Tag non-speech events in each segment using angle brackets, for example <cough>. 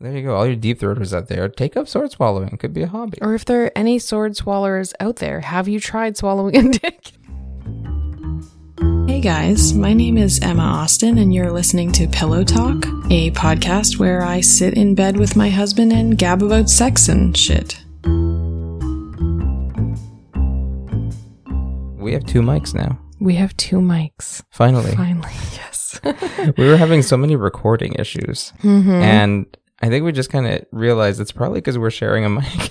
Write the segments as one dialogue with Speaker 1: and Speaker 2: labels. Speaker 1: There you go. All your deep throaters out there, take up sword swallowing. Could be a hobby.
Speaker 2: Or if there are any sword swallowers out there, have you tried swallowing a <laughs> dick? Hey guys, my name is Emma Austin, and you're listening to Pillow Talk, a podcast where I sit in bed with my husband and gab about sex and shit.
Speaker 1: We have two mics now.
Speaker 2: We have two mics.
Speaker 1: Finally,
Speaker 2: Finally, <laughs> yes.
Speaker 1: we were having so many recording issues,
Speaker 2: Mm-hmm.
Speaker 1: and I think we just kind of realized it's probably because we're sharing a <laughs> mic.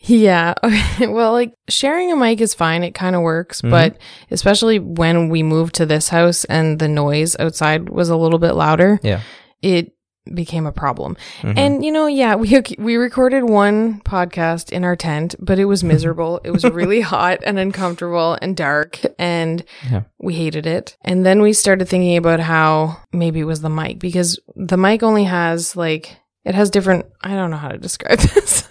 Speaker 2: Yeah. <laughs> well, like sharing a mic is fine. It kind of works. But especially when we moved to this house and the noise outside was a little bit louder,
Speaker 1: yeah.
Speaker 2: it became a problem.
Speaker 1: Mm-hmm.
Speaker 2: And, you know, yeah, we, <laughs> we recorded one podcast in our tent, but it was miserable. it
Speaker 1: <laughs>
Speaker 2: was really hot and uncomfortable and dark. And
Speaker 1: Yeah.
Speaker 2: we hated it. And then we started thinking about how maybe it was the mic because the mic only has like, it has different, I don't know how to
Speaker 1: <laughs>
Speaker 2: describe <laughs> this.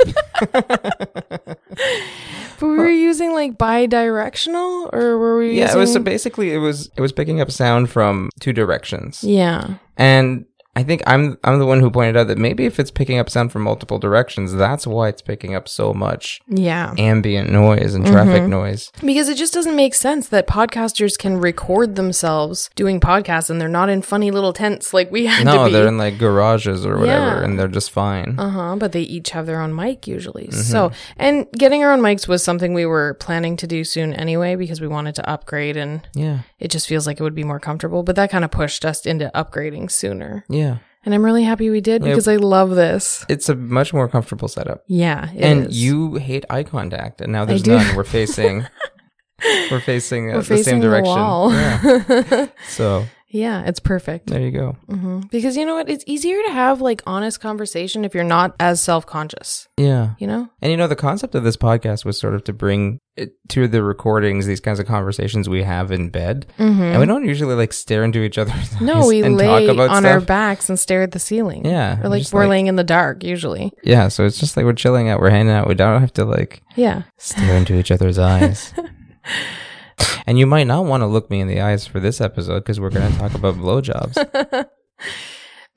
Speaker 2: But we were using like bi-directional, or were we?
Speaker 1: Yeah,
Speaker 2: using...
Speaker 1: it was so basically it was it was picking up sound from two directions.
Speaker 2: yeah,
Speaker 1: And I think I'm I'm the one who pointed out that maybe if it's picking up sound from multiple directions, that's why it's picking up so much
Speaker 2: yeah,
Speaker 1: ambient noise and traffic
Speaker 2: Mm-hmm.
Speaker 1: noise.
Speaker 2: because it just doesn't make sense that podcasters can record themselves doing podcasts and they're not in funny little tents like we had
Speaker 1: No,
Speaker 2: to be.
Speaker 1: they're in like garages or whatever
Speaker 2: Yeah.
Speaker 1: and they're just fine.
Speaker 2: uh huh. But they each have their own mic usually.
Speaker 1: Mm-hmm.
Speaker 2: So, and getting our own mics was something we were planning to do soon anyway because we wanted to upgrade, and
Speaker 1: yeah.
Speaker 2: it just feels like it would be more comfortable. But that kind of pushed us into upgrading sooner,
Speaker 1: Yeah.
Speaker 2: and I'm really happy we did because I love this.
Speaker 1: It's a much more comfortable setup.
Speaker 2: Yeah, it
Speaker 1: and
Speaker 2: is.
Speaker 1: you hate eye contact and now there's
Speaker 2: do.
Speaker 1: none.
Speaker 2: <laughs>
Speaker 1: We're facing we're facing uh,
Speaker 2: We're
Speaker 1: the
Speaker 2: facing
Speaker 1: same
Speaker 2: the
Speaker 1: direction.
Speaker 2: wall.
Speaker 1: Yeah. so,
Speaker 2: <laughs> yeah, it's perfect.
Speaker 1: there you go.
Speaker 2: hmm Because you know what? It's easier to have like honest conversation if you're not as self conscious,
Speaker 1: Yeah.
Speaker 2: you know?
Speaker 1: And you know, the concept of this podcast was sort of to bring it to the recordings these kinds of conversations we have in bed, and we don't usually like stare into each other's
Speaker 2: Mm-hmm. No,
Speaker 1: eyes
Speaker 2: we
Speaker 1: and
Speaker 2: lay
Speaker 1: talk about
Speaker 2: on our
Speaker 1: stuff.
Speaker 2: backs and stare at the ceiling.
Speaker 1: Yeah,
Speaker 2: Or like
Speaker 1: just
Speaker 2: we're
Speaker 1: like-
Speaker 2: laying in the dark usually.
Speaker 1: yeah, so it's just like we're chilling out, we're hanging out. We don't have to like
Speaker 2: Yeah.
Speaker 1: stare into each other's <laughs> eyes. And you might not want to look me in the eyes for this episode because we're going to talk about blowjobs, <laughs>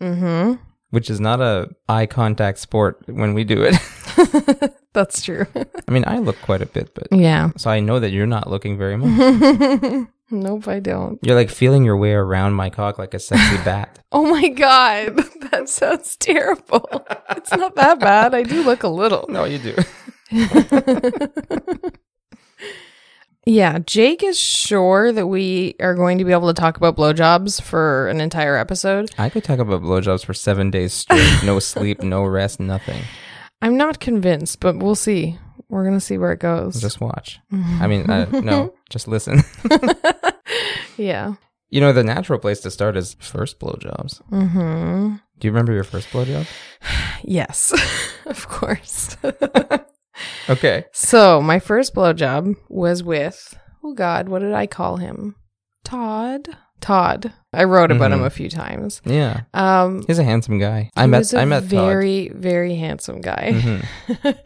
Speaker 1: Mm-hmm.
Speaker 2: hmm
Speaker 1: which is not a eye contact sport when we do it. <laughs>
Speaker 2: That's true.
Speaker 1: I mean, I look quite a bit, but
Speaker 2: yeah.
Speaker 1: so I know that you're not looking very much.
Speaker 2: Nope, I don't.
Speaker 1: You're like feeling your way around my cock like a <laughs> sexy bat.
Speaker 2: Oh my God. <laughs> That sounds terrible. it's not that bad. I do look a little.
Speaker 1: No, you do.
Speaker 2: Yeah, Jake is sure that we are going to be able to talk about blowjobs for an entire episode.
Speaker 1: I could talk about blowjobs for seven days straight. No sleep, no rest, nothing.
Speaker 2: I'm not convinced, but we'll see. We're going to see where it goes.
Speaker 1: Just watch. I mean, uh, <laughs> no, just listen.
Speaker 2: yeah.
Speaker 1: You know, the natural place to start is first blowjobs.
Speaker 2: Mm-hmm.
Speaker 1: Do you remember your first blowjob?
Speaker 2: Yes, <laughs> of course.
Speaker 1: Okay.
Speaker 2: so, my first blowjob was with, oh God, what did I call him? Todd. Todd. I wrote about him a few times.
Speaker 1: Yeah.
Speaker 2: Um,
Speaker 1: He's a handsome guy. Mm-hmm. I
Speaker 2: he
Speaker 1: met
Speaker 2: was a
Speaker 1: I met Todd. Mm-hmm.
Speaker 2: very, very handsome guy. <laughs>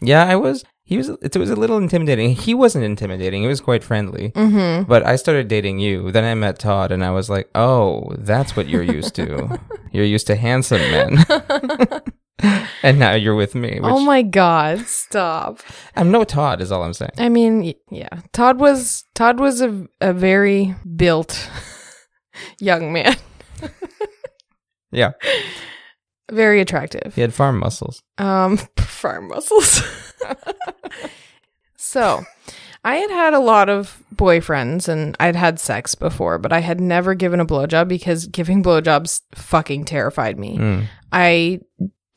Speaker 1: Yeah, I was he was it was a little intimidating. He wasn't intimidating. He was quite friendly. Mm-hmm. But I started dating you. Then I met Todd and I was like, "Oh, that's what you're used
Speaker 2: <laughs>
Speaker 1: to. you're used to handsome men." <laughs> and now you're with me, which
Speaker 2: oh my God, stop.
Speaker 1: I'm no Todd is all I'm saying.
Speaker 2: I mean, y- yeah. Todd was Todd was a a very built <laughs> young man,
Speaker 1: Yeah.
Speaker 2: very attractive.
Speaker 1: He had farm muscles.
Speaker 2: Um, <laughs> farm muscles. <laughs> so, I had had a lot of boyfriends and I'd had sex before, but I had never given a blowjob because giving blowjobs fucking terrified me.
Speaker 1: Mm.
Speaker 2: I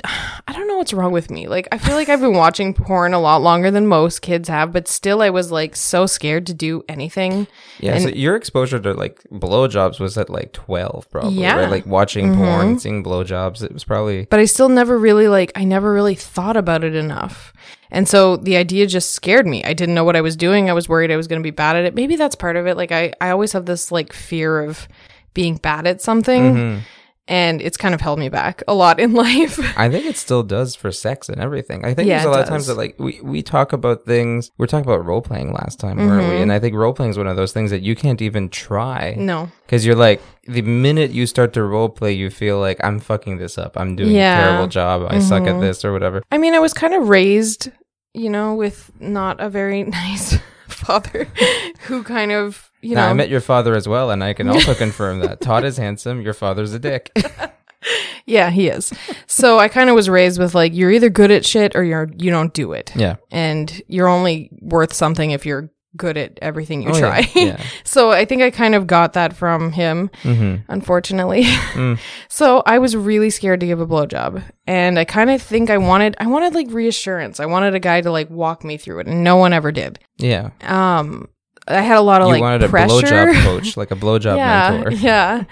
Speaker 2: <sighs> I don't know what's wrong with me. Like I feel like I've been watching porn a lot longer than most kids have, but still I was like so scared to do anything.
Speaker 1: Yeah. so your exposure to like blowjobs was at like 12, probably.
Speaker 2: Yeah. Mm-hmm.
Speaker 1: Right? Like watching porn, seeing blowjobs. It was probably.
Speaker 2: but I still never really like I never really thought about it enough. And so the idea just scared me. I didn't know what I was doing. I was worried I was going to be bad at it.
Speaker 1: Mm-hmm.
Speaker 2: Maybe that's part of it. Like I I always have this like fear of being bad at something. and it's kind of held me back a lot in <laughs> life.
Speaker 1: I think it still does for sex and everything. I think
Speaker 2: Yeah,
Speaker 1: there's a
Speaker 2: it
Speaker 1: lot of
Speaker 2: does.
Speaker 1: times that like we, we talk about things. We are talking about role playing last time, weren't we?
Speaker 2: Mhm.
Speaker 1: And I think role playing is one of those things that you can't even try
Speaker 2: no.
Speaker 1: because you're like the minute you start to role play, you feel like I'm fucking this up. I'm doing
Speaker 2: Yeah.
Speaker 1: a terrible job. I suck at
Speaker 2: Mhm.
Speaker 1: this or whatever.
Speaker 2: I mean, I was kind of raised, you know, with not a very <laughs> nice father who kind of, you
Speaker 1: now,
Speaker 2: know,
Speaker 1: I met your father as well, and I can
Speaker 2: <laughs>
Speaker 1: also confirm that Todd is handsome. Your father's a dick.
Speaker 2: yeah, he is. so I kind of was raised with like you're either good at shit or you're you don't do it.
Speaker 1: Yeah.
Speaker 2: And you're only worth something if you're good at everything you
Speaker 1: Oh, yeah.
Speaker 2: try. <laughs>
Speaker 1: Yeah.
Speaker 2: so I think I kind of got that from him.
Speaker 1: hmm
Speaker 2: unfortunately. <laughs>
Speaker 1: Mm.
Speaker 2: so I was really scared to give a blowjob. And I kind of think I wanted I wanted like reassurance. I wanted a guy to like walk me through it and no one ever did.
Speaker 1: Yeah.
Speaker 2: Um I had a lot of
Speaker 1: you
Speaker 2: like
Speaker 1: wanted a
Speaker 2: pressure.
Speaker 1: blowjob <laughs> coach, like a blowjob
Speaker 2: yeah.
Speaker 1: mentor.
Speaker 2: <laughs> Yeah.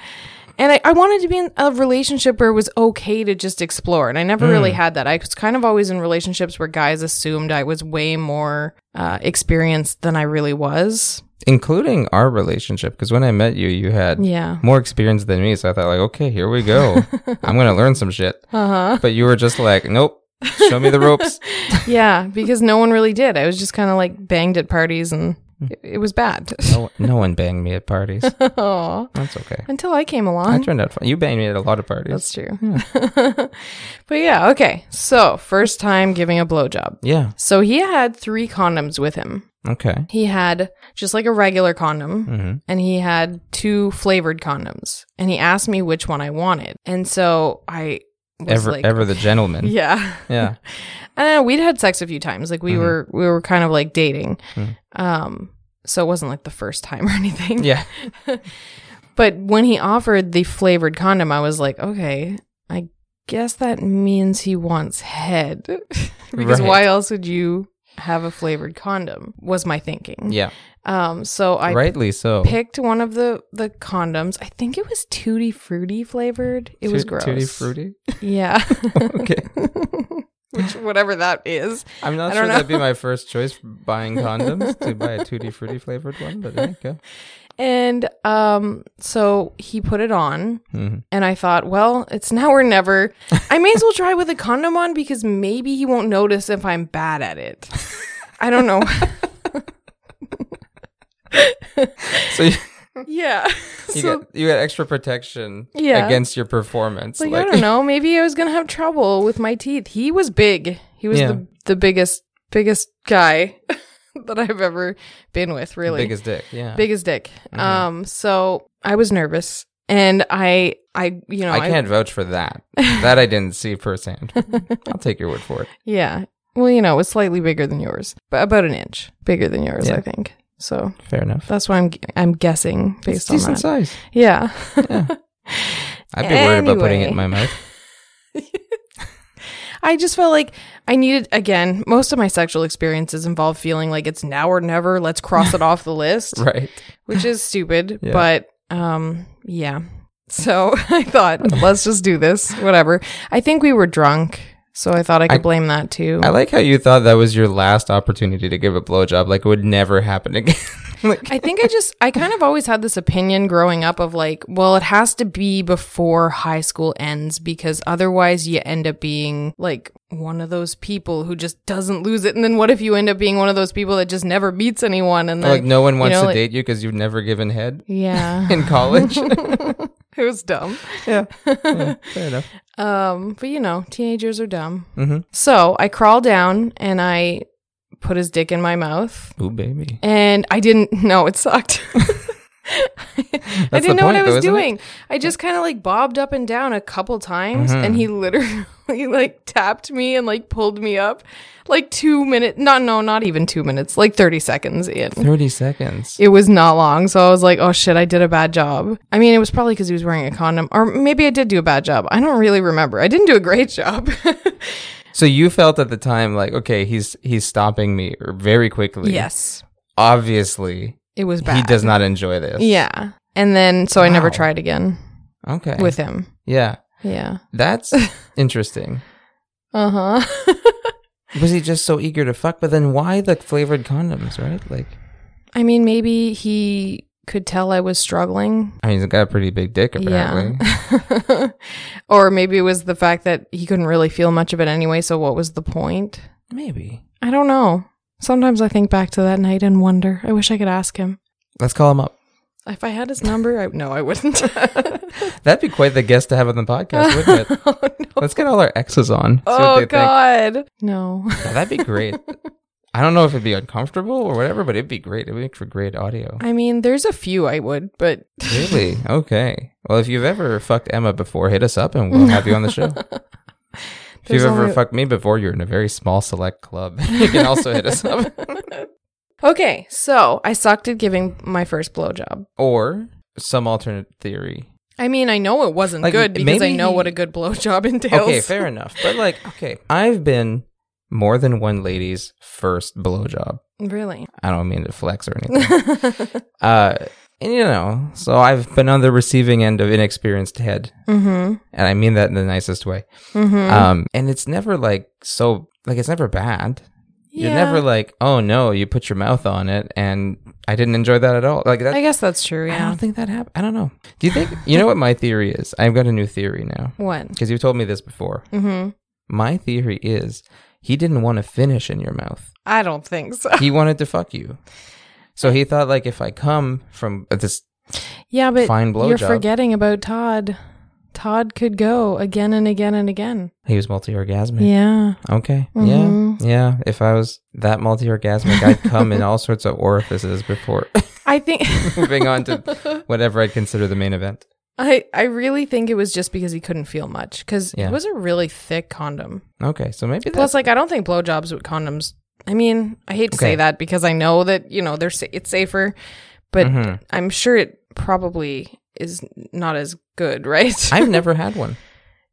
Speaker 2: And I, I wanted to be in a relationship where it was okay to just explore. And I never
Speaker 1: Mm.
Speaker 2: really had that. I was kind of always in relationships where guys assumed I was way more uh, experienced than I really was.
Speaker 1: Including our relationship, because when I met you, you had
Speaker 2: Yeah.
Speaker 1: more experience than me. So I thought, like, okay, here we
Speaker 2: <laughs>
Speaker 1: go. I'm going to learn some shit.
Speaker 2: Uh huh.
Speaker 1: But you were just like, nope, show me the
Speaker 2: <laughs>
Speaker 1: ropes.
Speaker 2: <laughs> yeah, because no one really did. I was just kind of like banged at parties and
Speaker 1: Hmm.
Speaker 2: it, it was bad. <laughs>
Speaker 1: No, no one banged me at parties.
Speaker 2: Aw.
Speaker 1: That's okay.
Speaker 2: Until I came
Speaker 1: I Hmm.
Speaker 2: along.
Speaker 1: turned out fine. You banged me at a lot of parties.
Speaker 2: That's true. <laughs> but yeah, okay. So, first time giving a blowjob.
Speaker 1: Yeah.
Speaker 2: So, he had three condoms with him.
Speaker 1: Okay.
Speaker 2: He had just like a regular condom,
Speaker 1: hmm
Speaker 2: and he had two flavored condoms. And he asked me which one I wanted. And so I was
Speaker 1: Ever,
Speaker 2: like,
Speaker 1: ever the gentleman. Yeah.
Speaker 2: <laughs> yeah. I don't know. We'd had sex a few times. Like we
Speaker 1: Mhm.
Speaker 2: were, we were kind of like dating.
Speaker 1: Mhm.
Speaker 2: Um, so it wasn't like the first time <laughs> or anything.
Speaker 1: Yeah.
Speaker 2: But when he offered the flavored condom, I was like, okay, I guess that means he wants head. <laughs> because
Speaker 1: Right.
Speaker 2: why else would you have a flavored condom? Was my thinking.
Speaker 1: Yeah.
Speaker 2: Um. So I
Speaker 1: Rightly so.
Speaker 2: picked one of the the condoms. I think it was tutti frutti flavored. It was
Speaker 1: Tu-
Speaker 2: gross.
Speaker 1: Tutti fruity.
Speaker 2: <laughs> Yeah.
Speaker 1: <laughs> Okay.
Speaker 2: Which whatever that is.
Speaker 1: I'm not
Speaker 2: I
Speaker 1: sure
Speaker 2: don't
Speaker 1: that'd be
Speaker 2: know.
Speaker 1: my first choice for buying condoms to buy a tutti frutti flavored one, but yeah, okay.
Speaker 2: And um so he put it on
Speaker 1: Mhm.
Speaker 2: <laughs> and I thought, well, it's now or never. I may as well try with a condom on because maybe he won't notice if I'm bad at it.
Speaker 1: <laughs>
Speaker 2: I don't know. <laughs>
Speaker 1: So you,
Speaker 2: yeah.
Speaker 1: you
Speaker 2: so
Speaker 1: get you get extra protection
Speaker 2: Yeah.
Speaker 1: against your performance.
Speaker 2: like,
Speaker 1: <laughs>
Speaker 2: I don't know, maybe I was gonna have trouble with my teeth. He was big. He was
Speaker 1: Yeah.
Speaker 2: the the biggest biggest guy <laughs> that I've ever been with, really.
Speaker 1: Big as dick. Yeah. Mm-hmm.
Speaker 2: Big as dick. Um so I was nervous and I I you know
Speaker 1: I can't vouch for
Speaker 2: <laughs>
Speaker 1: that. that I didn't see firsthand. I'll take your word for it.
Speaker 2: Yeah. Well, you know, it was slightly bigger than yours, but about an inch bigger than yours,
Speaker 1: Yeah.
Speaker 2: I think. So
Speaker 1: Fair enough.
Speaker 2: that's why I'm I'm guessing based on
Speaker 1: decent
Speaker 2: that.
Speaker 1: size.
Speaker 2: Yeah.
Speaker 1: I'd be worried about putting it in
Speaker 2: Anyway.
Speaker 1: my mouth.
Speaker 2: <laughs> I just felt like I needed again. Most of my sexual experiences involve feeling like it's now or never. Let's
Speaker 1: <laughs>
Speaker 2: cross it off the list,
Speaker 1: Right.
Speaker 2: which is stupid,
Speaker 1: Yeah.
Speaker 2: but um, yeah. So <laughs> I thought, let's just do this, whatever. I think we were drunk, so I thought I could
Speaker 1: I-
Speaker 2: blame that too.
Speaker 1: I like how you thought that was your last opportunity to give a blowjob. Like it would never happen again. <laughs> like
Speaker 2: I think I just I kind of always had this opinion growing up of like, well, it has to be before high school ends because otherwise you end up being like one of those people who just doesn't lose it and then what if you end up being one of those people that just never meets anyone and then
Speaker 1: like no one wants
Speaker 2: know,
Speaker 1: to
Speaker 2: like-
Speaker 1: date you because you've never given head <laughs>
Speaker 2: yeah.
Speaker 1: in college.
Speaker 2: <laughs> it was dumb.
Speaker 1: yeah.
Speaker 2: <laughs>
Speaker 1: yeah. Fair enough.
Speaker 2: Um, but you know, teenagers are dumb.
Speaker 1: Mhm.
Speaker 2: So, I crawl down and I put his dick in my mouth
Speaker 1: Ooh, baby.
Speaker 2: and I didn't <laughs> know it sucked. I
Speaker 1: That's
Speaker 2: didn't
Speaker 1: the
Speaker 2: know what
Speaker 1: point,
Speaker 2: I
Speaker 1: though,
Speaker 2: was
Speaker 1: isn't it?
Speaker 2: doing. I just kind of like bobbed up and down a couple times,
Speaker 1: Mm-hmm.
Speaker 2: and he literally <laughs> like tapped me and like pulled me up, like two minutes. Not no, not even two minutes. Like thirty seconds in.
Speaker 1: 30 seconds.
Speaker 2: It was not long, so I was like, "Oh shit, I did a bad job." I mean, it was probably because he was wearing a condom, or maybe I did do a bad job. I don't really remember. I didn't do a great job. <laughs>
Speaker 1: So you felt at the time like, okay, he's he's stopping me very quickly.
Speaker 2: yes,
Speaker 1: Obviously,
Speaker 2: it was bad.
Speaker 1: he does not enjoy this.
Speaker 2: Yeah, and then so I never
Speaker 1: Wow.
Speaker 2: tried again
Speaker 1: Okay.
Speaker 2: with him.
Speaker 1: yeah.
Speaker 2: Yeah. <laughs>
Speaker 1: That's interesting.
Speaker 2: Uh huh. <laughs>
Speaker 1: Was he just so eager to fuck? But then why the flavored condoms, right? Like
Speaker 2: I mean, maybe he could tell I was struggling.
Speaker 1: I mean, he's got a pretty big dick, apparently.
Speaker 2: Yeah. <laughs> or maybe it was the fact that he couldn't really feel much of it anyway, so what was the point?
Speaker 1: Maybe.
Speaker 2: I don't know. Sometimes I think back to that night and wonder. I wish I could ask him.
Speaker 1: Let's call him up.
Speaker 2: If I had his number, I no, I wouldn't. <laughs>
Speaker 1: That'd be quite the guest to have on the podcast,
Speaker 2: <laughs>
Speaker 1: wouldn't it?
Speaker 2: oh no.
Speaker 1: Let's get all our exes on. see what
Speaker 2: Oh
Speaker 1: they think.
Speaker 2: god. No. <laughs>
Speaker 1: Yeah, that'd be great. I don't know if it'd be uncomfortable or whatever, but it'd be great. It'd make for great audio.
Speaker 2: I mean, there's a few I would, but <laughs>
Speaker 1: Really? Okay. Well, if you've ever fucked Emma before, hit us up and we'll have you on the
Speaker 2: <laughs>
Speaker 1: show. If
Speaker 2: There's
Speaker 1: you've ever
Speaker 2: only-
Speaker 1: fucked me before, you're in a very small select club. <laughs> you can also hit us
Speaker 2: <laughs>
Speaker 1: up.
Speaker 2: Okay, so I sucked at giving my first blowjob.
Speaker 1: Or some alternate theory.
Speaker 2: I mean, I know it wasn't
Speaker 1: Like,
Speaker 2: good because I
Speaker 1: maybe
Speaker 2: know
Speaker 1: he-
Speaker 2: what a good blowjob <laughs> entails.
Speaker 1: Okay, fair enough. But like, okay, I've been more than one lady's first blowjob.
Speaker 2: Really?
Speaker 1: I don't mean to flex or anything.
Speaker 2: <laughs>
Speaker 1: Uh, and you know, so I've been on the receiving end of inexperienced head,
Speaker 2: hmm
Speaker 1: and I mean that in the nicest way.
Speaker 2: hmm
Speaker 1: Um, and it's never like so, like it's never bad.
Speaker 2: yeah,
Speaker 1: You're never like, oh no, you put your mouth on it, and I didn't enjoy that at all. Like that,
Speaker 2: I guess that's true.
Speaker 1: I
Speaker 2: Yeah.
Speaker 1: don't think that happened. I don't know. Do you think you know what my theory is? I've got a new theory now
Speaker 2: What?
Speaker 1: because you've told me this before.
Speaker 2: hmm
Speaker 1: My theory is he didn't want to finish in your mouth.
Speaker 2: I don't think so. <laughs>
Speaker 1: He wanted to fuck you, so he thought like if I come from this
Speaker 2: Yeah, but
Speaker 1: fine blowjob,
Speaker 2: you're forgetting about Todd. Todd could go again and again and again.
Speaker 1: He was multi orgasmic.
Speaker 2: Yeah.
Speaker 1: Okay.
Speaker 2: Mhm.
Speaker 1: Yeah. Yeah. If I was that multi orgasmic, I'd come in all sorts of orifices before <laughs>
Speaker 2: I think <laughs>
Speaker 1: moving on to whatever I'd consider the main event.
Speaker 2: I I really think it was just because he couldn't feel much cuz
Speaker 1: Yeah.
Speaker 2: it was a really thick condom.
Speaker 1: Okay. So maybe that's
Speaker 2: Plus, like, I don't think blowjobs with condoms. I mean, I hate to say
Speaker 1: Okay.
Speaker 2: that because I know that you know they're sa- it's safer, but
Speaker 1: Mhm.
Speaker 2: I'm sure it probably is not as good, <laughs> right?
Speaker 1: I've never had one.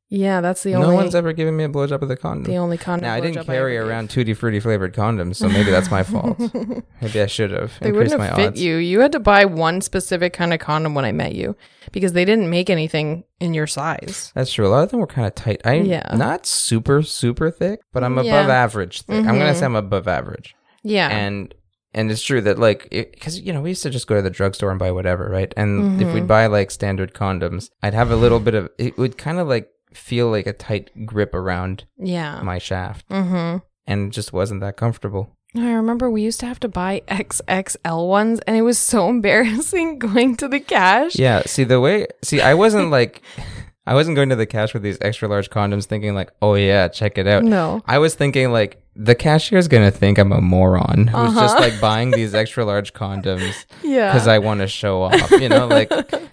Speaker 2: yeah, that's <laughs> the
Speaker 1: no
Speaker 2: only
Speaker 1: one's ever given me a blowjob with a condom.
Speaker 2: the only condom.
Speaker 1: now I didn't
Speaker 2: blowjob
Speaker 1: carry
Speaker 2: ever
Speaker 1: around tutti frutti flavored condoms, so maybe
Speaker 2: <laughs>
Speaker 1: that's my fault.
Speaker 2: gave.
Speaker 1: maybe I should have
Speaker 2: they
Speaker 1: increased
Speaker 2: wouldn't
Speaker 1: my
Speaker 2: have fit
Speaker 1: odds.
Speaker 2: you. You had to buy one specific kind of condom when I met you because they didn't make anything in your size.
Speaker 1: That's true. A lot of them were kind of tight. I'm
Speaker 2: Yeah.
Speaker 1: not super super thick, but I'm
Speaker 2: Yeah. Mm-hmm.
Speaker 1: above average thick. I'm gonna say I'm above average.
Speaker 2: Yeah,
Speaker 1: and and it's true that like because you know we used to just go to the drugstore and buy whatever right and if
Speaker 2: Mm-hmm.
Speaker 1: we'd buy like standard condoms i'd have a little bit of it would kind of like feel like a tight grip around
Speaker 2: yeah.
Speaker 1: my shaft
Speaker 2: mm-hmm.
Speaker 1: and just wasn't that
Speaker 2: <laughs>
Speaker 1: comfortable
Speaker 2: I remember we used to have to buy XXL ones, and it was so <laughs> embarrassing going to the cash.
Speaker 1: yeah see the way see i wasn't like <laughs> i wasn't going to the cash with these extra large condoms thinking like oh yeah check it out
Speaker 2: No.
Speaker 1: i was thinking like the cashier's gonna think i'm a moron who's
Speaker 2: Uh-huh.
Speaker 1: just like buying these extra large condoms
Speaker 2: Yeah.
Speaker 1: because i want to show off you know
Speaker 2: <laughs>
Speaker 1: like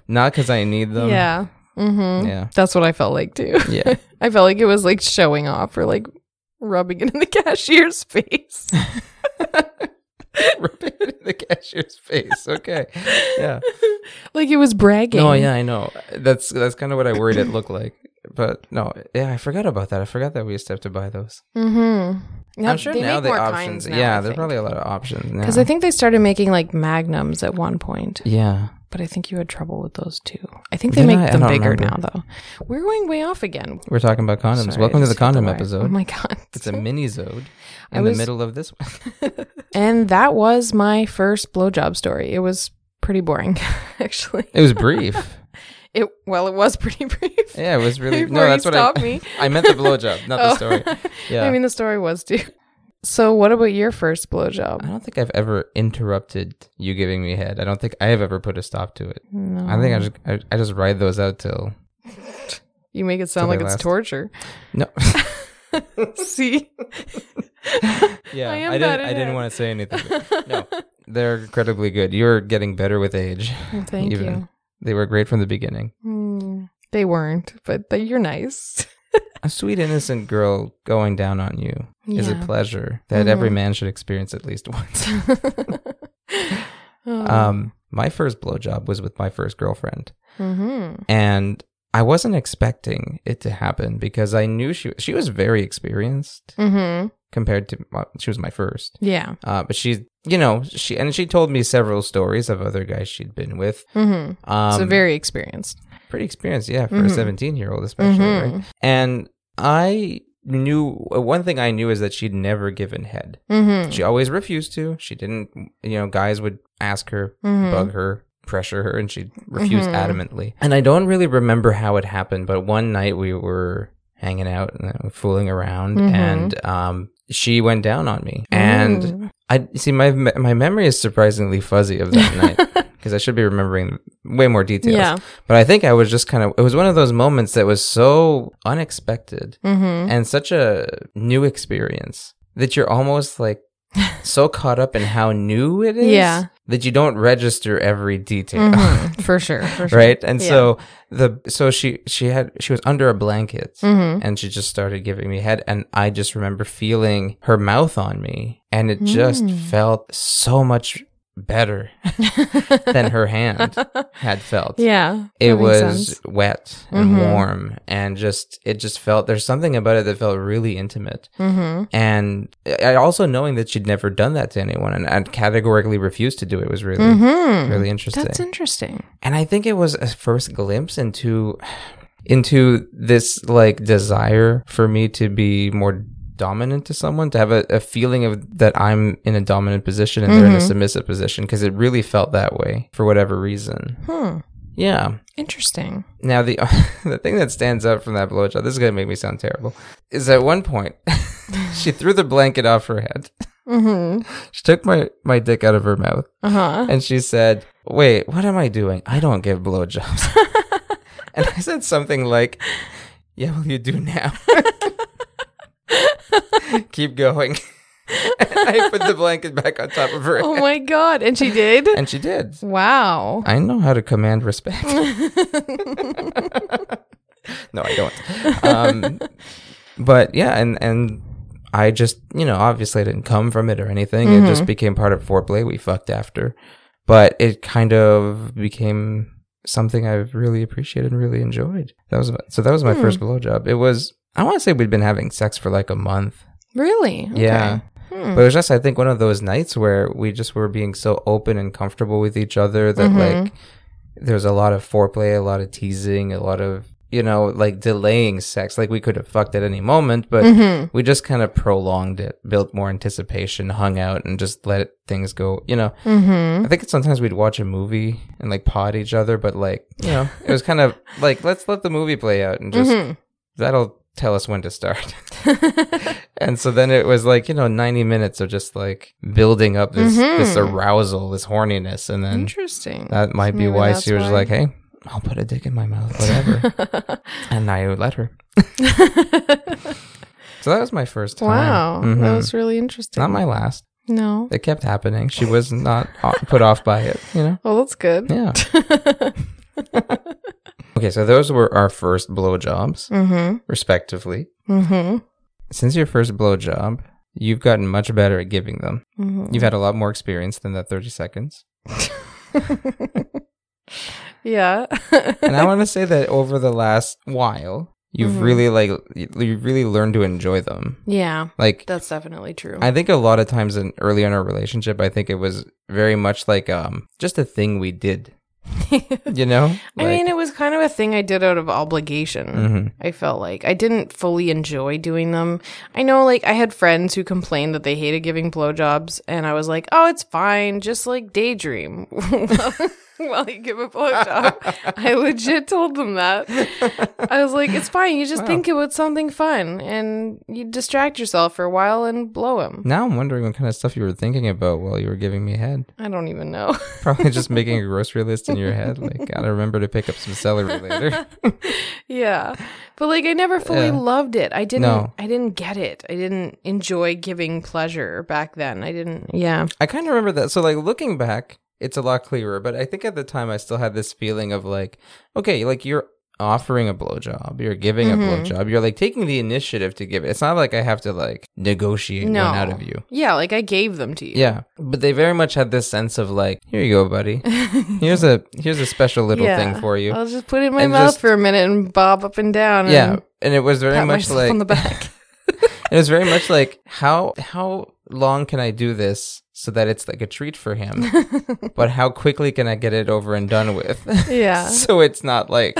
Speaker 1: not because i need them
Speaker 2: yeah. Mm-hmm.
Speaker 1: Yeah.
Speaker 2: That's what I felt like too.
Speaker 1: um, Yeah.
Speaker 2: <laughs>
Speaker 1: <laughs>
Speaker 2: I felt like it was like showing off or like rubbing it in the <laughs> cashier's face.
Speaker 1: Rub it in the cashier's face. Okay. Yeah.
Speaker 2: like it was bragging.
Speaker 1: No, Oh, yeah, I know. That's that's kind of what I worried it looked like. But no, yeah, I forgot about that. I forgot that we used to have to buy those.
Speaker 2: Mm-hmm.
Speaker 1: I'm sure now the options. yeah, there's probably a lot of options now.
Speaker 2: because I think they started making like magnums at one point,
Speaker 1: yeah.
Speaker 2: but I think you had trouble with those too. I think they
Speaker 1: Did
Speaker 2: make
Speaker 1: I? I
Speaker 2: them
Speaker 1: don't
Speaker 2: bigger
Speaker 1: remember.
Speaker 2: now, though. We're going way off again.
Speaker 1: We're talking about condoms.
Speaker 2: Sorry,
Speaker 1: Welcome
Speaker 2: I
Speaker 1: to the
Speaker 2: just got
Speaker 1: condom
Speaker 2: wire. Oh
Speaker 1: episode.
Speaker 2: <laughs> my god!
Speaker 1: It's a mini zode
Speaker 2: I
Speaker 1: in
Speaker 2: was-
Speaker 1: the middle of this one.
Speaker 2: and that was my first blowjob story. It was pretty boring, <laughs> actually.
Speaker 1: It was brief.
Speaker 2: It well, it was pretty <laughs> brief.
Speaker 1: Yeah, it was really
Speaker 2: Before
Speaker 1: No, that's
Speaker 2: you
Speaker 1: what
Speaker 2: stop
Speaker 1: I
Speaker 2: me.
Speaker 1: <laughs> I meant the blowjob, not
Speaker 2: <laughs> Oh.
Speaker 1: the story. Yeah.
Speaker 2: I mean, the story was too. So, what about your first
Speaker 1: I
Speaker 2: blowjob?
Speaker 1: don't think I've ever interrupted you giving me head. I don't think I have ever put a stop to it.
Speaker 2: No,
Speaker 1: I think I just I, I just ride those out till
Speaker 2: you make it sound
Speaker 1: till
Speaker 2: like
Speaker 1: they
Speaker 2: it's
Speaker 1: last.
Speaker 2: torture.
Speaker 1: no.
Speaker 2: <laughs> See,
Speaker 1: yeah,
Speaker 2: I am
Speaker 1: didn't.
Speaker 2: bad at
Speaker 1: I didn't
Speaker 2: it.
Speaker 1: want to say anything.
Speaker 2: <laughs>
Speaker 1: no, they're incredibly good. You're getting better with age.
Speaker 2: Well, Oh, thank
Speaker 1: Even.
Speaker 2: you.
Speaker 1: They were great from the beginning.
Speaker 2: Hmm. they weren't, but they, you're nice.
Speaker 1: A sweet, innocent girl going down on you <laughs> is a
Speaker 2: Yeah.
Speaker 1: pleasure that every
Speaker 2: Mhm.
Speaker 1: man should experience at least <laughs> once.
Speaker 2: <laughs> Oh.
Speaker 1: um, my first blowjob was with my first girlfriend.
Speaker 2: Mhm.
Speaker 1: and I wasn't expecting it to happen because I knew she she was very experienced
Speaker 2: Mhm.
Speaker 1: compared to well, she was my first.
Speaker 2: Yeah.
Speaker 1: Uh, but she's you know she and she told me several stories of other guys she'd been with.
Speaker 2: Mhm.
Speaker 1: Um,
Speaker 2: so very experienced.
Speaker 1: pretty experienced, yeah, for a
Speaker 2: Mhm.
Speaker 1: seventeen year old especially.
Speaker 2: Mhm.
Speaker 1: Right? And I knew one thing I knew is that she'd never given head.
Speaker 2: Mhm.
Speaker 1: She always refused to. She didn't. You know, guys would ask her,
Speaker 2: Mhm.
Speaker 1: bug her, pressure her and she refused adamantly. And I don't really remember how it happened, but one night we were hanging out and uh, fooling around
Speaker 2: Mhm.
Speaker 1: and um she went down on me. And
Speaker 2: Mm.
Speaker 1: I see my me- my memory is surprisingly fuzzy of that night because I should be remembering way more details.
Speaker 2: Yeah.
Speaker 1: But I think I was just kind of it was one of those moments that was so unexpected
Speaker 2: Mm-hmm.
Speaker 1: and such a new experience that you're almost
Speaker 2: <laughs>
Speaker 1: like so caught up in how new it is
Speaker 2: Yeah.
Speaker 1: that you don't register every detail. <laughs>
Speaker 2: Mhm. For sure. For sure.
Speaker 1: Right? And
Speaker 2: Yeah.
Speaker 1: so the so she she had she was under a blanket
Speaker 2: Mm-hmm. <laughs>
Speaker 1: and she just started giving me head and i just remember feeling her mouth on me and it just
Speaker 2: Mm.
Speaker 1: felt so much better than her
Speaker 2: <laughs>
Speaker 1: hand had felt
Speaker 2: yeah.
Speaker 1: it
Speaker 2: that makes
Speaker 1: was
Speaker 2: sense.
Speaker 1: wet and
Speaker 2: Mhm.
Speaker 1: warm and just it just felt there's something about it that felt really intimate
Speaker 2: Mhm.
Speaker 1: and I also knowing that she'd never done that to anyone and, and categorically refused to do it was really
Speaker 2: Mhm.
Speaker 1: really interesting
Speaker 2: That's interesting.
Speaker 1: and i think it was a first glimpse into into this like desire for me to be more dominant to someone to have a, a feeling of that i'm in a dominant position and they're in a
Speaker 2: Mhm.
Speaker 1: submissive position because it really felt that way for whatever reason
Speaker 2: Hmm.
Speaker 1: yeah
Speaker 2: Interesting.
Speaker 1: now the <laughs> the thing that stands out from that blowjob this is going to make me sound terrible is at one point <laughs> she threw the blanket off her head
Speaker 2: Mm-hmm.
Speaker 1: <laughs> she took my my dick out of her mouth
Speaker 2: Uh huh.
Speaker 1: and she said, "Wait, what am I doing? I don't give blowjobs." <laughs> and I said something like, "Yeah, well, you do now. <laughs> Keep going." <laughs> and I put the blanket back on top of her,
Speaker 2: Oh
Speaker 1: head.
Speaker 2: my god! And
Speaker 1: <laughs>
Speaker 2: she did.
Speaker 1: and she did.
Speaker 2: Wow.
Speaker 1: I know how to command respect. no, I don't. Um, but yeah, and and I just you know obviously I didn't come from it or anything. It just became part of foreplay. We fucked after, but it kind of became something I've really appreciated and really enjoyed. That was so. That was my first blowjob. It was. I want to say we'd been having sex for like a month.
Speaker 2: Really? Okay.
Speaker 1: Yeah. But it was just, I think, one of those nights where we just were being so open and comfortable with each other that, like, there was a lot of foreplay, a lot of teasing, a lot of, you know, like delaying sex. Like, we could have fucked at any moment, but
Speaker 2: Mhm.
Speaker 1: we just kind of prolonged it, built more anticipation, hung out, and just let things go, you know.
Speaker 2: Mhm.
Speaker 1: I think sometimes we'd watch a movie and, like, pod each other, but, like, you know, it was kind
Speaker 2: <laughs>
Speaker 1: of like, let's let the movie play out and just
Speaker 2: Mhm.
Speaker 1: that'll tell us when to
Speaker 2: <laughs>
Speaker 1: start. <laughs> and so then it was like, you know, 90 minutes of just like building up this
Speaker 2: Mhm.
Speaker 1: this arousal, this horniness and then
Speaker 2: Interesting.
Speaker 1: that might be
Speaker 2: Mm-hmm. Maybe
Speaker 1: why
Speaker 2: that's
Speaker 1: she was
Speaker 2: why.
Speaker 1: like, "Hey, I'll put a dick in my mouth, whatever."
Speaker 2: <laughs>
Speaker 1: and I let her. So that was my first time.
Speaker 2: wow. That
Speaker 1: Mhm.
Speaker 2: was really interesting.
Speaker 1: not my last.
Speaker 2: no.
Speaker 1: It kept happening. She was not o- put off by it, you know.
Speaker 2: Well, that's good.
Speaker 1: Yeah. Okay, so those were our first blowjobs,
Speaker 2: mhm.
Speaker 1: respectively.
Speaker 2: Mhm.
Speaker 1: Since your first blowjob, you've gotten much better at giving them.
Speaker 2: Mhm.
Speaker 1: You've had a lot more experience than that 30 seconds.
Speaker 2: Yeah. <laughs>
Speaker 1: And I want to say that over the last while, you've
Speaker 2: Mhm.
Speaker 1: really like you you've really learned to enjoy them.
Speaker 2: yeah.
Speaker 1: Like
Speaker 2: That's definitely true.
Speaker 1: I think a lot of times in early in our relationship, I think it was very much like um just a thing we did, you know?
Speaker 2: I mean, it was kind of a thing I did out of obligation.
Speaker 1: hmm
Speaker 2: I felt like I didn't fully enjoy doing them. I know, like, I had friends who complained that they hated giving blowjobs, and I was like, oh, it's fine. Just like daydream <laughs> while you give a blowjob. I legit told them that. I was like, it's fine. You just think about something fun and you distract yourself for a while and blow him.
Speaker 1: Now I'm wondering what kind of stuff you were thinking about while you were giving me head.
Speaker 2: I don't even know.
Speaker 1: Probably just making a grocery list in your head. Like, gotta remember to pick up some celery
Speaker 2: <laughs>
Speaker 1: later.
Speaker 2: yeah. But like I never fully
Speaker 1: Yeah.
Speaker 2: loved it. I didn't
Speaker 1: No.
Speaker 2: I didn't get it. I didn't enjoy giving pleasure back then. I didn't Yeah.
Speaker 1: I kind of remember that. So, like, looking back, it's a lot clearer. But I think at the time, I still had this feeling of like, okay, like you're offering a blowjob, you're giving
Speaker 2: Mhm.
Speaker 1: a blowjob, you're like taking the initiative to give it. It's not like I have to like negotiate
Speaker 2: No.
Speaker 1: one out of you.
Speaker 2: Yeah, like I gave them to you.
Speaker 1: Yeah, but they very much had this sense of like, here you go,
Speaker 2: <laughs>
Speaker 1: buddy. Here's a here's a special little
Speaker 2: Yeah. Oh,
Speaker 1: thing for you.
Speaker 2: I'll just put it in my
Speaker 1: And
Speaker 2: mouth
Speaker 1: just-
Speaker 2: for a minute and bob up and down.
Speaker 1: yeah,
Speaker 2: and
Speaker 1: and it was very
Speaker 2: pat
Speaker 1: much
Speaker 2: myself
Speaker 1: like
Speaker 2: on
Speaker 1: <laughs>
Speaker 2: the back.
Speaker 1: it was very much like how how long can I do this so that it's like a treat for
Speaker 2: <laughs>
Speaker 1: him, but how quickly can I get it over and done with? <laughs>
Speaker 2: yeah.
Speaker 1: so it's not
Speaker 2: <laughs>
Speaker 1: like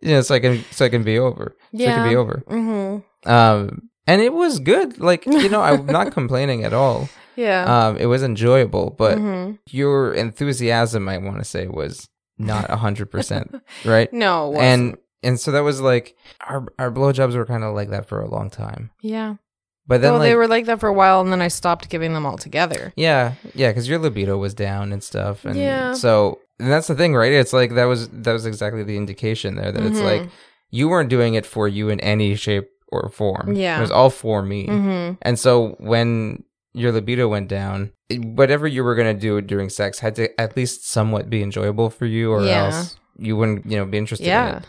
Speaker 1: you know so i can so i can be over so it can
Speaker 2: Yeah.
Speaker 1: be over
Speaker 2: Mm-hmm. <laughs>
Speaker 1: um and it was good like you know i'm not complaining at all
Speaker 2: Yeah.
Speaker 1: Um, it was enjoyable, but
Speaker 2: Mhm.
Speaker 1: your enthusiasm, I want to say, was not hundred
Speaker 2: <laughs>
Speaker 1: percent right.
Speaker 2: No. It wasn't.
Speaker 1: And and so that was like our our blowjobs were kind of like that for a long time.
Speaker 2: yeah.
Speaker 1: But then
Speaker 2: well,
Speaker 1: like
Speaker 2: they were like that for a while, and then I stopped giving them altogether.
Speaker 1: yeah yeah because your libido was down and stuff and
Speaker 2: Yeah.
Speaker 1: so and that's the thing right it's like that was that was exactly the indication there that it's like
Speaker 2: Mhm.
Speaker 1: you weren't doing it for you in any shape or form
Speaker 2: Yeah.
Speaker 1: it was all for me
Speaker 2: Mm-hmm.
Speaker 1: and so when your libido went down it- whatever you were gonna do during sex had to at least somewhat be enjoyable for you or
Speaker 2: Yeah.
Speaker 1: else you wouldn't you know be interested in
Speaker 2: Yeah.
Speaker 1: it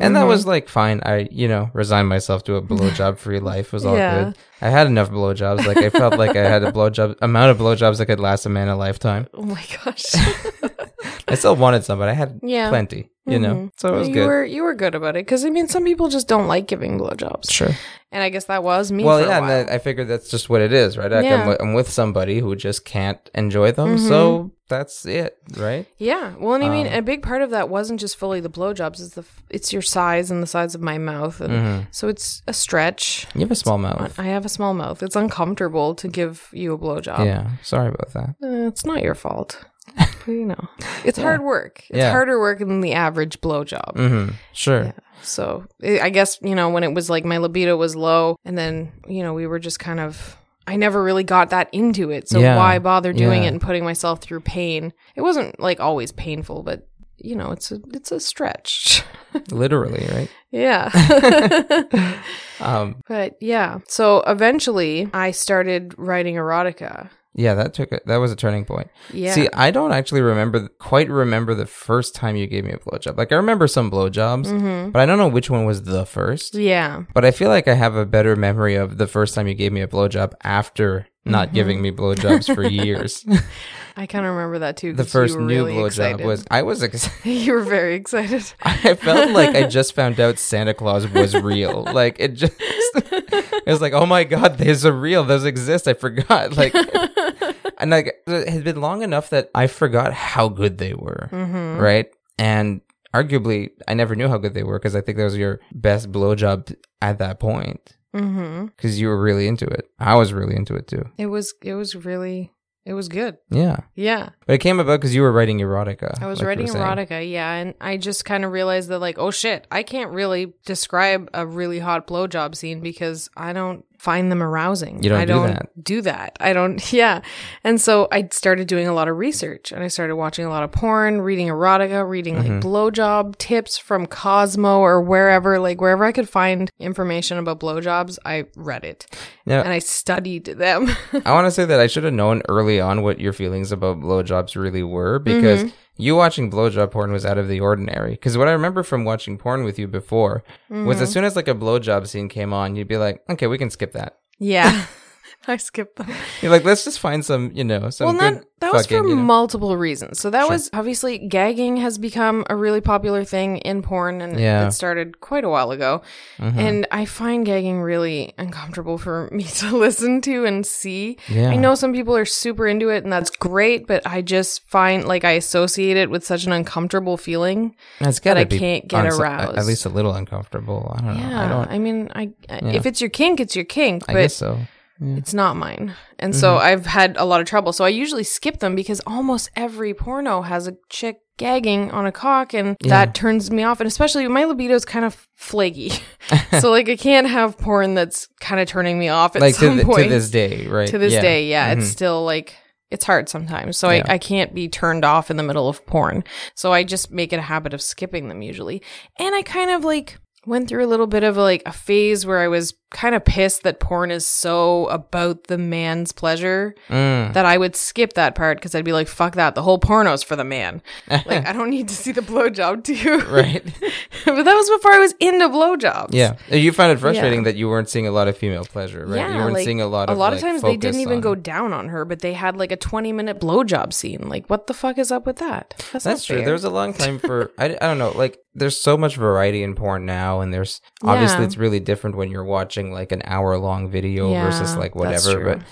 Speaker 1: and that
Speaker 2: Mhm.
Speaker 1: was like fine. I, you know, resigned myself to a blowjob
Speaker 2: <laughs>
Speaker 1: free life. Was all
Speaker 2: Yeah.
Speaker 1: good. I had enough blowjobs. Like I felt like I had a blowjob amount of blowjobs that could last a man a lifetime.
Speaker 2: Oh my
Speaker 1: <laughs>
Speaker 2: gosh. <laughs>
Speaker 1: I still wanted some, but I had
Speaker 2: yeah.
Speaker 1: plenty. You know,
Speaker 2: Mhm.
Speaker 1: so it was
Speaker 2: you
Speaker 1: good.
Speaker 2: were you were good about it because I mean some people just don't like giving blowjobs,
Speaker 1: sure.
Speaker 2: and I guess that was me.
Speaker 1: Well,
Speaker 2: for
Speaker 1: yeah,
Speaker 2: a
Speaker 1: and
Speaker 2: while.
Speaker 1: then I figured that's just what it is, right? Like, I'm,
Speaker 2: Yeah. Mm-hmm.
Speaker 1: wi- I'm with somebody who just can't enjoy them, so that's it, right?
Speaker 2: yeah. Well, and I mean
Speaker 1: Um,
Speaker 2: a big part of that wasn't just fully the blowjobs; it's the f- it's your size and the size of my mouth, and
Speaker 1: Mhm.
Speaker 2: so it's a stretch.
Speaker 1: You have a small mouth.
Speaker 2: I have a small mouth. It's uncomfortable to give you a blowjob.
Speaker 1: Yeah, sorry about that.
Speaker 2: Uh, it's not
Speaker 1: <laughs>
Speaker 2: your fault. you know, it's hard work. It's
Speaker 1: Yeah.
Speaker 2: harder work than the average blowjob.
Speaker 1: hmm Sure.
Speaker 2: So eh, i I guess, you know, when it was like my libido was low and then, you know, we were just kind of, I never really got that into it. So
Speaker 1: Yeah.
Speaker 2: why bother doing
Speaker 1: Yeah.
Speaker 2: it and putting myself through pain? It wasn't like always painful, but you know, it's a, it's a stretch. <laughs>
Speaker 1: Literally, right?
Speaker 2: yeah.
Speaker 1: <laughs> Um,
Speaker 2: <laughs> but yeah. So eventually I started writing erotica.
Speaker 1: yeah, that took a, that was a turning point.
Speaker 2: Yeah.
Speaker 1: See, I don't actually remember quite remember the first time you gave me a blowjob. Like I remember some blowjobs,
Speaker 2: Mhm.
Speaker 1: but I don't know which one was the first.
Speaker 2: Yeah.
Speaker 1: But I feel like I have a better memory of the first time you gave me a blowjob after not
Speaker 2: Mm-hmm.
Speaker 1: giving me blowjobs for
Speaker 2: <laughs>
Speaker 1: years.
Speaker 2: I kind of remember that too.
Speaker 1: the
Speaker 2: 'cause you
Speaker 1: first
Speaker 2: were
Speaker 1: new
Speaker 2: really
Speaker 1: blowjob
Speaker 2: excited.
Speaker 1: was I was ex-
Speaker 2: <laughs>
Speaker 1: <laughs>
Speaker 2: you were very excited.
Speaker 1: I felt like I just found out Santa Claus was
Speaker 2: <laughs>
Speaker 1: real. Like it just <laughs> it was like, "Oh my god, these are real. Those exist. I forgot." <laughs>
Speaker 2: <laughs>
Speaker 1: Like and like it had been long enough that I forgot how good they were.
Speaker 2: hmm
Speaker 1: right? And arguably, I never knew how good they were because I think that was your best blowjob at that point
Speaker 2: hmm
Speaker 1: because you were really into it. I was really into it too.
Speaker 2: It was it was really it was good.
Speaker 1: Yeah,
Speaker 2: Yeah.
Speaker 1: but it came about because you were writing erotica.
Speaker 2: I
Speaker 1: like you
Speaker 2: was
Speaker 1: were
Speaker 2: writing
Speaker 1: saying.
Speaker 2: erotica, yeah, and I just kind of realized that like, oh shit, I can't really describe a really hot blowjob scene because I don't find them arousing.
Speaker 1: You don't
Speaker 2: I
Speaker 1: do
Speaker 2: don't
Speaker 1: that.
Speaker 2: do that. I don't <laughs> yeah. And so I started doing a lot of research and I started watching a lot of porn, reading erotica, reading
Speaker 1: Mm-hmm.
Speaker 2: like blowjob tips from Cosmo or wherever, like wherever I could find information about blowjobs, I read it.
Speaker 1: Now-
Speaker 2: and I studied them. <laughs>
Speaker 1: I want to say that I should have known early on what your feelings about blowjobs really were because
Speaker 2: Mm-hmm.
Speaker 1: you watching blowjob porn was out of the ordinary. Because what I remember from watching porn with you before was
Speaker 2: Mm-hmm.
Speaker 1: as soon as like a blowjob scene came on, you'd be like, okay, we can skip that. <laughs>
Speaker 2: yeah. I skipped them.
Speaker 1: You're like, let's just find some, you know, some
Speaker 2: Well,
Speaker 1: good
Speaker 2: that that was
Speaker 1: fucking,
Speaker 2: for
Speaker 1: you know.
Speaker 2: multiple reasons. So that was obviously gagging has become a really popular thing in porn, and
Speaker 1: Yeah. Mm-hmm.
Speaker 2: it started quite a while ago. And I find gagging really uncomfortable for <laughs> me to listen to and see.
Speaker 1: Yeah.
Speaker 2: I know some people are super into it, and that's great. But I just find like I associate it with such an uncomfortable feeling.
Speaker 1: That's gotta
Speaker 2: I
Speaker 1: be
Speaker 2: can't get
Speaker 1: uns-
Speaker 2: aroused.
Speaker 1: At least a little uncomfortable. Oh, I don't know. I
Speaker 2: Yeah,
Speaker 1: don't.
Speaker 2: I, mean, I if it's your kink, it's your kink.
Speaker 1: I
Speaker 2: but
Speaker 1: guess so. Yeah.
Speaker 2: it's not mine. And so
Speaker 1: Mm-hmm.
Speaker 2: I've had a lot of trouble. So I usually skip them because almost every porno has a chick gagging on a cock and that turns me off. And especially my libido's kind of flaky. <laughs> so like I can't have porn that's kind of turning me off at
Speaker 1: Like to,
Speaker 2: some
Speaker 1: th-
Speaker 2: point.
Speaker 1: to this day, right?
Speaker 2: To this
Speaker 1: Yeah. Mm-hmm.
Speaker 2: day, yeah. It's still like it's hard sometimes. So
Speaker 1: Yeah.
Speaker 2: I, I can't be turned off in the middle of porn. So I just make it a habit of skipping them usually. And I kind of like went through a little bit of like a phase where I was kind of pissed that porn is so about the man's pleasure
Speaker 1: Mm.
Speaker 2: that I would skip that part because I'd be like, fuck that. The whole porno's for the
Speaker 1: <laughs>
Speaker 2: man. like I don't need to see the blowjob too.
Speaker 1: <laughs> Right.
Speaker 2: <laughs> but that was before I was into blowjobs.
Speaker 1: Yeah. You found it frustrating that you weren't seeing a lot of female pleasure, right? you weren't
Speaker 2: like,
Speaker 1: seeing a lot of
Speaker 2: a lot of
Speaker 1: like,
Speaker 2: times they
Speaker 1: focus
Speaker 2: didn't even
Speaker 1: on-
Speaker 2: go down on her, but they had like a twenty minute blowjob scene. Like, what the fuck is up with that? That's,
Speaker 1: That's
Speaker 2: not
Speaker 1: true.
Speaker 2: fair.
Speaker 1: There was a long time
Speaker 2: <laughs>
Speaker 1: for I, I don't know. Like there's so much variety in porn now, and there's obviously
Speaker 2: Yeah.
Speaker 1: it's really different when you're watching like an hour long video
Speaker 2: Yeah,
Speaker 1: versus like
Speaker 2: that's
Speaker 1: whatever.
Speaker 2: true.
Speaker 1: But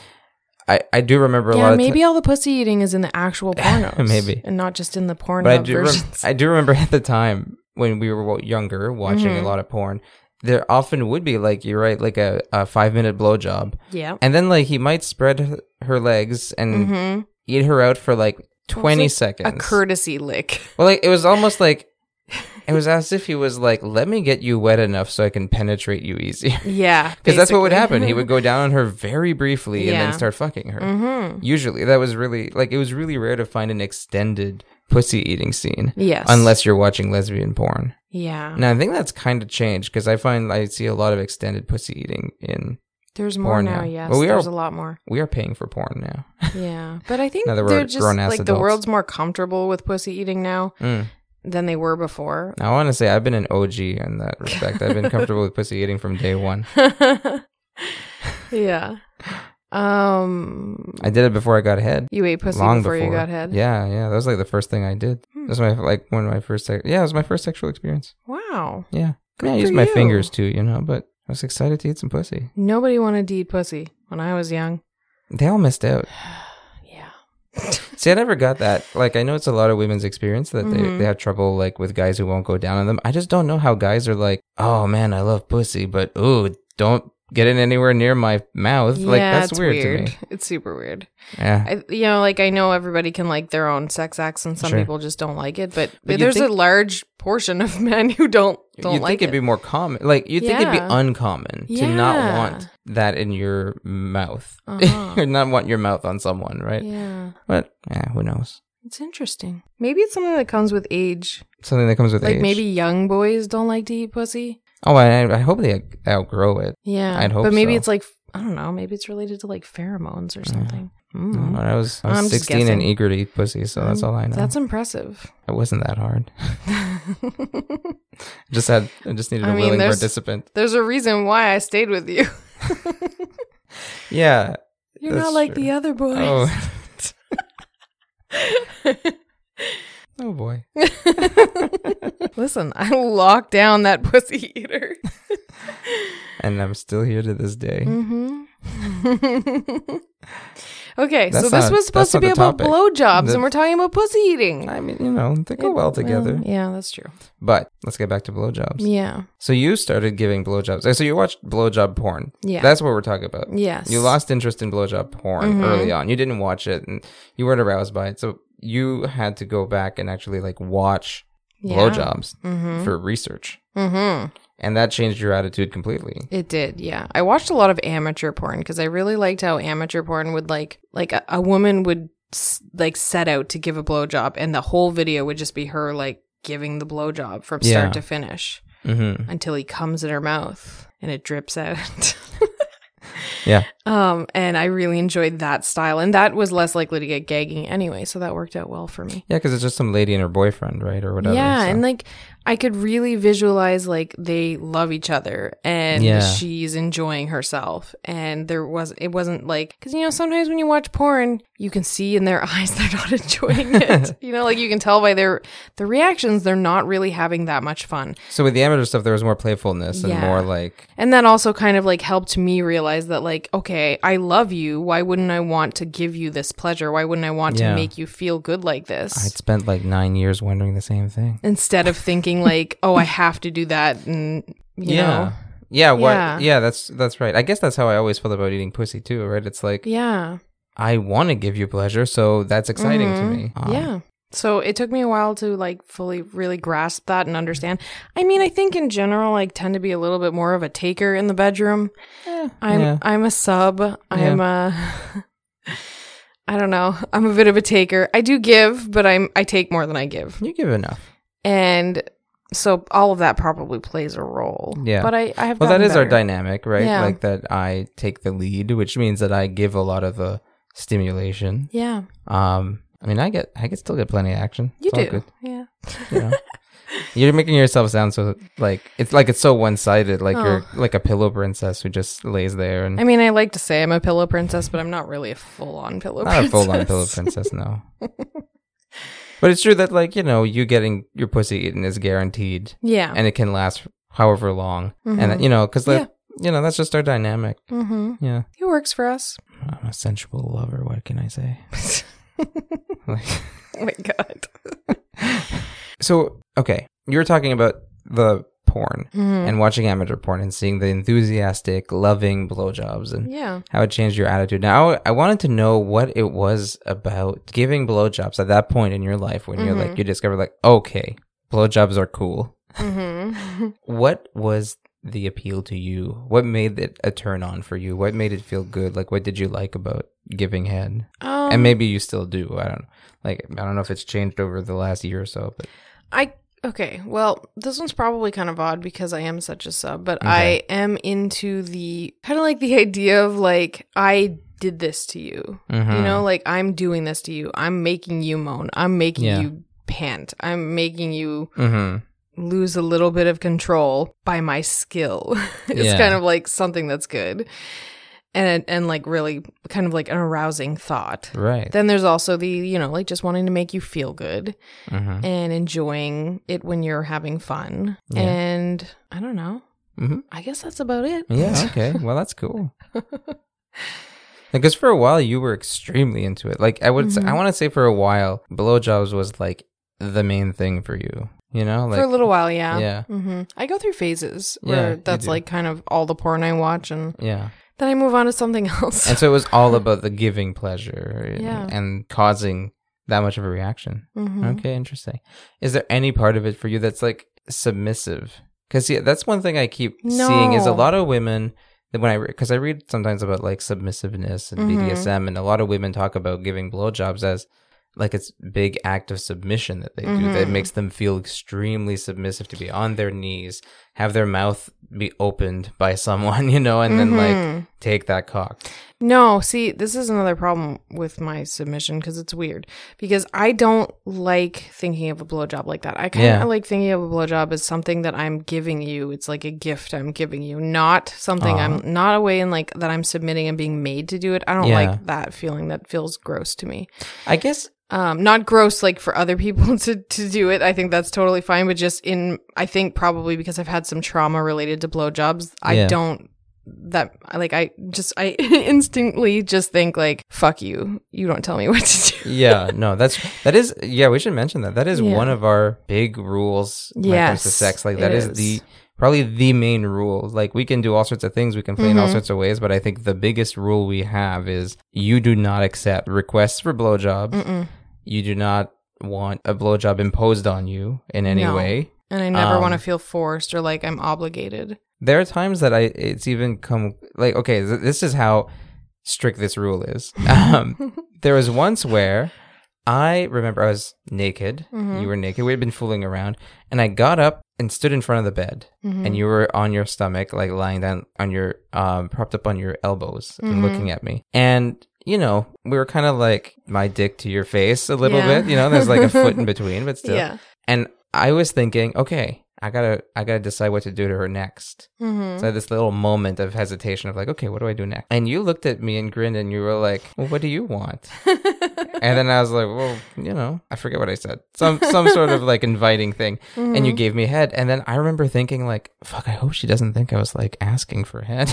Speaker 1: I I do remember a lot
Speaker 2: yeah,
Speaker 1: of ti-
Speaker 2: maybe all the pussy eating is in the
Speaker 1: <laughs>
Speaker 2: actual pornos,
Speaker 1: Maybe.
Speaker 2: and not just in the porn
Speaker 1: But I do, rem- <laughs>
Speaker 2: versions. Mm-hmm.
Speaker 1: I do remember at the time when we were wa- younger watching a lot of porn, there often would be like you're right, like a, a five minute blowjob,
Speaker 2: Yeah.
Speaker 1: and then like he might spread her- her legs and
Speaker 2: Mm-hmm.
Speaker 1: eat her out for like twenty
Speaker 2: like
Speaker 1: seconds.
Speaker 2: A courtesy lick. <laughs>
Speaker 1: well, like it was almost like it was as if he was like, "Let me get you wet enough so I can penetrate you easier."
Speaker 2: Yeah.
Speaker 1: Because that's what would happen. He
Speaker 2: <laughs>
Speaker 1: would go down on her very briefly and
Speaker 2: Yeah.
Speaker 1: then start fucking her.
Speaker 2: Mm-hmm.
Speaker 1: Usually, that was really like it was really rare to find an extended pussy eating scene.
Speaker 2: Yes. Mm-hmm.
Speaker 1: Unless you're watching lesbian porn.
Speaker 2: Yeah.
Speaker 1: Now, I think that's kind of changed because I find I see a lot of extended pussy eating in.
Speaker 2: There's more
Speaker 1: Porn
Speaker 2: now.
Speaker 1: now.
Speaker 2: Yes.
Speaker 1: Well, we are-
Speaker 2: There's a lot more.
Speaker 1: We are paying for porn now.
Speaker 2: Yeah. But I
Speaker 1: <laughs>
Speaker 2: think
Speaker 1: Now that we're
Speaker 2: they're just
Speaker 1: grown-ass
Speaker 2: like the
Speaker 1: adults.
Speaker 2: world's more comfortable with pussy eating now
Speaker 1: Mm.
Speaker 2: than they were before.
Speaker 1: I want to say I've been an OG in that respect. I've
Speaker 2: <laughs>
Speaker 1: been comfortable with pussy eating from day one.
Speaker 2: <laughs> yeah. Um.
Speaker 1: I did it before I got head.
Speaker 2: You ate pussy
Speaker 1: Long
Speaker 2: before,
Speaker 1: before,
Speaker 2: you got head.
Speaker 1: Yeah, yeah. That was like the first thing I did.
Speaker 2: Hmm.
Speaker 1: That was my like one of my first. Sec- yeah, it was my first sexual experience.
Speaker 2: Wow.
Speaker 1: Yeah, yeah. I
Speaker 2: for
Speaker 1: used my
Speaker 2: you.
Speaker 1: fingers too, you know. But I was excited to eat some pussy.
Speaker 2: Nobody wanted to eat pussy when I was young.
Speaker 1: They all missed out.
Speaker 2: Yeah.
Speaker 1: See, I never got that. Like, I know it's a lot of women's experience that
Speaker 2: Mhm.
Speaker 1: they, they have trouble like with guys who won't go down on them. I just don't know how guys are like, oh man, I love pussy, but ooh, don't get it anywhere near my mouth. like
Speaker 2: yeah,
Speaker 1: that's
Speaker 2: it's
Speaker 1: weird, to me.
Speaker 2: It's super weird.
Speaker 1: Yeah.
Speaker 2: I, you know, like I know everybody can like their own sex acts, and some
Speaker 1: Sure.
Speaker 2: people just don't like it. But,
Speaker 1: But you'd
Speaker 2: there's
Speaker 1: think-
Speaker 2: a large portion of <laughs> men who don't don't
Speaker 1: you'd
Speaker 2: like
Speaker 1: think it'd be
Speaker 2: it.
Speaker 1: more common. Like you'd think it'd be
Speaker 2: Yeah.
Speaker 1: uncommon to not
Speaker 2: Yeah.
Speaker 1: want that in your mouth.
Speaker 2: Uh-huh.
Speaker 1: <laughs> or not want your mouth on someone, right?
Speaker 2: yeah,
Speaker 1: But yeah, who knows?
Speaker 2: it's interesting. Maybe it's something that comes with age.
Speaker 1: Something that comes with
Speaker 2: Like
Speaker 1: age.
Speaker 2: maybe young boys don't like to eat pussy.
Speaker 1: Oh, I, I hope they outgrow it.
Speaker 2: Yeah,
Speaker 1: I'd hope
Speaker 2: But maybe
Speaker 1: so.
Speaker 2: it's like I don't know. Maybe it's related to like pheromones or something. Mm.
Speaker 1: When I was, I
Speaker 2: I'm
Speaker 1: was
Speaker 2: just
Speaker 1: 16 and
Speaker 2: guessing. Mm-hmm.
Speaker 1: eager to eat pussy, so that's all I know.
Speaker 2: That's impressive.
Speaker 1: It wasn't that
Speaker 2: <laughs>
Speaker 1: hard.
Speaker 2: there's
Speaker 1: I just had I just needed a
Speaker 2: I mean,
Speaker 1: willing
Speaker 2: there's-
Speaker 1: participant.
Speaker 2: a reason why I stayed with you. <laughs>
Speaker 1: Yeah.
Speaker 2: You're
Speaker 1: That's
Speaker 2: not like
Speaker 1: true.
Speaker 2: the other boys.
Speaker 1: Oh. oh boy.
Speaker 2: <laughs> Listen, I locked down that <laughs> pussy
Speaker 1: <laughs>
Speaker 2: eater.
Speaker 1: And I'm still here to this day.
Speaker 2: Mm-hmm. okay, so
Speaker 1: That's
Speaker 2: this
Speaker 1: not-
Speaker 2: was
Speaker 1: that's
Speaker 2: supposed to
Speaker 1: not
Speaker 2: be
Speaker 1: the
Speaker 2: about
Speaker 1: topic.
Speaker 2: blowjobs,
Speaker 1: The-
Speaker 2: and we're talking about pussy eating.
Speaker 1: I mean, you know, they go well together.
Speaker 2: Well, yeah, that's true.
Speaker 1: But let's get back to blowjobs.
Speaker 2: Yeah.
Speaker 1: So you started giving blowjobs. So you watched blowjob porn.
Speaker 2: Yeah.
Speaker 1: That's what we're talking about.
Speaker 2: yes.
Speaker 1: You lost interest in blowjob porn
Speaker 2: Mhm.
Speaker 1: early on. You didn't watch it and you weren't aroused by it. So you had to go back and actually like watch blowjobs
Speaker 2: Mm-hmm.
Speaker 1: for research.
Speaker 2: mm-hmm.
Speaker 1: And that changed your attitude completely.
Speaker 2: It did, yeah. I watched a lot of amateur porn because I really liked how amateur porn would like, like a, a woman would s- like set out to give a blowjob, and the whole video would just be her like giving the blowjob from start
Speaker 1: Yeah.
Speaker 2: to finish
Speaker 1: Mm-hmm.
Speaker 2: until he comes in her mouth and it drips out. <laughs>
Speaker 1: Yeah.
Speaker 2: Um, and I really enjoyed that style, and that was less likely to get gagging anyway, so that worked out well for me.
Speaker 1: Yeah, because it's just some lady and her boyfriend, right, or whatever.
Speaker 2: yeah,
Speaker 1: so-
Speaker 2: and like I could really visualize like they love each other and
Speaker 1: Yeah.
Speaker 2: she's enjoying herself, and there was it wasn't like because you know sometimes when you watch porn you can see in their <laughs> eyes they're not
Speaker 1: <laughs>
Speaker 2: enjoying it. you know, like you can tell by their the reactions they're not really having that much fun.
Speaker 1: so with the amateur stuff, there was more playfulness and
Speaker 2: Yeah.
Speaker 1: more like,
Speaker 2: And that also kind of like helped me realize that, like, okay, I love you. Why wouldn't I want to give you this pleasure? Why wouldn't I want to
Speaker 1: Yeah.
Speaker 2: make you feel good like this?
Speaker 1: I'd spent like nine years wondering the same thing.
Speaker 2: Instead of thinking, like, oh, I have to do that. And, you
Speaker 1: yeah.
Speaker 2: know,
Speaker 1: Yeah, what?
Speaker 2: Yeah.
Speaker 1: Yeah. that's that's right. I guess that's how I always felt about eating pussy too, right? It's like
Speaker 2: yeah.
Speaker 1: I want to give you pleasure, so that's exciting to me. Um,
Speaker 2: Mm-hmm. yeah. So it took me a while to like fully really grasp that and understand. I mean, I think in general, I tend to be a little bit more of a taker in the bedroom.
Speaker 1: eh,
Speaker 2: I'm
Speaker 1: yeah.
Speaker 2: I'm a sub. I'm a <laughs> I don't know. I'm a bit of a taker. I do give, but I'm I take more than I give.
Speaker 1: You give enough.
Speaker 2: And so all of that probably plays a role.
Speaker 1: Yeah.
Speaker 2: But I, I have
Speaker 1: Well, that
Speaker 2: gotten
Speaker 1: is our
Speaker 2: better.
Speaker 1: dynamic, right?
Speaker 2: Yeah.
Speaker 1: Like that I take the lead, which means that I give a lot of the stimulation.
Speaker 2: Yeah.
Speaker 1: Um, I mean, I get I can still get plenty of action.
Speaker 2: You
Speaker 1: It's all
Speaker 2: do.
Speaker 1: good.
Speaker 2: Yeah.
Speaker 1: you know? <laughs> You're making yourself sound so like it's like it's so one sided, like you're
Speaker 2: Oh.
Speaker 1: like a pillow princess who just lays there and
Speaker 2: I mean I like to say I'm a pillow princess, but I'm not really a full on pillow
Speaker 1: <laughs> not a
Speaker 2: princess.
Speaker 1: full on pillow princess, no. but it's true that like, you know, you getting your pussy eaten is guaranteed
Speaker 2: <laughs> Yeah.
Speaker 1: and it can last however long. And you know, because like you know, that's just our dynamic.
Speaker 2: mm-hmm.
Speaker 1: Yeah.
Speaker 2: It works for us.
Speaker 1: I'm a sensual lover, what can I say? like
Speaker 2: Oh my god.
Speaker 1: So okay. You were talking about the porn
Speaker 2: Mm-hmm.
Speaker 1: and watching amateur porn and seeing the enthusiastic, loving blowjobs and
Speaker 2: Yeah.
Speaker 1: how it changed your attitude. Now, I wanted to know what it was about giving blowjobs at that point in your life when you're like, you discover, like, okay, blowjobs are cool.
Speaker 2: <laughs> hmm
Speaker 1: What was the appeal to you? What made it a turn on for you? What made it feel good? Like, what did you like about giving head?
Speaker 2: um,
Speaker 1: and maybe you still do. I don't know. Like, I don't know if it's changed over the last year or so, but
Speaker 2: I okay. Well, this one's probably kind of odd because I am such a sub, but
Speaker 1: Okay.
Speaker 2: I am into the kind of like the <laughs> idea of like I did this to you. You
Speaker 1: Mhm.
Speaker 2: know, like I'm doing this to you. I'm making you moan. I'm making
Speaker 1: Yeah.
Speaker 2: you pant. I'm making you
Speaker 1: Mhm.
Speaker 2: lose a little bit of control by my skill. <laughs> it's
Speaker 1: Yeah.
Speaker 2: kind of like something that's good. And and like really kind of like an arousing thought.
Speaker 1: right.
Speaker 2: Then there's also the, you know, like just wanting to make you feel good <laughs>
Speaker 1: Mhm.
Speaker 2: and enjoying it when you're having fun.
Speaker 1: Yeah.
Speaker 2: And I don't know.
Speaker 1: Mhm.
Speaker 2: I guess that's about it.
Speaker 1: Yeah. Okay. well, that's cool. Because for a while you were extremely into it. Like I would, say, I
Speaker 2: Mhm.
Speaker 1: want to say for a while, blowjobs was like the main thing for you. You know, like
Speaker 2: <laughs> For a little while, yeah.
Speaker 1: yeah,
Speaker 2: hmm I go through phases
Speaker 1: Yeah,
Speaker 2: where
Speaker 1: you
Speaker 2: that's
Speaker 1: do.
Speaker 2: like kind of all the porn I watch, and
Speaker 1: yeah.
Speaker 2: then I move on to something <laughs> else.
Speaker 1: And so it was all about the giving pleasure and,
Speaker 2: Yeah.
Speaker 1: and causing that much of a reaction.
Speaker 2: hmm
Speaker 1: Okay, interesting. Is there any part of it for you that's like submissive? Because yeah, that's one thing I keep seeing is a
Speaker 2: No.
Speaker 1: lot of women that when I because I read sometimes about like submissiveness and
Speaker 2: Mhm.
Speaker 1: BDSM, and a lot of women talk about giving blowjobs as like it's big act of submission that they do that
Speaker 2: Mhm.
Speaker 1: makes them feel extremely submissive to be on their knees, have their mouth be opened by someone, <laughs> you know, and then like
Speaker 2: Mhm.
Speaker 1: take that cock.
Speaker 2: No, see, this is another problem with my submission because it's weird. Because I don't like thinking of a blowjob like that. I kind of
Speaker 1: Yeah.
Speaker 2: like thinking of a blowjob as something that I'm giving you. It's like a gift I'm giving you, not something I'm not a way in like that I'm submitting and being made to do it. I don't
Speaker 1: Yeah.
Speaker 2: like that feeling. That feels gross to me.
Speaker 1: I guess
Speaker 2: Um, not gross like for other people <laughs> to to do it. I think that's totally fine. But just in, I think probably because I've had some trauma related to blowjobs, I
Speaker 1: Yeah.
Speaker 2: don't that like I just I <laughs> instantly just think like fuck you. You don't tell me <laughs> what to do.
Speaker 1: yeah, no, that's that is yeah. We should mention that. That is
Speaker 2: Yeah.
Speaker 1: one of our big rules when it comes to
Speaker 2: Yes,
Speaker 1: sex. Like
Speaker 2: it
Speaker 1: that is.
Speaker 2: is.
Speaker 1: the probably the main rule. Like we can do all sorts of things. We can play in all
Speaker 2: Mhm.
Speaker 1: sorts of ways. But I think the biggest rule we have is you do not accept requests for blowjobs.
Speaker 2: Mm-mm.
Speaker 1: You do not want a blowjob imposed on you in any
Speaker 2: No.
Speaker 1: way.
Speaker 2: And I never
Speaker 1: Um,
Speaker 2: want to feel forced or like I'm obligated.
Speaker 1: There are times that I it's even come like okay, th- this is how strict this rule is. Um, there was once where I remember I was naked.
Speaker 2: Mhm.
Speaker 1: You were naked. We had been fooling around, and I got up and stood in front of the bed,
Speaker 2: Mm-hmm.
Speaker 1: and
Speaker 2: Mm.
Speaker 1: you were on your stomach, like lying down on your, um, propped up on your elbows and
Speaker 2: Mhm.
Speaker 1: looking at me, and. You know, we were kind of like my dick to your face a little
Speaker 2: Yeah.
Speaker 1: bit. You know, there's like a foot in between, but still.
Speaker 2: yeah.
Speaker 1: And I was thinking, okay, I gotta, I gotta decide what to do to her next.
Speaker 2: Mm-hmm.
Speaker 1: So I had this little moment of hesitation of like, okay, what do I do next? And you looked at me and grinned and you were like, well, what do you
Speaker 2: <laughs>
Speaker 1: want? and then I was like, well, you know, I forget what I said. Some some sort of like inviting thing. And
Speaker 2: Mm-hmm.
Speaker 1: you gave me head. And then I remember thinking like, fuck, I hope she doesn't think I was like asking for
Speaker 2: <laughs>
Speaker 1: head.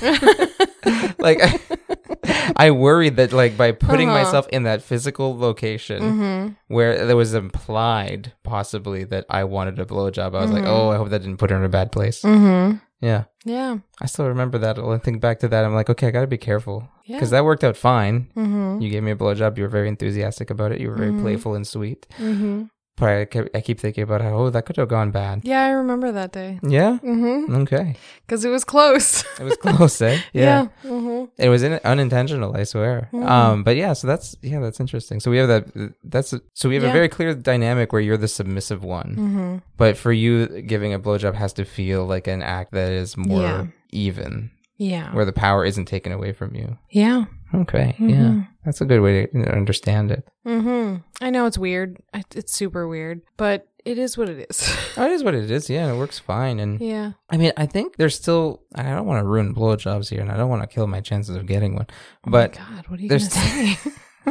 Speaker 1: like I, I worried that like by putting
Speaker 2: Uh-huh.
Speaker 1: myself in that physical location
Speaker 2: hmm
Speaker 1: where there was implied possibly that I wanted a blowjob, I was like,
Speaker 2: Mhm.
Speaker 1: oh, I hope that didn't put her in a bad place.
Speaker 2: hmm
Speaker 1: Yeah.
Speaker 2: Yeah.
Speaker 1: I still remember that. When I think back to that, I'm like, okay, I gotta be careful
Speaker 2: Yeah.
Speaker 1: because that worked out fine.
Speaker 2: hmm
Speaker 1: You gave me a blowjob. You were very enthusiastic about it. You were very
Speaker 2: Mhm.
Speaker 1: playful and sweet.
Speaker 2: hmm
Speaker 1: But I, kept, I keep thinking about how oh, that could have gone bad.
Speaker 2: Yeah, I remember that day.
Speaker 1: Yeah.
Speaker 2: Mm-hmm.
Speaker 1: Okay.
Speaker 2: Because it was close. <laughs>
Speaker 1: It was close, eh?
Speaker 2: Yeah. Mm-hmm.
Speaker 1: It was in, unintentional, I swear.
Speaker 2: Mhm.
Speaker 1: Um, but yeah, so that's yeah, that's interesting. So we have that. That's so we have a
Speaker 2: Yeah.
Speaker 1: very clear dynamic where you're the submissive one,
Speaker 2: Mm-hmm.
Speaker 1: but for you, giving a blowjob has to feel like an act that is more
Speaker 2: Yeah.
Speaker 1: even,
Speaker 2: Yeah.
Speaker 1: where the power isn't taken away from you.
Speaker 2: yeah.
Speaker 1: Okay. Yeah.
Speaker 2: Mhm.
Speaker 1: That's a good way to understand it.
Speaker 2: Mm-hmm. I know it's weird. I- It's super weird, but it is what it is. <laughs>
Speaker 1: Oh, it is what it is. Yeah, it works fine. And
Speaker 2: yeah.
Speaker 1: I mean, I think there's still. I don't want to ruin blowjobs here, and I don't want to kill my chances of getting one. But
Speaker 2: oh my God, what are you gonna
Speaker 1: there's-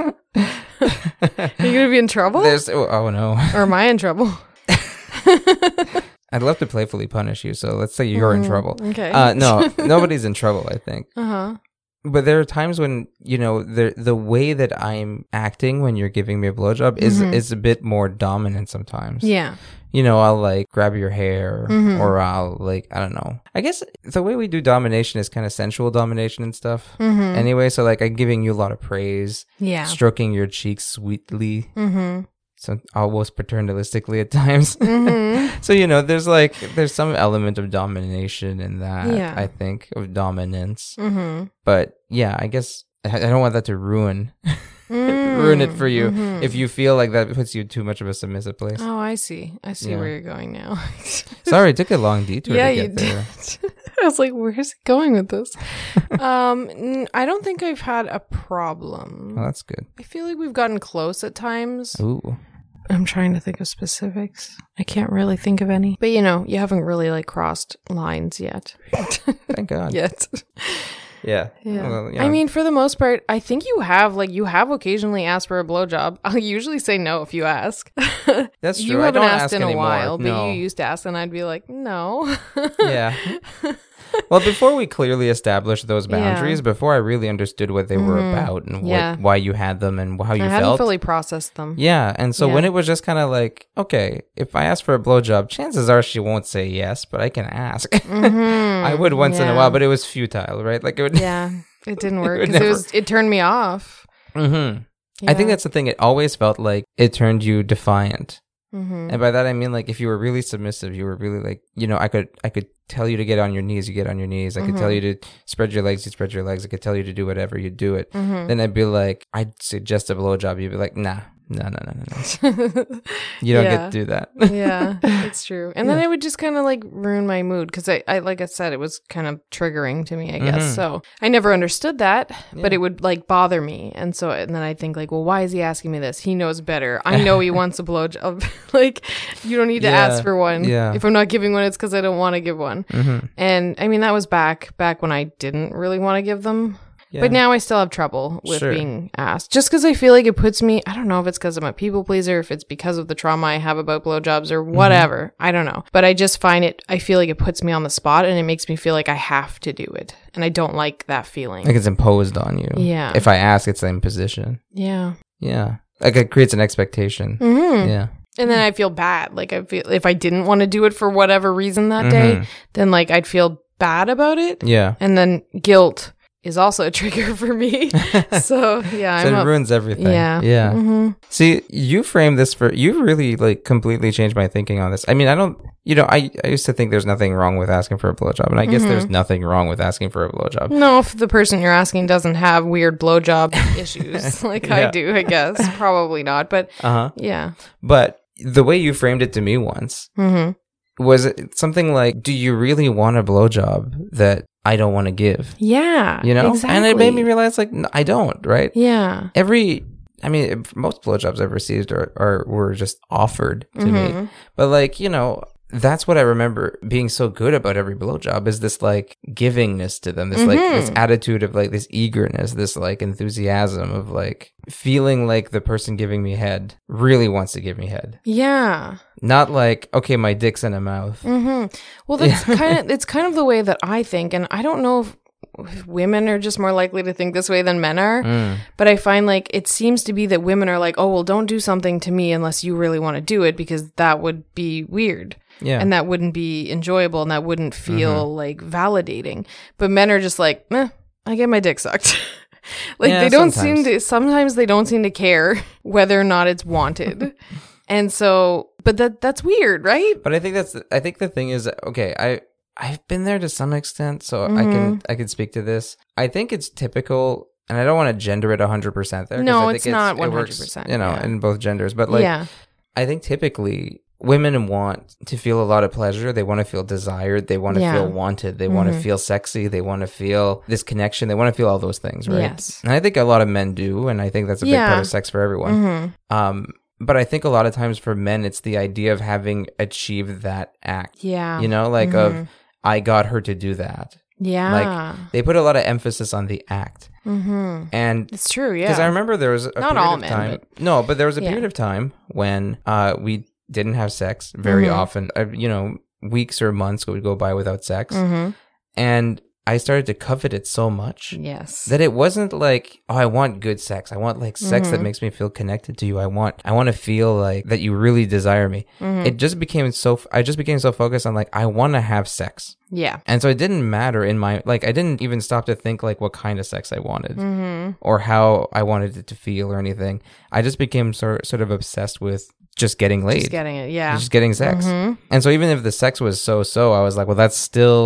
Speaker 2: say? <laughs>
Speaker 1: <laughs>
Speaker 2: are you gonna be in trouble,
Speaker 1: there's. Oh, oh, no, <laughs>
Speaker 2: or am I in trouble?
Speaker 1: I'd love to
Speaker 2: Mm.
Speaker 1: playfully punish you. So let's say you're in trouble.
Speaker 2: <laughs> Okay.
Speaker 1: Uh, no, nobody's in trouble. I think.
Speaker 2: Uh huh.
Speaker 1: but there are times when you know the the way that I'm acting when you're giving me a blowjob is is a bit more dominant sometimes.
Speaker 2: Mm-hmm. Yeah.
Speaker 1: You know, I'll like grab your hair
Speaker 2: Mhm.
Speaker 1: or I'll like I don't know. I guess the way we do domination is kind of sensual domination and stuff.
Speaker 2: Mm-hmm.
Speaker 1: Anyway, so like I'm giving you a lot of praise,
Speaker 2: yeah.
Speaker 1: stroking your cheeks sweetly,
Speaker 2: Mm-hmm.
Speaker 1: so almost paternalistically at times.
Speaker 2: Mm-hmm.
Speaker 1: <laughs> so you know, there's like there's some element of domination in that.
Speaker 2: Yeah.
Speaker 1: I think of dominance,
Speaker 2: mm-hmm.
Speaker 1: but yeah, I guess I I don't want that to ruin <laughs>
Speaker 2: Mm.
Speaker 1: ruin it for you if you feel like that puts you in too much of a submissive place.
Speaker 2: Mm-hmm, Oh, I see. I see
Speaker 1: Yeah.
Speaker 2: where you're going now. <laughs>
Speaker 1: Sorry, it took a long detour
Speaker 2: yeah,
Speaker 1: to
Speaker 2: you
Speaker 1: get there.
Speaker 2: did. I was like, where's it going with this? um, n- I don't think I've had a problem.
Speaker 1: <laughs> Well, that's good.
Speaker 2: I feel like we've gotten close at times.
Speaker 1: Ooh,
Speaker 2: I'm trying to think of specifics. I can't really think of any. But you know, you haven't really like crossed lines yet. <laughs>
Speaker 1: thank God.
Speaker 2: yet.
Speaker 1: Yeah.
Speaker 2: Yeah.
Speaker 1: Well, you
Speaker 2: I
Speaker 1: know,
Speaker 2: mean, for the most part, I think you have like you have occasionally asked for a blowjob. <laughs> I'll usually say no if you ask. <laughs>
Speaker 1: that's true.
Speaker 2: you
Speaker 1: I
Speaker 2: haven't
Speaker 1: don't
Speaker 2: asked
Speaker 1: ask
Speaker 2: in a
Speaker 1: anymore.
Speaker 2: while,
Speaker 1: no. <laughs>
Speaker 2: but you used to ask, and I'd be like, no. <laughs>
Speaker 1: yeah. Well, before we clearly established those
Speaker 2: Yeah.
Speaker 1: boundaries, before I really understood what they were
Speaker 2: Mhm.
Speaker 1: about and
Speaker 2: Yeah.
Speaker 1: what, why you had them and how you
Speaker 2: I hadn't
Speaker 1: felt.
Speaker 2: fully processed them.
Speaker 1: yeah, and so
Speaker 2: Yeah.
Speaker 1: when it was just kind of like, okay, if I ask for a blowjob, chances are she won't say yes, but I can ask. <laughs>
Speaker 2: Mhm.
Speaker 1: I would once in a
Speaker 2: Yeah.
Speaker 1: while, but it was futile, right? Like it would.
Speaker 2: yeah,
Speaker 1: <laughs>
Speaker 2: it didn't work
Speaker 1: would
Speaker 2: because it
Speaker 1: never-
Speaker 2: was it turned me off.
Speaker 1: hmm I think that's the thing. It always felt like it turned you defiant,
Speaker 2: hmm
Speaker 1: and by that I mean like if you were really submissive, you were really like you know I could I could tell you to get on your knees, you get on your knees. I could tell you
Speaker 2: Mm-hmm.
Speaker 1: to spread your legs, you spread your legs. I could tell you to do whatever, you do it.
Speaker 2: Mm-hmm.
Speaker 1: Then I'd be like, I'd suggest a blowjob. You'd be like, Nah, no, no, no, no, no.
Speaker 2: Mm-hmm.
Speaker 1: <laughs> You don't
Speaker 2: Yeah.
Speaker 1: get to do that. <laughs>
Speaker 2: yeah, it's true. And then it would just kind of like ruin my mood because I, I, like I said, it was kind of triggering to me, I guess.
Speaker 1: Mhm.
Speaker 2: So I never understood that, but
Speaker 1: Yeah.
Speaker 2: it would like bother me. And so, and then I think like, well, why is he asking me this? He knows better. I
Speaker 1: <laughs>
Speaker 2: know he wants a blowjob. <laughs> like, you don't need to
Speaker 1: Yeah,
Speaker 2: ask for one.
Speaker 1: yeah.
Speaker 2: If I'm not giving one, it's because I don't want to give one.
Speaker 1: Mhm.
Speaker 2: And I mean, that was back, back when I didn't really want to give them.
Speaker 1: Yeah.
Speaker 2: But now I still have trouble with
Speaker 1: Sure.
Speaker 2: being asked. Just because I feel like it puts me, I don't know if it's because I'm a people pleaser, if it's because of the trauma I have about blowjobs or
Speaker 1: Mm-hmm.
Speaker 2: whatever. I don't know. But I just find it, I feel like it puts me on the spot and it makes me feel like I have to do it. And I don't like that feeling.
Speaker 1: like it's imposed on you.
Speaker 2: Yeah.
Speaker 1: If I ask, it's an imposition.
Speaker 2: yeah.
Speaker 1: Yeah. Like it creates an expectation.
Speaker 2: hmm
Speaker 1: Yeah.
Speaker 2: And then I feel bad. Like I feel, if I didn't want to do it for whatever reason that
Speaker 1: Mhm.
Speaker 2: day, then like I'd feel bad about it.
Speaker 1: Yeah.
Speaker 2: And then guilt is also a <laughs> trigger
Speaker 1: <laughs>
Speaker 2: for me. so yeah,
Speaker 1: so
Speaker 2: I'm
Speaker 1: it
Speaker 2: a-
Speaker 1: ruins everything.
Speaker 2: yeah.
Speaker 1: Yeah.
Speaker 2: hmm
Speaker 1: See, you framed this for you really like completely changed my thinking on this. I mean, I don't, you know, I, I used to think there's nothing wrong with asking for a blowjob, and I guess
Speaker 2: Mm-hmm.
Speaker 1: there's nothing wrong with asking for a blowjob.
Speaker 2: No, if the person you're asking doesn't have
Speaker 1: <laughs>
Speaker 2: weird blowjob issues like I
Speaker 1: Yeah.
Speaker 2: do, I guess. Probably not, but
Speaker 1: Uh huh.
Speaker 2: yeah.
Speaker 1: But the way you framed it to me once
Speaker 2: hmm
Speaker 1: was it something like, "Do you really want a blowjob that I don't want to give?"
Speaker 2: Yeah.
Speaker 1: You know,
Speaker 2: exactly.
Speaker 1: and it made me realize like no, I don't, right?
Speaker 2: Yeah.
Speaker 1: Every, I mean, most blowjobs I've received are, are were just offered to me.
Speaker 2: Mhm.
Speaker 1: But like, you know, that's what I remember being so good about every blowjob is this like givingness to them, this like this attitude of like this eagerness, this like enthusiasm of like feeling like the person giving me head really wants to give me head.
Speaker 2: Yeah.
Speaker 1: Not like, okay, my dick's in a mouth.
Speaker 2: hmm Well, that's
Speaker 1: <laughs>
Speaker 2: kind of it's kind of the way that I think, and I don't know if, if women are just more likely to think this way than men are.
Speaker 1: Mm.
Speaker 2: But I find like it seems to be that women are like, oh well, don't do something to me unless you really want to do it because that would be weird.
Speaker 1: Yeah. Mm-hmm.
Speaker 2: and that wouldn't be enjoyable and that wouldn't feel like validating. But men are just like, eh, I get my dick sucked. <laughs> like
Speaker 1: Yeah,
Speaker 2: they don't seem
Speaker 1: sometimes.
Speaker 2: to sometimes they don't seem to care <laughs> whether or not it's wanted.
Speaker 1: <laughs>
Speaker 2: and so but that that's weird, right?
Speaker 1: but I think that's I think the thing is okay, I I've been there to some extent, so I can
Speaker 2: Mm-hmm.
Speaker 1: I can speak to this. I think it's typical and I don't want to gender it 100% there. 'cause
Speaker 2: No,
Speaker 1: I think
Speaker 2: it's not
Speaker 1: it works,
Speaker 2: 100%,
Speaker 1: You know,
Speaker 2: yeah.
Speaker 1: in both genders, but like
Speaker 2: yeah.
Speaker 1: I think typically women want to feel a lot of pleasure. They want to feel desired. They want to
Speaker 2: Yeah.
Speaker 1: feel wanted. They want to
Speaker 2: Mhm.
Speaker 1: feel sexy. They want to feel this connection. They want to feel all those things, right?
Speaker 2: Yes.
Speaker 1: And I think a lot of men do, and I think that's a big
Speaker 2: Yeah.
Speaker 1: part of sex for everyone.
Speaker 2: Mhm.
Speaker 1: Um, but I think a lot of times for men, it's the idea of having achieved that act.
Speaker 2: Yeah.
Speaker 1: You know, like
Speaker 2: Mhm.
Speaker 1: of I got her to do that.
Speaker 2: yeah.
Speaker 1: They put a lot of emphasis on the act,
Speaker 2: mhm.
Speaker 1: and
Speaker 2: It's true, yeah.
Speaker 1: because I remember there was a
Speaker 2: Not
Speaker 1: period
Speaker 2: all
Speaker 1: of
Speaker 2: men,
Speaker 1: time. No, but there was a
Speaker 2: Yeah.
Speaker 1: period of time when uh, we didn't have sex very
Speaker 2: Mhm. Mm.
Speaker 1: often. Uh, you know, weeks or months would go by without sex,
Speaker 2: Mhm.
Speaker 1: and I started to covet it so much
Speaker 2: Yes.
Speaker 1: that it wasn't like oh i want good sex i want like sex
Speaker 2: Mm-hmm.
Speaker 1: that makes me feel connected to you i want i want to feel like that you really desire me
Speaker 2: Mm-hmm. Mm.
Speaker 1: it just became so i just became so focused on like i want to have sex
Speaker 2: yeah.
Speaker 1: and so it didn't matter in my like i didn't even stop to think like what kind of sex i wanted
Speaker 2: Mm-hmm.
Speaker 1: or how i wanted it to feel or anything i just became sort, sort of obsessed with just getting laid
Speaker 2: Just getting it. Yeah.
Speaker 1: just getting sex
Speaker 2: Mhm.
Speaker 1: and so even if the sex was so so i was like well that's still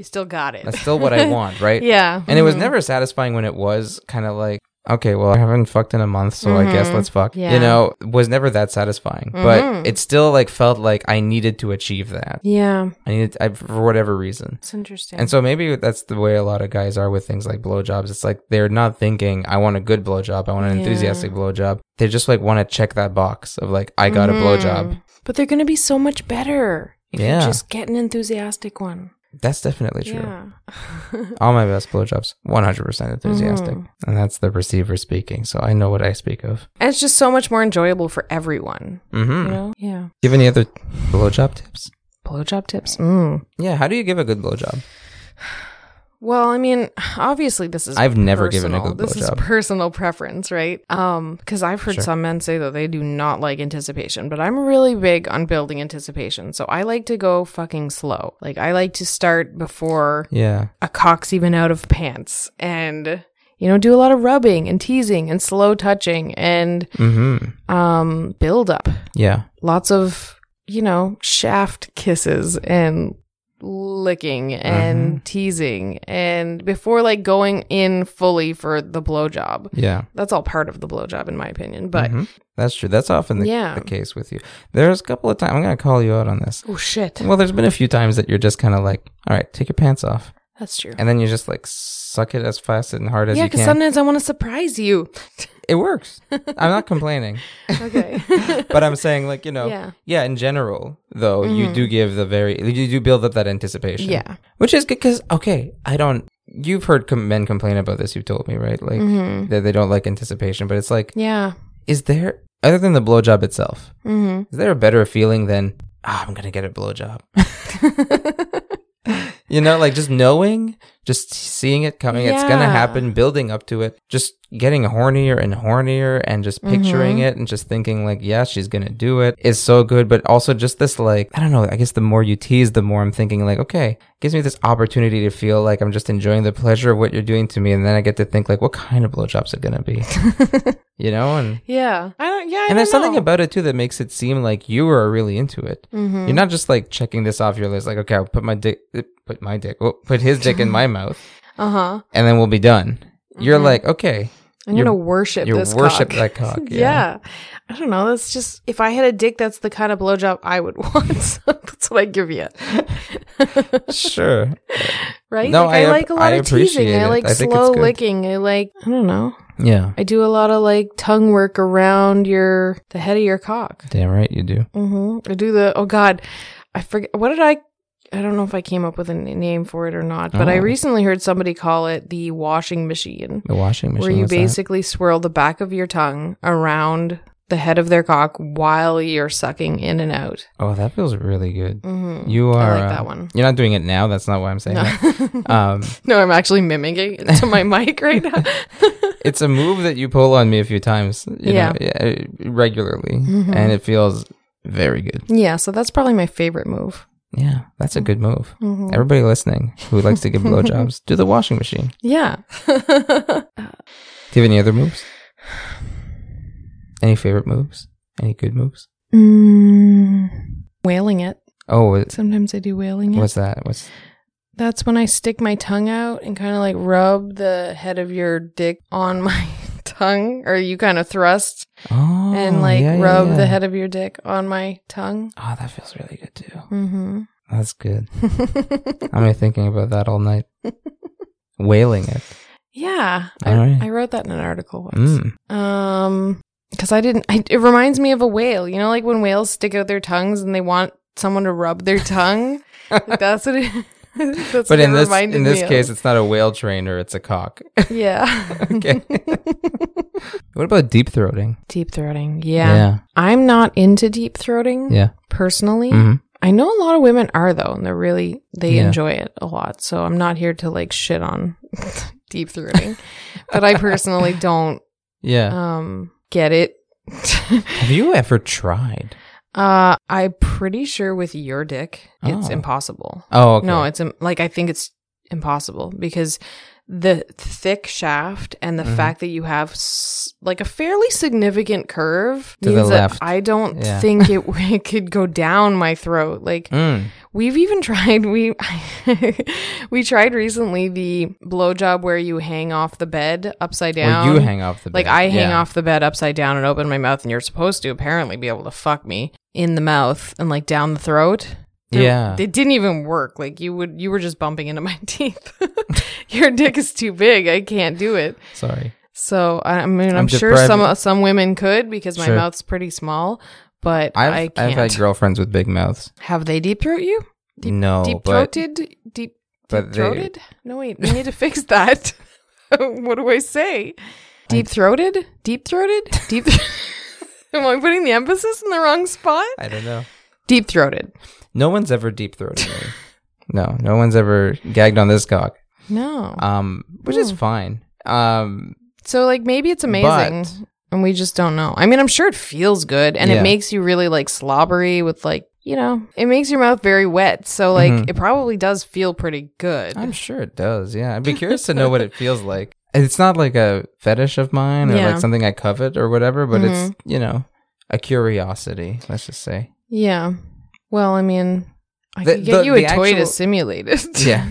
Speaker 2: You still got it.
Speaker 1: that's still what i want right
Speaker 2: <laughs> yeah.
Speaker 1: and it was
Speaker 2: Mhm.
Speaker 1: never satisfying when it was kind of like, okay, well, I haven't fucked in a month, so I guess
Speaker 2: Mhm.
Speaker 1: let's fuck.
Speaker 2: Yeah.
Speaker 1: You know, it was never that satisfying,
Speaker 2: Mhm.
Speaker 1: but it still like felt like I needed to achieve that.
Speaker 2: Yeah.
Speaker 1: I needed I, for whatever reason.
Speaker 2: It's interesting.
Speaker 1: And so maybe that's the way a lot of guys are with things like blowjobs. It's like they're not thinking, I want a good blowjob, I want an
Speaker 2: Yeah.
Speaker 1: enthusiastic blowjob. They just like want to check that box of like, I got
Speaker 2: Mhm.
Speaker 1: a blowjob.
Speaker 2: But they're going to be so much better if
Speaker 1: Yeah.
Speaker 2: you just get an enthusiastic one.
Speaker 1: That's definitely true.
Speaker 2: Yeah. <laughs>
Speaker 1: All my best blowjobs, 100% enthusiastic.
Speaker 2: Mhm.
Speaker 1: And that's the receiver speaking. So I know what I speak of.
Speaker 2: and it's just so much more enjoyable for everyone.
Speaker 1: Mm hmm.
Speaker 2: You know? Yeah.
Speaker 1: Give any other blowjob tips?
Speaker 2: Blowjob tips. Mm.
Speaker 1: Yeah, how do you give a good blowjob?
Speaker 2: Well, I mean, obviously this is
Speaker 1: I've never given a
Speaker 2: personal.
Speaker 1: good
Speaker 2: This is
Speaker 1: blowjob.
Speaker 2: personal preference, right? Um, because I've heard some men say that they do not like anticipation, but I'm really big on building anticipation. So I like to go fucking slow. Like I like to start before
Speaker 1: Yeah,
Speaker 2: a cock's even out of pants and you know, do a lot of rubbing and teasing and slow touching and
Speaker 1: mm-hmm.
Speaker 2: um build up.
Speaker 1: yeah,
Speaker 2: Lots of, you know, shaft kisses and licking and
Speaker 1: Mm-hmm.
Speaker 2: teasing and before like going in fully for the blowjob
Speaker 1: yeah.
Speaker 2: that's all part of the blowjob in my opinion. But
Speaker 1: Mhm. that's true. That's often the,
Speaker 2: Yeah.
Speaker 1: the case with you. There's a couple of times I'm gonna call you out on this.
Speaker 2: oh shit,
Speaker 1: Well, there's been a few times that you're just kind of like, all right, take your pants off,
Speaker 2: that's true.
Speaker 1: and then you just like suck it as fast and hard as
Speaker 2: yeah,
Speaker 1: you can.
Speaker 2: because sometimes I want to surprise you.
Speaker 1: it works. I'm not complaining,
Speaker 2: Okay.
Speaker 1: but I'm saying like you know, yeah,
Speaker 2: <laughs> yeah. Mm-hmm.
Speaker 1: in general though, you do give the very you do build up that anticipation.
Speaker 2: <laughs> Yeah.
Speaker 1: which is good because okay i don't you've heard com- men complain about this you've told me right like
Speaker 2: Mm-hmm.
Speaker 1: that they don't like anticipation but it's like <laughs>
Speaker 2: Yeah. <laughs>
Speaker 1: is there other than the blowjob itself
Speaker 2: Mm-hmm.
Speaker 1: is there a better feeling than "Ah, i'm gonna get a blowjob you know like just knowing just seeing it coming it's gonna
Speaker 2: Yeah.
Speaker 1: happen building up to it just getting hornier and hornier and just picturing it and just thinking like yeah she's gonna do it is so good but also just this like i don't know i guess the more you tease the more i'm thinking like okay gives me this opportunity to feel like i'm just enjoying the pleasure of what you're doing to me and then i get to think like what kind of blowjobs are gonna be you know and
Speaker 2: Yeah. I don't. Yeah. I
Speaker 1: and there's something about it too that makes it seem like you are really into it.
Speaker 2: Mm-hmm.
Speaker 1: You're not just like checking this off your list, like okay, I'll put my dick, eh, put my dick, oh, put his dick in
Speaker 2: <laughs>
Speaker 1: my mouth,
Speaker 2: Uh huh.
Speaker 1: and then we'll be done. You're like, okay,
Speaker 2: Mm-hmm. I'm
Speaker 1: You're-
Speaker 2: gonna worship
Speaker 1: you
Speaker 2: this.
Speaker 1: worship
Speaker 2: cock.
Speaker 1: that
Speaker 2: <laughs>
Speaker 1: cock.
Speaker 2: Yeah. I don't know. That's just if I had a dick, that's the kind of blowjob I would <laughs> want. So that's what I give you.
Speaker 1: sure.
Speaker 2: <laughs> right?
Speaker 1: No,
Speaker 2: like,
Speaker 1: I
Speaker 2: I,
Speaker 1: ap-
Speaker 2: like a lot
Speaker 1: I
Speaker 2: of teasing.
Speaker 1: appreciate
Speaker 2: I
Speaker 1: it.
Speaker 2: like
Speaker 1: I think it's
Speaker 2: slow
Speaker 1: good.
Speaker 2: licking. I like I don't know.
Speaker 1: Yeah,
Speaker 2: I do a lot of like tongue work around your the head of your cock.
Speaker 1: damn right you do.
Speaker 2: hmm I do the oh god, I forget what did I. I don't know if I came up with a n- name for it or not, but I
Speaker 1: Oh.
Speaker 2: recently heard somebody call it the washing machine,
Speaker 1: The washing machine.
Speaker 2: where you
Speaker 1: what's that?
Speaker 2: basically swirl the back of your tongue around the head of their cock while you're sucking in and out. <laughs>
Speaker 1: Oh, that feels really good.
Speaker 2: hmm
Speaker 1: You are.
Speaker 2: I like
Speaker 1: uh,
Speaker 2: that one.
Speaker 1: You're not doing it now. That's not why I'm saying that.
Speaker 2: No. <laughs>
Speaker 1: Um,
Speaker 2: no, I'm actually mimicking it
Speaker 1: <laughs>
Speaker 2: to my mic right now. <laughs>
Speaker 1: it's a move that you pull on me a few times, you
Speaker 2: Yeah. Mm-hmm.
Speaker 1: know, yeah, regularly, and it feels very good.
Speaker 2: Yeah, so that's probably my favorite move.
Speaker 1: Yeah, that's a good move.
Speaker 2: Mhm.
Speaker 1: Everybody listening who likes
Speaker 2: <laughs>
Speaker 1: to give blowjobs, do the washing machine.
Speaker 2: Yeah. <laughs>
Speaker 1: Do you have any other moves? Any favorite moves? Any good moves?
Speaker 2: mm, wailing it.
Speaker 1: Oh, it's-
Speaker 2: Sometimes I do wailing it.
Speaker 1: what's that? What's
Speaker 2: That's when I stick my tongue out and kind of like rub the head of your dick on my <laughs> tongue, or you kind of thrust
Speaker 1: oh
Speaker 2: and like
Speaker 1: yeah, yeah,
Speaker 2: rub
Speaker 1: yeah.
Speaker 2: the head of your dick on my tongue.
Speaker 1: Oh, that feels really good too.
Speaker 2: Mm-hmm.
Speaker 1: That's good. I'm gonna be thinking about that all
Speaker 2: <laughs>
Speaker 1: night. Wailing it.
Speaker 2: yeah, I,
Speaker 1: All right.
Speaker 2: I wrote that in an article once.
Speaker 1: Mm.
Speaker 2: Um, because I didn't. I, it reminds me of a whale. You know, like when whales stick out their tongues and they want someone to rub
Speaker 1: <laughs>
Speaker 2: their tongue. like that's what. It, <laughs> that's what
Speaker 1: But
Speaker 2: it
Speaker 1: in this
Speaker 2: reminded
Speaker 1: in
Speaker 2: me
Speaker 1: this
Speaker 2: of.
Speaker 1: case, it's not a whale trainer; it's a cock.
Speaker 2: <laughs>
Speaker 1: <laughs>
Speaker 2: yeah, <laughs>
Speaker 1: Okay. what about deep throating?
Speaker 2: deep throating. Mm. Yeah. I'm not into deep throating
Speaker 1: Yeah.
Speaker 2: personally.
Speaker 1: Mhm.
Speaker 2: I know a lot of women are though, and they're really they
Speaker 1: Yeah.
Speaker 2: enjoy it a lot. So I'm not here to like shit on <laughs> deep throating, but I personally don't
Speaker 1: Yeah.
Speaker 2: um get it. <laughs>
Speaker 1: Have you ever tried?
Speaker 2: uh, I'm pretty sure with your dick, it's
Speaker 1: Oh.
Speaker 2: impossible.
Speaker 1: Oh, okay.
Speaker 2: No, it's im- like I think it's impossible because the thick shaft and the
Speaker 1: Mhm.
Speaker 2: fact that you have s- like a fairly significant curve
Speaker 1: To the
Speaker 2: means
Speaker 1: left.
Speaker 2: that I don't
Speaker 1: Yeah. <laughs>
Speaker 2: think it, it could go down my throat. Like
Speaker 1: Mm.
Speaker 2: we've even tried we <laughs> we tried recently the blowjob where you hang off the bed upside down.
Speaker 1: Well, you hang off the
Speaker 2: like
Speaker 1: bed.
Speaker 2: I hang
Speaker 1: Yeah.
Speaker 2: off the bed upside down and open my mouth, and you're supposed to apparently be able to fuck me in the mouth and like down the throat. They're-
Speaker 1: Yeah.
Speaker 2: It didn't even work. Like you would you were just bumping into my <laughs> teeth. Your dick is too big. I can't do it.
Speaker 1: Sorry.
Speaker 2: So I I mean I'm,
Speaker 1: I'm
Speaker 2: sure some
Speaker 1: deprived-
Speaker 2: some women could because my
Speaker 1: Sure.
Speaker 2: mouth's pretty small, but I've, I
Speaker 1: I've,
Speaker 2: can
Speaker 1: I've
Speaker 2: not
Speaker 1: had girlfriends with big mouths.
Speaker 2: Have they deep throat you? Deep-
Speaker 1: no,
Speaker 2: deep
Speaker 1: Oh, but
Speaker 2: throated? Deep
Speaker 1: but they-
Speaker 2: throated? No
Speaker 1: <laughs>
Speaker 2: wait, we need to fix that. <laughs> what do I say? Deep throated? Deep throated?
Speaker 1: <laughs>
Speaker 2: Deep Am I putting the emphasis in the wrong spot?
Speaker 1: I don't know.
Speaker 2: Deep throated.
Speaker 1: No one's ever deep throated me. no, no one's ever gagged on this cock.
Speaker 2: No.
Speaker 1: Um, which is fine. Um,
Speaker 2: So like maybe it's amazing
Speaker 1: But-
Speaker 2: and we just don't know. I mean, I'm sure it feels good and
Speaker 1: Yeah.
Speaker 2: it makes you really like slobbery with like, you know, it makes your mouth very wet. So like
Speaker 1: Mhm.
Speaker 2: it probably does feel pretty good. <laughs>
Speaker 1: I'm sure it does. Yeah, I'd be curious to know what it feels like. It's not like a fetish of mine or
Speaker 2: Yeah. Mm-hmm.
Speaker 1: like something I covet or whatever, but it's you know a curiosity. Let's just
Speaker 2: <laughs>
Speaker 1: say.
Speaker 2: yeah. Well, I mean, I
Speaker 1: The-
Speaker 2: could get
Speaker 1: the-
Speaker 2: you a
Speaker 1: the
Speaker 2: toy to
Speaker 1: actual-
Speaker 2: simulate it.
Speaker 1: Yeah.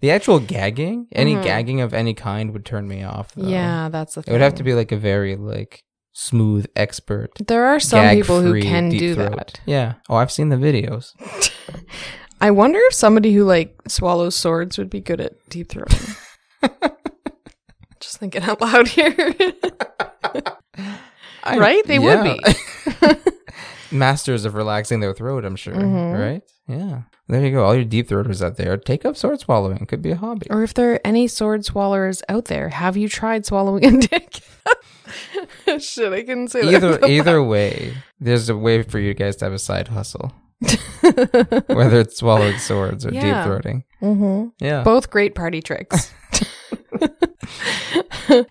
Speaker 1: The actual gagging, any
Speaker 2: Mhm.
Speaker 1: gagging of any kind, would turn me off. Though.
Speaker 2: yeah, that's the
Speaker 1: it
Speaker 2: thing.
Speaker 1: would have to be like a very like smooth expert.
Speaker 2: There are some people who
Speaker 1: gag-free
Speaker 2: can
Speaker 1: deep
Speaker 2: do
Speaker 1: throat.
Speaker 2: that.
Speaker 1: Yeah. Oh, I've seen the videos.
Speaker 2: I wonder if somebody who like swallows swords would be good at
Speaker 1: <laughs>
Speaker 2: deep throating. Just thinking out loud here.
Speaker 1: I-
Speaker 2: <laughs> right? They
Speaker 1: yeah.
Speaker 2: would be.
Speaker 1: <laughs> masters of relaxing their throat. I'm sure.
Speaker 2: Mhm.
Speaker 1: Right? Yeah. There you go. All your deep throaters out there, take up sword swallowing. Could be a
Speaker 2: <laughs>
Speaker 1: hobby.
Speaker 2: Or if there are any sword swallowers out there, have you tried swallowing a dick? <laughs> Shit, I couldn't say
Speaker 1: either
Speaker 2: that.
Speaker 1: either way, there's a way for you guys to have a side
Speaker 2: <laughs>
Speaker 1: hustle, whether it's swallowing swords or
Speaker 2: Yeah.
Speaker 1: deep throating.
Speaker 2: hmm
Speaker 1: Yeah.
Speaker 2: <laughs> Both great
Speaker 1: <laughs>
Speaker 2: party tricks.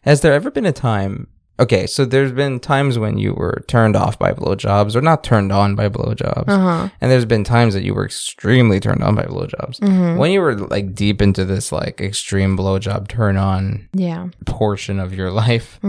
Speaker 1: Has there ever been a time? Okay, so there's been times when you were turned off by blowjobs or not turned on by blowjobs.
Speaker 2: Uh-huh.
Speaker 1: And there's been times that you were extremely turned on by blowjobs. When you were like deep into this like extreme blowjob turn on
Speaker 2: Yeah.
Speaker 1: portion of your life,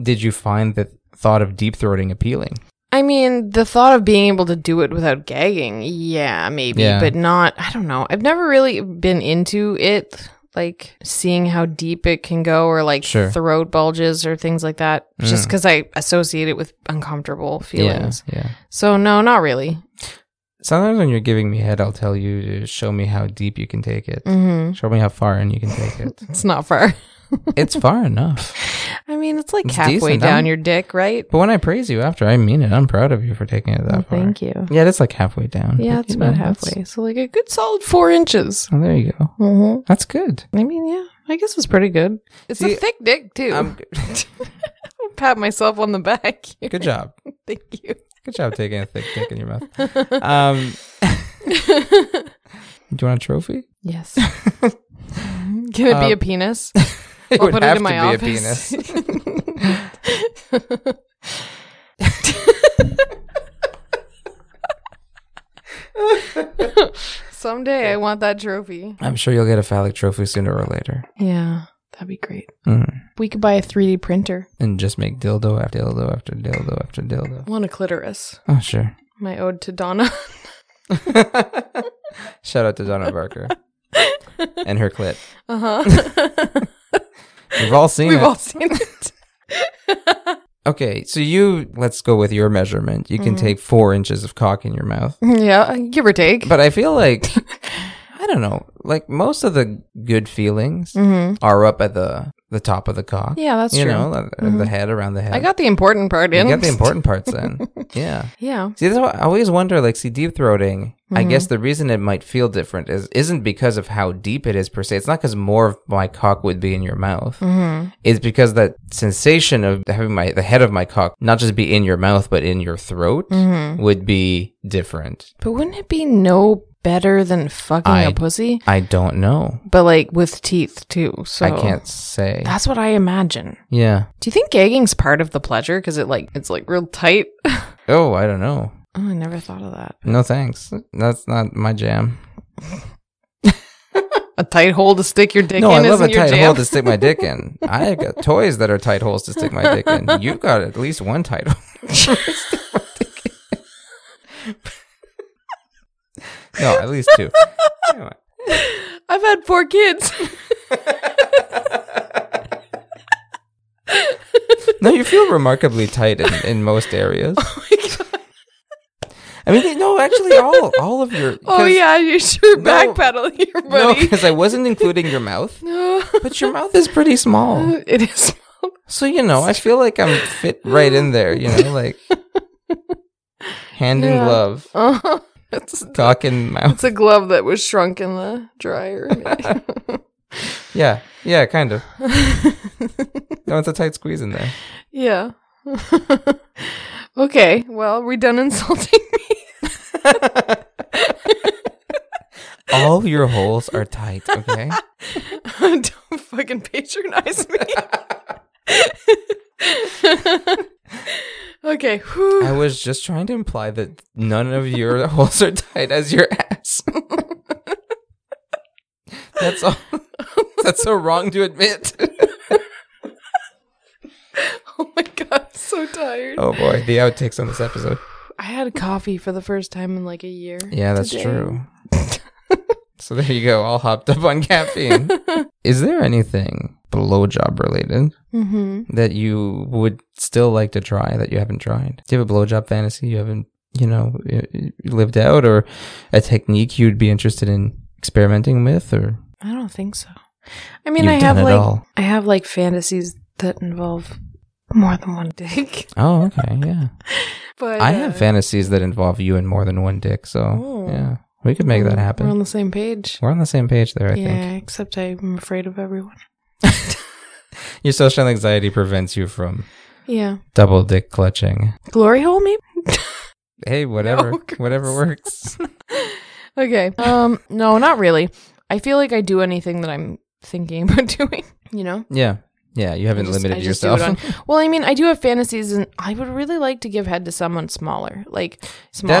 Speaker 1: did you find the thought of deep throating appealing?
Speaker 2: I mean, the thought of being able to do it without gagging, yeah, maybe,
Speaker 1: Yeah.
Speaker 2: but not, I don't know. I've never really been into it, like seeing how deep it can go or like
Speaker 1: Sure. Mm.
Speaker 2: throat bulges or things like that, just because I associate it with uncomfortable feelings.
Speaker 1: Yeah, yeah.
Speaker 2: So, no, not really.
Speaker 1: Sometimes when you're giving me head, I'll tell you to show me how deep you can take it.
Speaker 2: hmm
Speaker 1: Show me how far in you can take it.
Speaker 2: It's not far. <laughs>
Speaker 1: it's far enough.
Speaker 2: I mean, it's like
Speaker 1: It's
Speaker 2: halfway
Speaker 1: decent,
Speaker 2: down
Speaker 1: I'm-
Speaker 2: your dick, right?
Speaker 1: But when I praise you after, I mean it. I'm proud of you for taking it that far.
Speaker 2: Thank you.
Speaker 1: Yeah, that's like halfway down.
Speaker 2: Yeah,
Speaker 1: But,
Speaker 2: it's
Speaker 1: you know,
Speaker 2: about
Speaker 1: that's-
Speaker 2: halfway. So, like a good solid four inches.
Speaker 1: Oh, there you go.
Speaker 2: Mm-hmm.
Speaker 1: That's good.
Speaker 2: I mean, yeah, I guess it's pretty good. It's
Speaker 1: See,
Speaker 2: a thick dick, too. <laughs> pat myself on the back.
Speaker 1: good job.
Speaker 2: Thank you.
Speaker 1: Good job taking a thick dick in your
Speaker 2: <laughs>
Speaker 1: mouth. Um, do you want a trophy?
Speaker 2: Yes. <laughs> Can <laughs> it be
Speaker 1: Uh,
Speaker 2: a penis?
Speaker 1: It
Speaker 2: I'll
Speaker 1: would
Speaker 2: put it
Speaker 1: have
Speaker 2: in my
Speaker 1: to be
Speaker 2: office.
Speaker 1: a penis.
Speaker 2: <laughs> Someday I want that trophy.
Speaker 1: I'm sure you'll get a phallic trophy sooner or later.
Speaker 2: Yeah, that'd be great.
Speaker 1: Mm.
Speaker 2: We could buy a 3D printer.
Speaker 1: And just make dildo after dildo after dildo after dildo.
Speaker 2: I want a clitoris.
Speaker 1: Oh, sure.
Speaker 2: My ode to Donna. <laughs>
Speaker 1: Shout out to Donna
Speaker 2: <laughs>
Speaker 1: Barker and her clit.
Speaker 2: Uh huh.
Speaker 1: We've all seen
Speaker 2: We've
Speaker 1: it.
Speaker 2: all seen it. <laughs>
Speaker 1: okay, so you let's go with your measurement. You can
Speaker 2: Mm-hmm.
Speaker 1: take four inches of cock in your mouth,
Speaker 2: yeah, give or take.
Speaker 1: but I feel like
Speaker 2: <laughs>
Speaker 1: I don't know. Like most of the good feelings
Speaker 2: mm-hmm.
Speaker 1: are up at the the top of the cock.
Speaker 2: Yeah, that's
Speaker 1: you
Speaker 2: true. Mm-hmm.
Speaker 1: know, uh, the, the head around the head.
Speaker 2: I got the important part
Speaker 1: you
Speaker 2: in.
Speaker 1: got the important parts
Speaker 2: <laughs>
Speaker 1: in. Yeah.
Speaker 2: yeah.
Speaker 1: See, that's why I always wonder. Like, see, deep throating. I guess the reason it might feel different is isn't because of how deep it is per se. It's not because more of my cock would be in your mouth. It's because that sensation of having my the head of my cock not just be in your mouth but in your throat would be different.
Speaker 2: But wouldn't it be no better than fucking a
Speaker 1: I-
Speaker 2: pussy?
Speaker 1: I don't know.
Speaker 2: But like with teeth too. So
Speaker 1: I can't say.
Speaker 2: That's what I imagine.
Speaker 1: Yeah.
Speaker 2: Do you think gagging's part of the pleasure? Because it like it's like real tight. <laughs> oh,
Speaker 1: Oh, I don't know.
Speaker 2: I never thought of that.
Speaker 1: No thanks. That's not my jam.
Speaker 2: A tight hole to stick your dick
Speaker 1: No, I
Speaker 2: in
Speaker 1: love
Speaker 2: isn't
Speaker 1: a
Speaker 2: your
Speaker 1: tight
Speaker 2: jam.
Speaker 1: hole to stick my dick in. I
Speaker 2: <laughs>
Speaker 1: got toys that are tight holes to stick my dick in. You've got at least one tight hole. to stick my dick in. no, at least two. Anyway.
Speaker 2: I've had four kids. <laughs>
Speaker 1: No, you feel remarkably tight in, in most
Speaker 2: <laughs>
Speaker 1: areas.
Speaker 2: Oh
Speaker 1: I mean, no, actually, all all of your.
Speaker 2: oh
Speaker 1: 'cause-
Speaker 2: yeah, you sure
Speaker 1: No.
Speaker 2: backpedaling <laughs> here,
Speaker 1: No,
Speaker 2: buddy.
Speaker 1: because I wasn't including your mouth,
Speaker 2: No.
Speaker 1: but your mouth is pretty small.
Speaker 2: it is. <laughs>
Speaker 1: So you know, I feel like I'm fit right in there. You know, like hand in
Speaker 2: Yeah.
Speaker 1: glove,
Speaker 2: Oh, it's,
Speaker 1: cock in mouth. <laughs>
Speaker 2: it's a glove that was shrunk in the dryer. <laughs>
Speaker 1: Yeah, yeah, kind of. No, it's a tight squeeze in there.
Speaker 2: yeah. <laughs> okay. Well, we done insulting me.
Speaker 1: All your holes are tight. <laughs> Okay.
Speaker 2: <laughs> Don't fucking patronize me. <laughs> okay. whew. <laughs>
Speaker 1: I was just trying to imply that none of your <laughs> holes are tight as your ass. <laughs> That's all. <laughs> That's so wrong to admit.
Speaker 2: Oh my god, I'm so
Speaker 1: <laughs>
Speaker 2: tired.
Speaker 1: Oh boy, the outtakes on this episode.
Speaker 2: I had coffee for the first time in like a year.
Speaker 1: Yeah, that's
Speaker 2: today.
Speaker 1: true. <laughs> so there you go, all hopped up on <laughs> caffeine. Is there anything blowjob related
Speaker 2: Mm-hmm.
Speaker 1: that you would still like to try that you haven't tried? Do you have a blowjob fantasy you haven't, you know, i- i- lived out, or a technique you'd be interested in experimenting with, or
Speaker 2: I don't think so. I mean,
Speaker 1: You've
Speaker 2: I
Speaker 1: done
Speaker 2: have
Speaker 1: it
Speaker 2: like
Speaker 1: all.
Speaker 2: I have like fantasies that involve more than one dick. <laughs>
Speaker 1: oh, okay, yeah.
Speaker 2: But
Speaker 1: I
Speaker 2: uh,
Speaker 1: have fantasies that involve you and more than one dick, so
Speaker 2: Oh.
Speaker 1: yeah, we could make that happen.
Speaker 2: We're on the same page.
Speaker 1: We're on the same page there, I
Speaker 2: yeah,
Speaker 1: think.
Speaker 2: except I'm afraid of everyone.
Speaker 1: Your social anxiety prevents you from
Speaker 2: Yeah,
Speaker 1: double dick clutching.
Speaker 2: glory hole maybe.
Speaker 1: Hey, whatever,
Speaker 2: <laughs> No,
Speaker 1: whatever works.
Speaker 2: Okay. Um. No, not really. I feel like I do anything that I'm thinking <laughs> about doing. You know.
Speaker 1: yeah, yeah. You haven't
Speaker 2: I just-
Speaker 1: limited
Speaker 2: I just do it
Speaker 1: yourself.
Speaker 2: on- <laughs> well, I mean, I do have fantasies, and I would really like to give head to someone smaller, like smaller.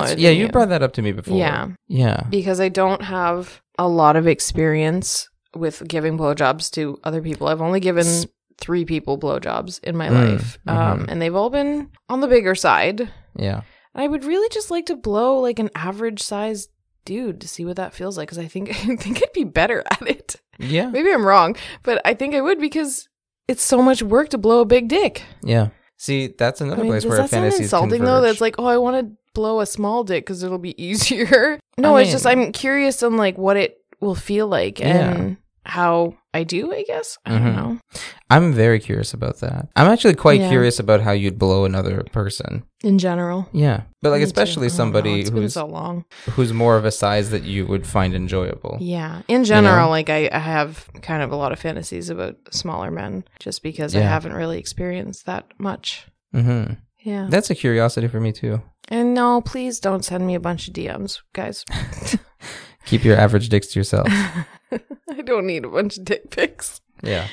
Speaker 1: <laughs> That's
Speaker 2: than
Speaker 1: yeah. You brought that up to me before.
Speaker 2: Yeah.
Speaker 1: yeah.
Speaker 2: because I don't have a lot of experience with giving blowjobs to other people. I've only given three people blowjobs in my
Speaker 1: Mm,
Speaker 2: life, um, and they've all been on the bigger side.
Speaker 1: Yeah.
Speaker 2: I would really just like to blow like an average sized dude to see what that feels like, because I think <laughs> I think I'd be better <laughs> at it.
Speaker 1: Yeah.
Speaker 2: Maybe I'm wrong, but I think I would because it's so much work to blow a big dick.
Speaker 1: Yeah. See, that's another
Speaker 2: I mean,
Speaker 1: place
Speaker 2: does
Speaker 1: where
Speaker 2: that sound
Speaker 1: fantasies
Speaker 2: insulting though?
Speaker 1: converge.
Speaker 2: That's like, oh, I want to blow a small dick because it'll be <laughs> easier. No,
Speaker 1: I
Speaker 2: it's just
Speaker 1: mean-
Speaker 2: I'm curious on like what it will feel like and how I do. I guess I don't
Speaker 1: Mhm.
Speaker 2: know.
Speaker 1: I'm very curious about that. I'm actually quite
Speaker 2: Yeah.
Speaker 1: curious about how you'd blow another person.
Speaker 2: In general,
Speaker 1: Yeah, but like
Speaker 2: Me too. I
Speaker 1: especially
Speaker 2: don't know.
Speaker 1: somebody
Speaker 2: It's been
Speaker 1: who's
Speaker 2: so long.
Speaker 1: who's more of a size that you would find enjoyable.
Speaker 2: Yeah, in general, like I, I have kind of a lot of fantasies about smaller men, just because I
Speaker 1: Yeah.
Speaker 2: haven't really experienced that much.
Speaker 1: hmm
Speaker 2: Yeah,
Speaker 1: That's a curiosity for me too.
Speaker 2: and no, please don't send me a bunch of DMs,
Speaker 1: <laughs>
Speaker 2: guys.
Speaker 1: Keep your average dicks to
Speaker 2: <laughs>
Speaker 1: yourself.
Speaker 2: I don't need a bunch of dick pics.
Speaker 1: Yeah,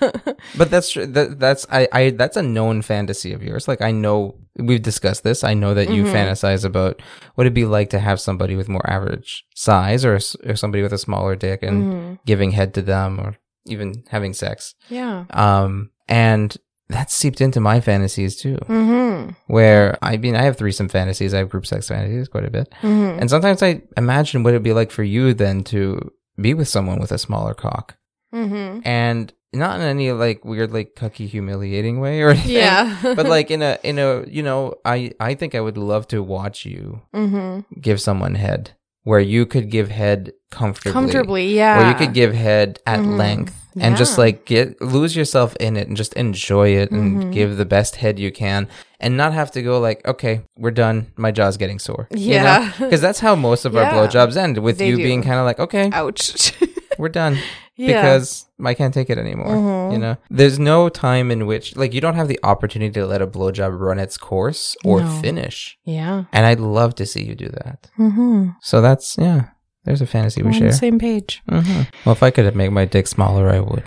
Speaker 1: but that's tr- that, that's I, I that's a known fantasy of yours. Like I know we've discussed this. I know that you
Speaker 2: Mhm.
Speaker 1: fantasize about what it'd be like to have somebody with more average size or s- or somebody with a smaller dick and
Speaker 2: Mhm.
Speaker 1: giving head to them or even having sex.
Speaker 2: Yeah.
Speaker 1: Um, and that seeped into my fantasies
Speaker 2: <laughs>
Speaker 1: too.
Speaker 2: Mm-hmm.
Speaker 1: Where I mean, I have threesome fantasies. I have group sex fantasies quite a bit.
Speaker 2: Mm-hmm.
Speaker 1: And sometimes I imagine what it'd be like for you then to be with someone with a smaller cock.
Speaker 2: Mm-hmm.
Speaker 1: And not in any like weird, like cucky, humiliating way or anything.
Speaker 2: Yeah. <laughs>
Speaker 1: but like in a in a you know, I I think I would love to watch you
Speaker 2: mm-hmm.
Speaker 1: give someone head. where you could give head comfortably.
Speaker 2: comfortably, yeah.
Speaker 1: Where you could give head at
Speaker 2: Mhm.
Speaker 1: length and just
Speaker 2: Yeah.
Speaker 1: like get lose yourself in it and just enjoy it and
Speaker 2: Mhm.
Speaker 1: give the best head you can and not have to go like, okay, we're done. My jaw's getting sore.
Speaker 2: Yeah. <laughs>
Speaker 1: Because that's how most of
Speaker 2: Yeah.
Speaker 1: our blowjobs end with
Speaker 2: They
Speaker 1: you
Speaker 2: do.
Speaker 1: being kind of like, okay,
Speaker 2: ouch. <laughs>
Speaker 1: we're done
Speaker 2: yeah.
Speaker 1: because I can't take it anymore.
Speaker 2: Mhm.
Speaker 1: You know, there's no time in which, like, you don't have the opportunity to let a blowjob run its course or
Speaker 2: No.
Speaker 1: finish.
Speaker 2: yeah.
Speaker 1: And I'd love to see you do that.
Speaker 2: Mm-hmm.
Speaker 1: So that's, yeah, there's a fantasy we
Speaker 2: on
Speaker 1: share.
Speaker 2: the same page. <laughs>
Speaker 1: hmm Well, if I could make my dick smaller, I would.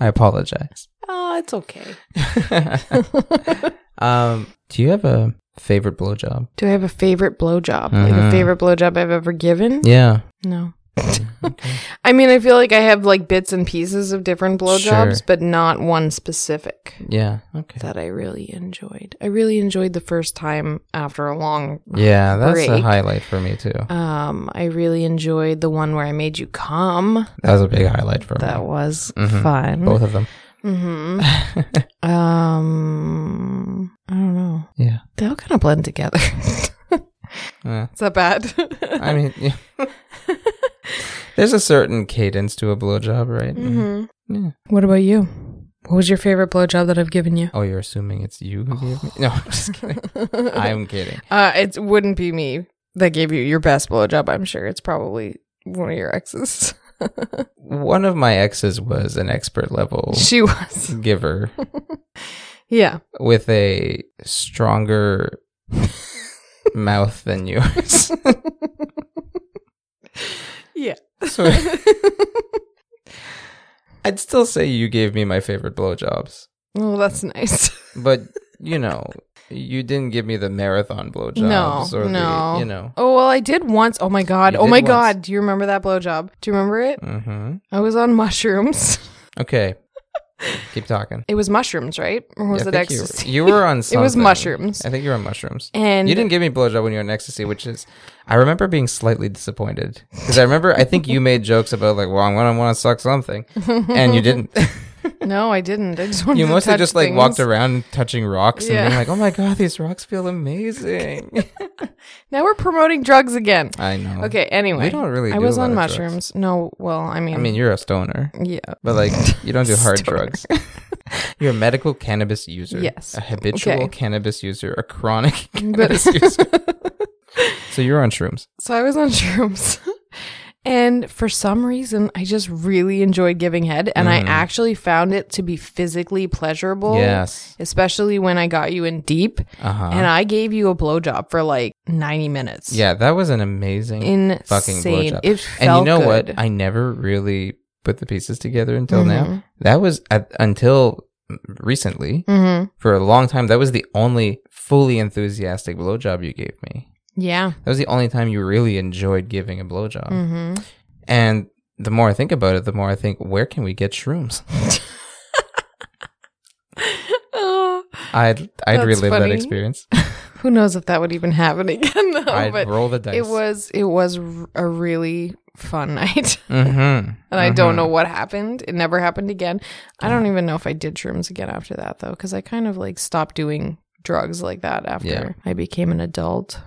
Speaker 1: I apologize.
Speaker 2: oh, it's okay.
Speaker 1: <laughs> um, do you have a favorite blowjob?
Speaker 2: Do I have a favorite blowjob? Like a
Speaker 1: Mhm.
Speaker 2: favorite blowjob I've ever given?
Speaker 1: Yeah. Mm-hmm.
Speaker 2: No. <laughs> I mean, I feel like I have like bits and pieces of different blowjobs,
Speaker 1: Sure.
Speaker 2: but not one specific
Speaker 1: Yeah. Okay.
Speaker 2: that I really enjoyed. I really enjoyed the first time after a long.
Speaker 1: Yeah, that's a
Speaker 2: Break.
Speaker 1: highlight for me too.
Speaker 2: Um, I really enjoyed the one where I made you come.
Speaker 1: That was a big highlight for
Speaker 2: That
Speaker 1: me.
Speaker 2: was
Speaker 1: Mhm.
Speaker 2: fun.
Speaker 1: Both of them.
Speaker 2: hmm
Speaker 1: <laughs>
Speaker 2: Um, I don't know.
Speaker 1: Yeah.
Speaker 2: They all kind of blend together. <laughs>
Speaker 1: Uh,
Speaker 2: Is that bad?
Speaker 1: I mean,
Speaker 2: <laughs>
Speaker 1: yeah. <laughs> there's a certain cadence to a blowjob, right?
Speaker 2: hmm
Speaker 1: Yeah.
Speaker 2: What about you? What was your favorite blowjob that I've given you?
Speaker 1: Oh, you're assuming it's you who gave me? No, I'm just kidding. I'm kidding.
Speaker 2: <laughs> Uh, it wouldn't be me that gave you your best blowjob. I'm sure it's probably one of your exes.
Speaker 1: One of my exes was an expert level
Speaker 2: <laughs> she was.
Speaker 1: giver
Speaker 2: Yeah.
Speaker 1: with a
Speaker 2: <laughs>
Speaker 1: stronger mouth than yours.
Speaker 2: Yeah.
Speaker 1: so <laughs> I'd still say you gave me my favorite blowjobs,
Speaker 2: Well, Oh, that's nice. <laughs>
Speaker 1: but you know, you didn't give me the marathon blowjobs
Speaker 2: No,
Speaker 1: or
Speaker 2: no.
Speaker 1: the you know.
Speaker 2: Oh well, I did once. Oh my god.
Speaker 1: You
Speaker 2: Oh
Speaker 1: did
Speaker 2: my
Speaker 1: once.
Speaker 2: god. Do you remember that blowjob? Do you remember it?
Speaker 1: hmm
Speaker 2: I was on mushrooms. <laughs>
Speaker 1: Okay, keep talking.
Speaker 2: It was mushrooms, right? Or was
Speaker 1: Yeah, I
Speaker 2: it
Speaker 1: think you were-
Speaker 2: ecstasy?
Speaker 1: You were on.
Speaker 2: <laughs> It
Speaker 1: Something.
Speaker 2: was mushrooms.
Speaker 1: I think you were on mushrooms.
Speaker 2: And
Speaker 1: you didn't give me blowjob when you were in ecstasy, which is I remember being slightly disappointed because I remember I think you made jokes about like, well, I'm gonna want to suck something, and you
Speaker 2: <laughs>
Speaker 1: didn't.
Speaker 2: <laughs> no, I didn't. I just wanted
Speaker 1: <laughs> you
Speaker 2: to
Speaker 1: mostly
Speaker 2: touch
Speaker 1: just like walked
Speaker 2: things.
Speaker 1: around touching rocks
Speaker 2: Yeah.
Speaker 1: and being like, oh my god, these rocks feel
Speaker 2: <laughs>
Speaker 1: amazing.
Speaker 2: Now we're promoting drugs again.
Speaker 1: I know.
Speaker 2: Okay, anyway.
Speaker 1: we don't really.
Speaker 2: I
Speaker 1: do
Speaker 2: was
Speaker 1: a lot
Speaker 2: on
Speaker 1: of drugs.
Speaker 2: mushrooms. No, well, I mean,
Speaker 1: I mean, you're a stoner,
Speaker 2: yeah.
Speaker 1: but like you don't do hard
Speaker 2: Stoner.
Speaker 1: drugs. You're a medical cannabis user.
Speaker 2: Yes.
Speaker 1: A habitual
Speaker 2: Okay.
Speaker 1: cannabis user. A chronic
Speaker 2: <laughs> But-
Speaker 1: cannabis user. so you're on shrooms.
Speaker 2: So I was on <laughs> shrooms. And for some reason, I just really enjoyed giving head, and I
Speaker 1: Mm-hmm.
Speaker 2: actually found it to be physically pleasurable.
Speaker 1: Yes.
Speaker 2: Especially when I got you in deep,
Speaker 1: Uh huh.
Speaker 2: and I gave you a blowjob for like ninety minutes.
Speaker 1: Yeah, that was an amazing
Speaker 2: insane.
Speaker 1: fucking blowjob.
Speaker 2: It
Speaker 1: and you
Speaker 2: felt
Speaker 1: know
Speaker 2: good.
Speaker 1: what? I never really put the pieces together until
Speaker 2: Mhm.
Speaker 1: now. That was at, until recently
Speaker 2: Mhm.
Speaker 1: for a long time. That was the only fully enthusiastic blowjob you gave me.
Speaker 2: Yeah.
Speaker 1: That was the only time you really enjoyed giving a blowjob.
Speaker 2: hmm
Speaker 1: And the more I think about it, the more I think, where can we get shrooms? <laughs> I'd I'd
Speaker 2: That's
Speaker 1: relive
Speaker 2: funny.
Speaker 1: that
Speaker 2: <laughs>
Speaker 1: experience.
Speaker 2: Ah, who knows if that would even happen <laughs> again? Though,
Speaker 1: I'd
Speaker 2: but
Speaker 1: roll the dice.
Speaker 2: it was it was r- a really fun <laughs> night.
Speaker 1: Mm-hmm. And
Speaker 2: And I don't know what happened. It never happened again. I don't even know if I did shrooms again after that though, because I kind of like stopped doing drugs like that after
Speaker 1: Yeah.
Speaker 2: I became an adult.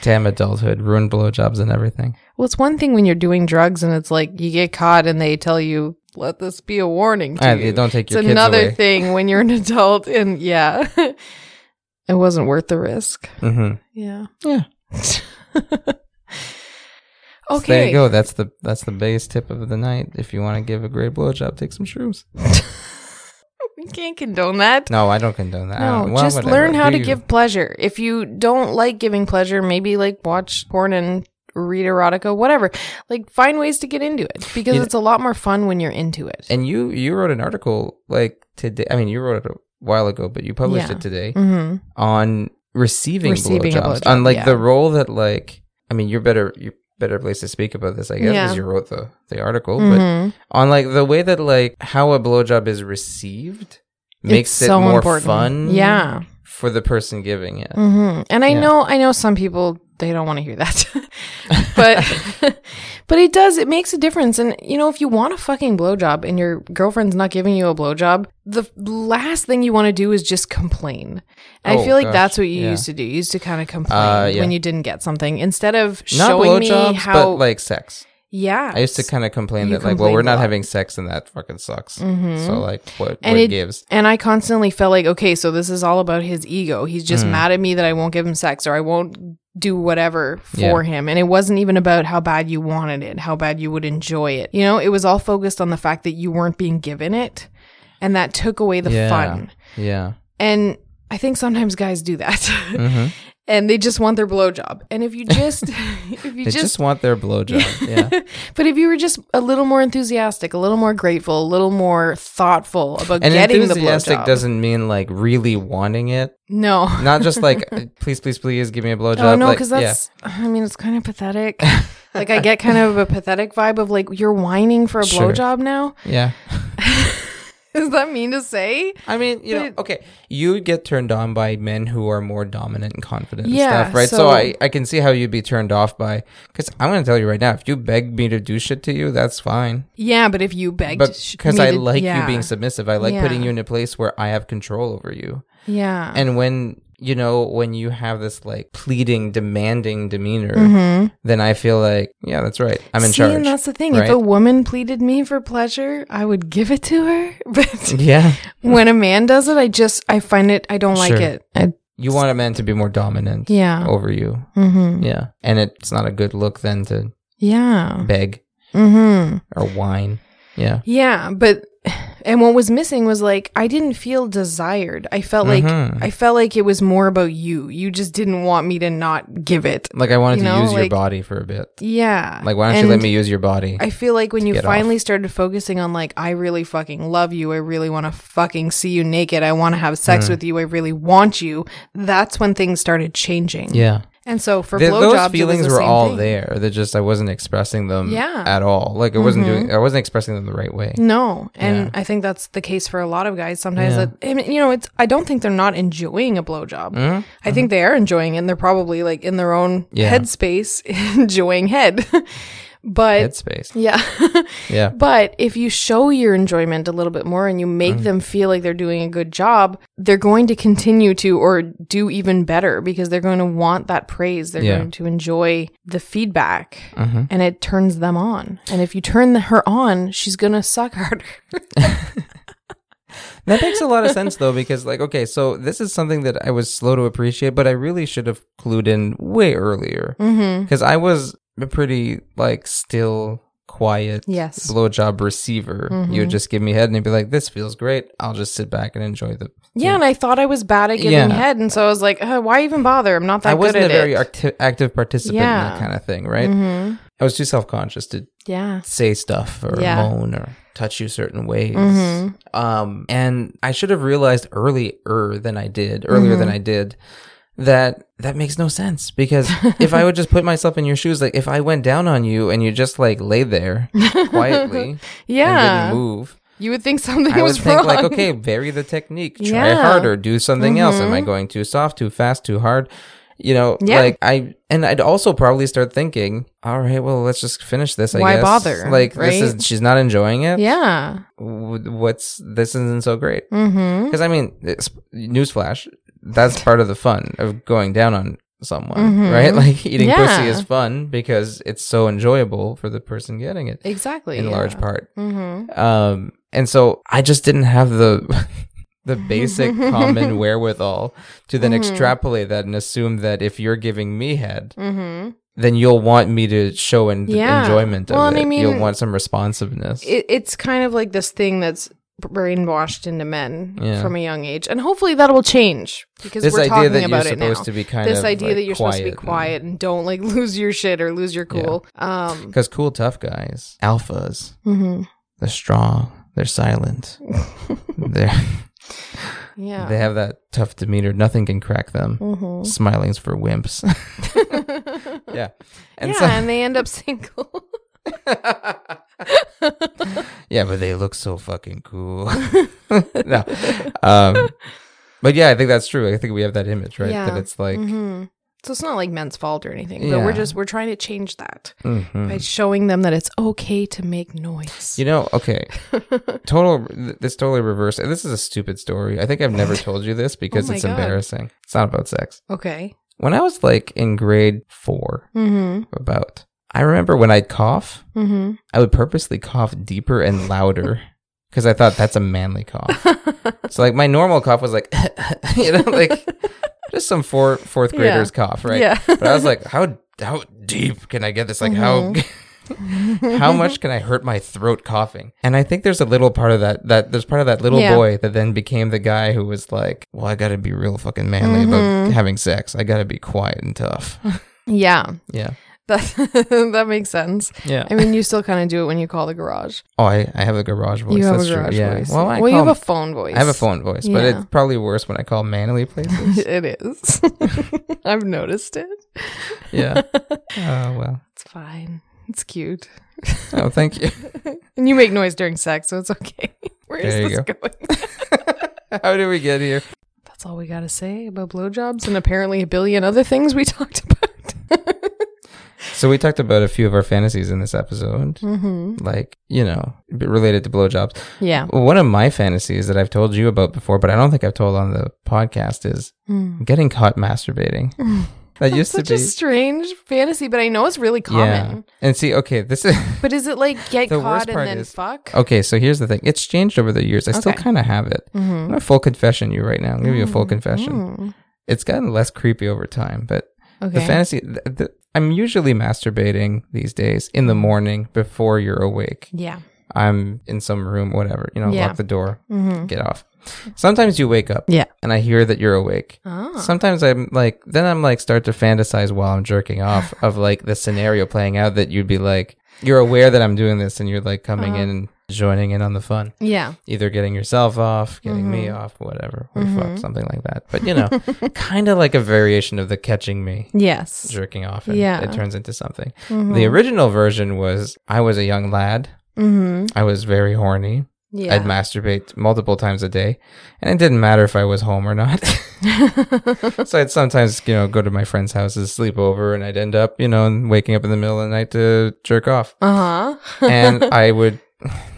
Speaker 1: Damn adulthood, ruined blowjobs and everything.
Speaker 2: Well, it's one thing when you're doing drugs and it's like you get caught and they tell you, "Let this be a warning to
Speaker 1: I,
Speaker 2: you."
Speaker 1: don't take
Speaker 2: it's
Speaker 1: your kids
Speaker 2: another
Speaker 1: away.
Speaker 2: thing when you're an <laughs> adult and yeah, <laughs> it wasn't worth the risk.
Speaker 1: Mm-hmm.
Speaker 2: Yeah.
Speaker 1: Yeah.
Speaker 2: <laughs> okay.
Speaker 1: there you go. That's the that's the biggest tip of the night. If you want to give a great blowjob, take some shrooms.
Speaker 2: We can't condone that.
Speaker 1: No, I don't condone that. I
Speaker 2: No,
Speaker 1: don't- Uh, well,
Speaker 2: just
Speaker 1: whatever.
Speaker 2: learn how
Speaker 1: Do
Speaker 2: to
Speaker 1: you-
Speaker 2: give pleasure. If you don't like giving pleasure, maybe like watch porn and read erotica, whatever. Like find ways to get into it because
Speaker 1: You-
Speaker 2: it's a lot more fun when you're into it.
Speaker 1: And you you wrote an article like today. I mean, you wrote it a while ago, but you published
Speaker 2: Yeah.
Speaker 1: it today
Speaker 2: hmm
Speaker 1: on receiving,
Speaker 2: Receiving a
Speaker 1: blowjobs,
Speaker 2: blowjob,
Speaker 1: on like
Speaker 2: yeah.
Speaker 1: the role that like. I mean, you're better you're better place to speak about this, I guess,
Speaker 2: Yeah.
Speaker 1: because you wrote the the article. But
Speaker 2: hmm
Speaker 1: on like the way that like how a blowjob is received makes
Speaker 2: It's
Speaker 1: it
Speaker 2: so
Speaker 1: more
Speaker 2: important.
Speaker 1: fun.
Speaker 2: Yeah.
Speaker 1: for the person giving it.
Speaker 2: hmm And I
Speaker 1: Yeah.
Speaker 2: know, I know some people they don't want to hear that. <laughs> but <laughs> but it does, it makes a difference. And you know, if you want a fucking blowjob and your girlfriend's not giving you a blowjob, the last thing you want to do is just complain. And I
Speaker 1: Oh,
Speaker 2: feel like
Speaker 1: gosh,
Speaker 2: that's what you
Speaker 1: yeah.
Speaker 2: used to do. You used to kind of complain
Speaker 1: Uh, yeah.
Speaker 2: when you didn't get something instead of
Speaker 1: Not
Speaker 2: showing me
Speaker 1: blowjobs,
Speaker 2: how
Speaker 1: but like sex.
Speaker 2: yeah.
Speaker 1: I used to kind of complain
Speaker 2: You
Speaker 1: that like, well, we're
Speaker 2: complained
Speaker 1: not
Speaker 2: a lot. Mm-hmm.
Speaker 1: having sex and that fucking sucks. So like, what
Speaker 2: And
Speaker 1: what
Speaker 2: it-
Speaker 1: gives?
Speaker 2: And I constantly felt like, okay, so this is all about his ego. He's just
Speaker 1: Mm.
Speaker 2: mad at me that I won't give him sex or I won't do whatever for him. And it wasn't even about how bad you wanted it, how bad you would enjoy it. You know, it was all focused on the fact that you weren't being given it. And that took away the
Speaker 1: Yeah.
Speaker 2: fun.
Speaker 1: Yeah.
Speaker 2: And I think sometimes guys do that. <laughs>
Speaker 1: Mhm.
Speaker 2: and they just want their blowjob. And
Speaker 1: <laughs>
Speaker 2: if you just, <laughs> if you
Speaker 1: They just, want their
Speaker 2: <laughs>
Speaker 1: blowjob. yeah.
Speaker 2: but if you were just a little more enthusiastic, a little more grateful, a little more thoughtful about
Speaker 1: And
Speaker 2: getting the
Speaker 1: enthusiastic
Speaker 2: blowjob,
Speaker 1: doesn't mean like really wanting it.
Speaker 2: no,
Speaker 1: Not just
Speaker 2: <laughs>
Speaker 1: like, uh, please, please, please, give me a blowjob.
Speaker 2: Oh no,
Speaker 1: Like,
Speaker 2: because
Speaker 1: yeah.
Speaker 2: that's. I mean, it's kind of pathetic.
Speaker 1: <laughs>
Speaker 2: like I get kind of a pathetic vibe of like you're whining for a
Speaker 1: Sure.
Speaker 2: blowjob now. <laughs>
Speaker 1: yeah.
Speaker 2: Is that mean to say?
Speaker 1: I mean, you know,
Speaker 2: But-
Speaker 1: okay, you get turned on by men who are more dominant and confident
Speaker 2: Yeah,
Speaker 1: and stuff, right? So,
Speaker 2: so-
Speaker 1: I, I can see how you'd be turned off by, because I'm going to tell you right now, if you beg me to do shit to you, that's fine.
Speaker 2: Yeah, but if you begged,
Speaker 1: But
Speaker 2: sh-
Speaker 1: because
Speaker 2: me
Speaker 1: I
Speaker 2: to-
Speaker 1: like
Speaker 2: yeah.
Speaker 1: you being submissive, I like putting
Speaker 2: Yeah.
Speaker 1: you in a place where I have control over you.
Speaker 2: yeah,
Speaker 1: And when, you know, when you have this like pleading, demanding demeanor,
Speaker 2: Mm-hmm.
Speaker 1: then I feel like, yeah, that's right. I'm in
Speaker 2: See,
Speaker 1: charge.
Speaker 2: and that's the thing.
Speaker 1: right?
Speaker 2: If a woman pleaded me for pleasure, I would give it to her. <laughs> But
Speaker 1: <laughs> yeah.
Speaker 2: when a man does it, I just I find it. I don't like
Speaker 1: Sure. Oh.
Speaker 2: it. I,
Speaker 1: You want a man to be more dominant
Speaker 2: yeah.
Speaker 1: over you.
Speaker 2: Mm-hmm.
Speaker 1: Yeah. And it's not a good look then to
Speaker 2: Yeah.
Speaker 1: beg.
Speaker 2: Mm-hmm.
Speaker 1: or wine. Yeah.
Speaker 2: Yeah, but and what was missing was like I didn't feel desired. I felt
Speaker 1: Mhm.
Speaker 2: like I felt like it was more about you. You just didn't want me to not give it.
Speaker 1: Like I wanted
Speaker 2: You know,
Speaker 1: to use your
Speaker 2: like-
Speaker 1: body for a bit.
Speaker 2: Yeah.
Speaker 1: Like why don't you let
Speaker 2: And
Speaker 1: me use your body?
Speaker 2: I feel like when you
Speaker 1: get off?
Speaker 2: finally started focusing on like I really fucking love you. I really want to fucking see you naked. I want to have
Speaker 1: Mm.
Speaker 2: sex with you. I really want you. That's when things started changing.
Speaker 1: yeah.
Speaker 2: And so for
Speaker 1: Th-
Speaker 2: blowjobs,
Speaker 1: those feelings
Speaker 2: it was the
Speaker 1: were
Speaker 2: same
Speaker 1: all
Speaker 2: thing.
Speaker 1: there. They're just I wasn't expressing them
Speaker 2: Yeah. Mm-hmm.
Speaker 1: at all. Like I wasn't doing I wasn't expressing them the right way.
Speaker 2: No, and
Speaker 1: Yeah.
Speaker 2: I think that's the case for a lot of guys. Sometimes
Speaker 1: Yeah.
Speaker 2: that I mean, you know, it's I don't think they're not enjoying a blowjob. I think they are enjoying it. and They're probably like in their own
Speaker 1: Mm-hmm. Yeah.
Speaker 2: headspace <laughs> enjoying head, <laughs> but
Speaker 1: Headspace.
Speaker 2: yeah. <laughs>
Speaker 1: Yeah.
Speaker 2: But if you show your enjoyment a little bit more and you make
Speaker 1: Mm.
Speaker 2: them feel like they're doing a good job, they're going to continue to or do even better because they're going to want that praise. They're
Speaker 1: Yeah.
Speaker 2: going to enjoy the feedback
Speaker 1: Mhm.
Speaker 2: and it turns them on. And if you turn the, her on, she's going to suck <laughs> harder.
Speaker 1: That makes a lot of sense though because like okay, so this is something that I was slow to appreciate, but I really should have clued in way earlier
Speaker 2: mm-hmm.
Speaker 1: because I was a pretty like still quiet
Speaker 2: Yes. Mm-hmm.
Speaker 1: blowjob receiver. You would just give me head and it'd be like, "This feels great. I'll just sit back and enjoy the."
Speaker 2: Yeah, and I thought I was bad at giving
Speaker 1: Yeah.
Speaker 2: head. And so I was like, uh, why even bother? I'm not that
Speaker 1: I wasn't a
Speaker 2: good at
Speaker 1: very
Speaker 2: it.
Speaker 1: acti- active participant in
Speaker 2: Yeah.
Speaker 1: that kind of thing, right?
Speaker 2: Mhm.
Speaker 1: I was too self conscious to
Speaker 2: Yeah.
Speaker 1: say stuff or
Speaker 2: Yeah.
Speaker 1: moan or touch you certain ways.
Speaker 2: Mhm.
Speaker 1: Um, and I should have realized earlier than I did, earlier
Speaker 2: Mm-hmm.
Speaker 1: than I did, that that makes no sense
Speaker 2: <laughs>
Speaker 1: because if I would just put myself in your shoes, like if I went down on you and you just like lay
Speaker 2: <laughs>
Speaker 1: there quietly and
Speaker 2: Yeah.
Speaker 1: didn't move,
Speaker 2: You would think something
Speaker 1: I would
Speaker 2: was
Speaker 1: think
Speaker 2: wrong.
Speaker 1: like, okay, vary the technique, try
Speaker 2: Yeah. Mm-hmm.
Speaker 1: harder, do something else. Am I going too soft, too fast, too hard? You know,
Speaker 2: Yeah.
Speaker 1: like I, and I'd also probably start thinking, all right, well, let's just finish this. I
Speaker 2: Why
Speaker 1: guess.
Speaker 2: bother,
Speaker 1: Like this
Speaker 2: right?
Speaker 1: is she's not enjoying it.
Speaker 2: <laughs> Yeah.
Speaker 1: W- What's this isn't so great
Speaker 2: Mm-hmm.
Speaker 1: because I mean, it's, newsflash, that's part of the fun of going down on someone,
Speaker 2: Mhm.
Speaker 1: right? <laughs> Like eating pussy
Speaker 2: Yeah.
Speaker 1: is fun because it's so enjoyable for the person getting it
Speaker 2: Exactly.
Speaker 1: in
Speaker 2: yeah.
Speaker 1: large part
Speaker 2: Mm-hmm.
Speaker 1: um and so i just didn't have the <laughs> the
Speaker 2: <laughs>
Speaker 1: basic common wherewithal to then extrapolate that and assume that if you're giving me head
Speaker 2: Mm-hmm.
Speaker 1: then you'll want me to show en-
Speaker 2: Yeah.
Speaker 1: enjoyment of
Speaker 2: Well,
Speaker 1: it
Speaker 2: and I mean-
Speaker 1: you'll want some responsiveness
Speaker 2: It, it's kind of like this thing that's brainwashed into men
Speaker 1: Yeah.
Speaker 2: from a young age, and hopefully that will change because
Speaker 1: this
Speaker 2: we're
Speaker 1: idea
Speaker 2: talking
Speaker 1: that you're
Speaker 2: about it now.
Speaker 1: supposed to be kind of
Speaker 2: this idea that you're supposed to be
Speaker 1: quiet
Speaker 2: quiet and don't like <laughs> lose your shit or lose your
Speaker 1: Yeah.
Speaker 2: cool. Um,
Speaker 1: because cool tough guys alphas
Speaker 2: mhm.
Speaker 1: they're strong they're
Speaker 2: <laughs>
Speaker 1: silent they're,
Speaker 2: yeah.
Speaker 1: they have that tough demeanor nothing can crack them
Speaker 2: Mhm.
Speaker 1: smiling's for wimps <laughs> yeah and
Speaker 2: yeah,
Speaker 1: so
Speaker 2: and they end up <laughs> single.
Speaker 1: Yeah, but they look so fucking cool. <laughs> no. Um, but yeah, I think that's true. I think we have that image, right?
Speaker 2: Yeah.
Speaker 1: That it's like
Speaker 2: Mhm. So it's not like men's fault or anything, but
Speaker 1: Yeah.
Speaker 2: we're just we're trying to change that
Speaker 1: Mhm.
Speaker 2: by showing them that it's okay to make noise.
Speaker 1: You know, okay. Total. th- This totally reversed. and This is a stupid story. I think I've
Speaker 2: <laughs>
Speaker 1: never told you this because
Speaker 2: Oh my
Speaker 1: it's
Speaker 2: God.
Speaker 1: embarrassing. It's not about sex.
Speaker 2: Okay.
Speaker 1: When I was like in grade four,
Speaker 2: Mm-hmm.
Speaker 1: about, I remember when I'd cough,
Speaker 2: Mm-hmm.
Speaker 1: I would purposely cough deeper and
Speaker 2: <laughs>
Speaker 1: louder because I thought that's a manly cough. so like my normal cough was like, <laughs> you
Speaker 2: <laughs>
Speaker 1: know, like just some four, fourth
Speaker 2: Yeah.
Speaker 1: grader's cough, right?
Speaker 2: Yeah.
Speaker 1: But I was like, how how deep can I get this? Like
Speaker 2: Mm-hmm.
Speaker 1: how how
Speaker 2: <laughs>
Speaker 1: much can I hurt my throat coughing? And I think there's a little part of that that there's part of that little
Speaker 2: Yeah.
Speaker 1: boy that then became the guy who was like, well, I got to be real fucking manly
Speaker 2: Mm-hmm.
Speaker 1: about having sex. I got to be quiet and
Speaker 2: <laughs>
Speaker 1: tough.
Speaker 2: yeah.
Speaker 1: yeah,
Speaker 2: That that makes sense.
Speaker 1: yeah.
Speaker 2: I mean, you still kind of do it when you call the garage.
Speaker 1: oh, I, I have a garage voice.
Speaker 2: you have
Speaker 1: That's
Speaker 2: a garage
Speaker 1: true. Yeah.
Speaker 2: voice.
Speaker 1: Well, I
Speaker 2: you
Speaker 1: call-
Speaker 2: have a phone voice.
Speaker 1: I have a phone voice, but
Speaker 2: Yeah.
Speaker 1: it's probably worse when I call manly
Speaker 2: <laughs>
Speaker 1: places.
Speaker 2: It is. I've noticed it.
Speaker 1: <laughs> yeah. Oh well.
Speaker 2: It's fine. It's cute.
Speaker 1: Oh, thank you. <laughs>
Speaker 2: And you make noise during sex, so it's okay. <laughs> Where is
Speaker 1: There you
Speaker 2: this going?
Speaker 1: <laughs> How did we get here?
Speaker 2: That's all we got to say about blowjobs and apparently a billion other things we <laughs>
Speaker 1: <laughs>
Speaker 2: talked about.
Speaker 1: So we talked about a few of our fantasies in this episode,
Speaker 2: mm-hmm.
Speaker 1: like you know, a bit related to blowjobs.
Speaker 2: Yeah.
Speaker 1: One of my fantasies that I've told you about before, but I don't think I've told on the podcast, is getting caught
Speaker 2: <laughs>
Speaker 1: masturbating. that used to
Speaker 2: Hmm. Such
Speaker 1: be
Speaker 2: a strange fantasy, but I know it's really common.
Speaker 1: And see, okay, this is <laughs>
Speaker 2: But is it like get
Speaker 1: The worst
Speaker 2: caught and
Speaker 1: part
Speaker 2: then
Speaker 1: is-
Speaker 2: fuck?
Speaker 1: okay. So here's the thing: it's changed over the years. I still
Speaker 2: Okay. Mm-hmm.
Speaker 1: kind of have it. I'm gonna full confession you right now. I'll give you a full confession. It's gotten less creepy over time, but
Speaker 2: Hmm. Okay.
Speaker 1: um, the fantasy. Th- th- I'm usually masturbating these days in
Speaker 2: Mm-hmm.
Speaker 1: the morning before you're awake.
Speaker 2: yeah.
Speaker 1: I'm in some room, whatever, you know,
Speaker 2: Yeah.
Speaker 1: lock the door,
Speaker 2: Mhm.
Speaker 1: get off. Sometimes you wake up
Speaker 2: Yeah.
Speaker 1: and I hear that you're awake.
Speaker 2: Ah.
Speaker 1: Sometimes I'm like, then I'm like, start to fantasize while I'm jerking off of like the scenario playing out that you'd be like, you're aware that I'm doing this and you're like coming
Speaker 2: Uh-huh.
Speaker 1: in and joining in on the fun,
Speaker 2: Yeah.
Speaker 1: either getting yourself off, getting me
Speaker 2: Mm-hmm.
Speaker 1: off, whatever, or fuck, something like that. But
Speaker 2: <laughs>
Speaker 1: you know, kind of like a variation of the catching me
Speaker 2: Yes.
Speaker 1: jerking off and
Speaker 2: Yeah.
Speaker 1: it turns into something. The original version was I was a young lad.
Speaker 2: Mm-hmm.
Speaker 1: I was very horny.
Speaker 2: Yeah.
Speaker 1: I'd masturbate multiple times a day, and it didn't matter if I was home or
Speaker 2: <laughs>
Speaker 1: not. so I'd sometimes, you know, go to my friends' houses, sleep over, and I'd end up, you know, and waking up in the middle of the night to jerk off.
Speaker 2: uh huh. <laughs>
Speaker 1: And I would.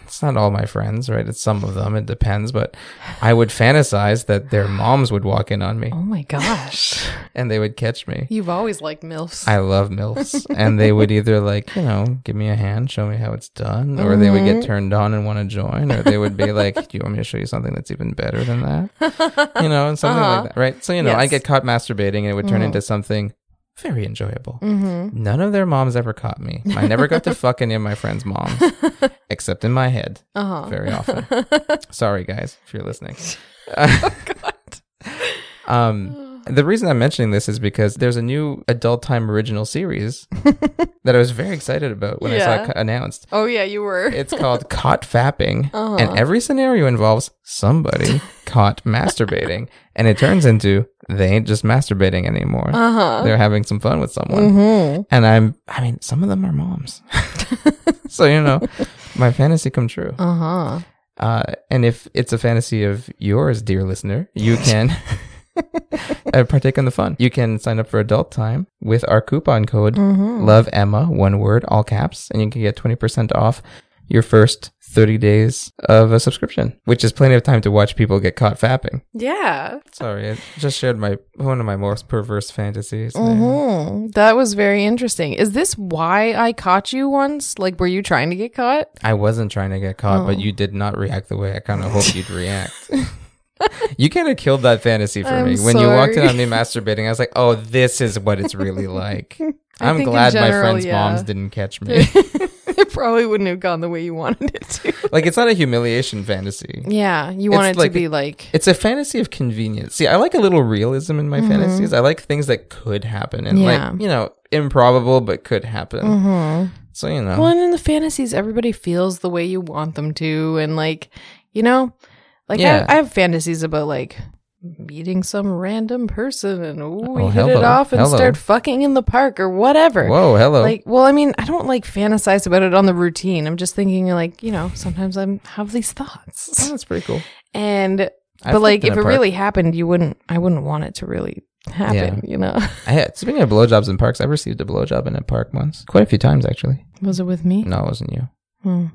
Speaker 1: It's not all my friends, right? It's some of them. It depends, but I would fantasize that their moms would walk in on me
Speaker 2: oh
Speaker 1: <laughs>
Speaker 2: my gosh.
Speaker 1: and they would catch me.
Speaker 2: You've always liked MILFs.
Speaker 1: I love MILFs. and they
Speaker 2: <laughs>
Speaker 1: would either like, you know, give me a hand, show me how it's done, or they would get turned on and want to join, or they would be like, Do you want me to show you something that's even better than that?
Speaker 2: <laughs>
Speaker 1: You know, and something like that. Right. So, you know, I
Speaker 2: Uh-huh. Yes. Mm-hmm.
Speaker 1: get caught masturbating and it would turn into something very enjoyable. None of their moms ever caught me. I never
Speaker 2: <laughs>
Speaker 1: got to fuck any of my friends' moms, except in my head
Speaker 2: uh-huh.
Speaker 1: very often. Sorry, guys, if you're
Speaker 2: <laughs>
Speaker 1: listening. <laughs> Oh,
Speaker 2: Oh, God.
Speaker 1: Um, the reason I'm mentioning this is because there's a new Adult Time original
Speaker 2: <laughs>
Speaker 1: series that I was very excited about when I saw
Speaker 2: Yeah.
Speaker 1: it co- announced.
Speaker 2: Oh yeah, you were.
Speaker 1: It's
Speaker 2: <laughs>
Speaker 1: called Caught Fapping,
Speaker 2: Uh-huh.
Speaker 1: and every scenario involves
Speaker 2: <laughs>
Speaker 1: somebody caught masturbating, and it turns into they ain't just masturbating anymore.
Speaker 2: Uh-huh.
Speaker 1: They're having some fun with someone,
Speaker 2: Mm-hmm.
Speaker 1: and I'm. I mean, some of them are moms, <laughs> so you know, my fantasy come true.
Speaker 2: Uh huh.
Speaker 1: Uh, and if it's a fantasy of yours, dear listener, you can uh, partake in the fun. You can sign up for adult time with our coupon code Love Emma, one word, all caps, and you can get twenty percent off your first thirty days of a subscription, which is plenty of time to watch people get caught fapping.
Speaker 2: Yeah.
Speaker 1: Sorry, I just shared my one of my most perverse fantasies. there.
Speaker 2: Hmm. That was very interesting. Is this why I caught you once? Like, were you trying to get caught? <laughs>
Speaker 1: I wasn't trying to get caught,
Speaker 2: Oh.
Speaker 1: but you did not react the way I
Speaker 2: <laughs>
Speaker 1: kind of hoped you'd react. you kind of killed that fantasy for
Speaker 2: I'm
Speaker 1: me. When you walked in
Speaker 2: sorry.
Speaker 1: on me masturbating, I was like, oh, this is what it's
Speaker 2: <laughs>
Speaker 1: really like. I'm
Speaker 2: think in
Speaker 1: glad my
Speaker 2: general,
Speaker 1: friends'
Speaker 2: yeah.
Speaker 1: moms didn't catch
Speaker 2: <laughs>
Speaker 1: me.
Speaker 2: it probably wouldn't have gone the way you wanted it to.
Speaker 1: like, it's not a humiliation fantasy.
Speaker 2: Yeah, you want
Speaker 1: It's
Speaker 2: it
Speaker 1: like-
Speaker 2: to be like
Speaker 1: It's a fantasy of convenience. See, I like a little realism in my fantasies. I like things that could happen and,
Speaker 2: Mm-hmm. Yeah. Mm-hmm.
Speaker 1: like, you know, improbable but could happen. So, you know.
Speaker 2: well, and in the fantasies, everybody feels the way you want them to, and like you know, like
Speaker 1: Yeah.
Speaker 2: I, I have fantasies about like meeting some random person and ooh, we
Speaker 1: Oh,
Speaker 2: hit it
Speaker 1: hello.
Speaker 2: off and
Speaker 1: Hello.
Speaker 2: start fucking in the park or whatever.
Speaker 1: Whoa, hello.
Speaker 2: Like, well, I mean, I don't like fantasize about it on the routine. I'm just thinking, like, you know, sometimes I have these
Speaker 1: oh, <laughs>
Speaker 2: thoughts,
Speaker 1: that's pretty cool.
Speaker 2: and
Speaker 1: I've
Speaker 2: but like,
Speaker 1: fucked in
Speaker 2: if
Speaker 1: a
Speaker 2: it
Speaker 1: park.
Speaker 2: really happened, you wouldn't. I wouldn't want it to really happen, you know? <laughs>
Speaker 1: I had, speaking of blowjobs in parks, I received a blowjob in a park once, quite a few times actually.
Speaker 2: Was it with me?
Speaker 1: No, it wasn't you.
Speaker 2: Hmm.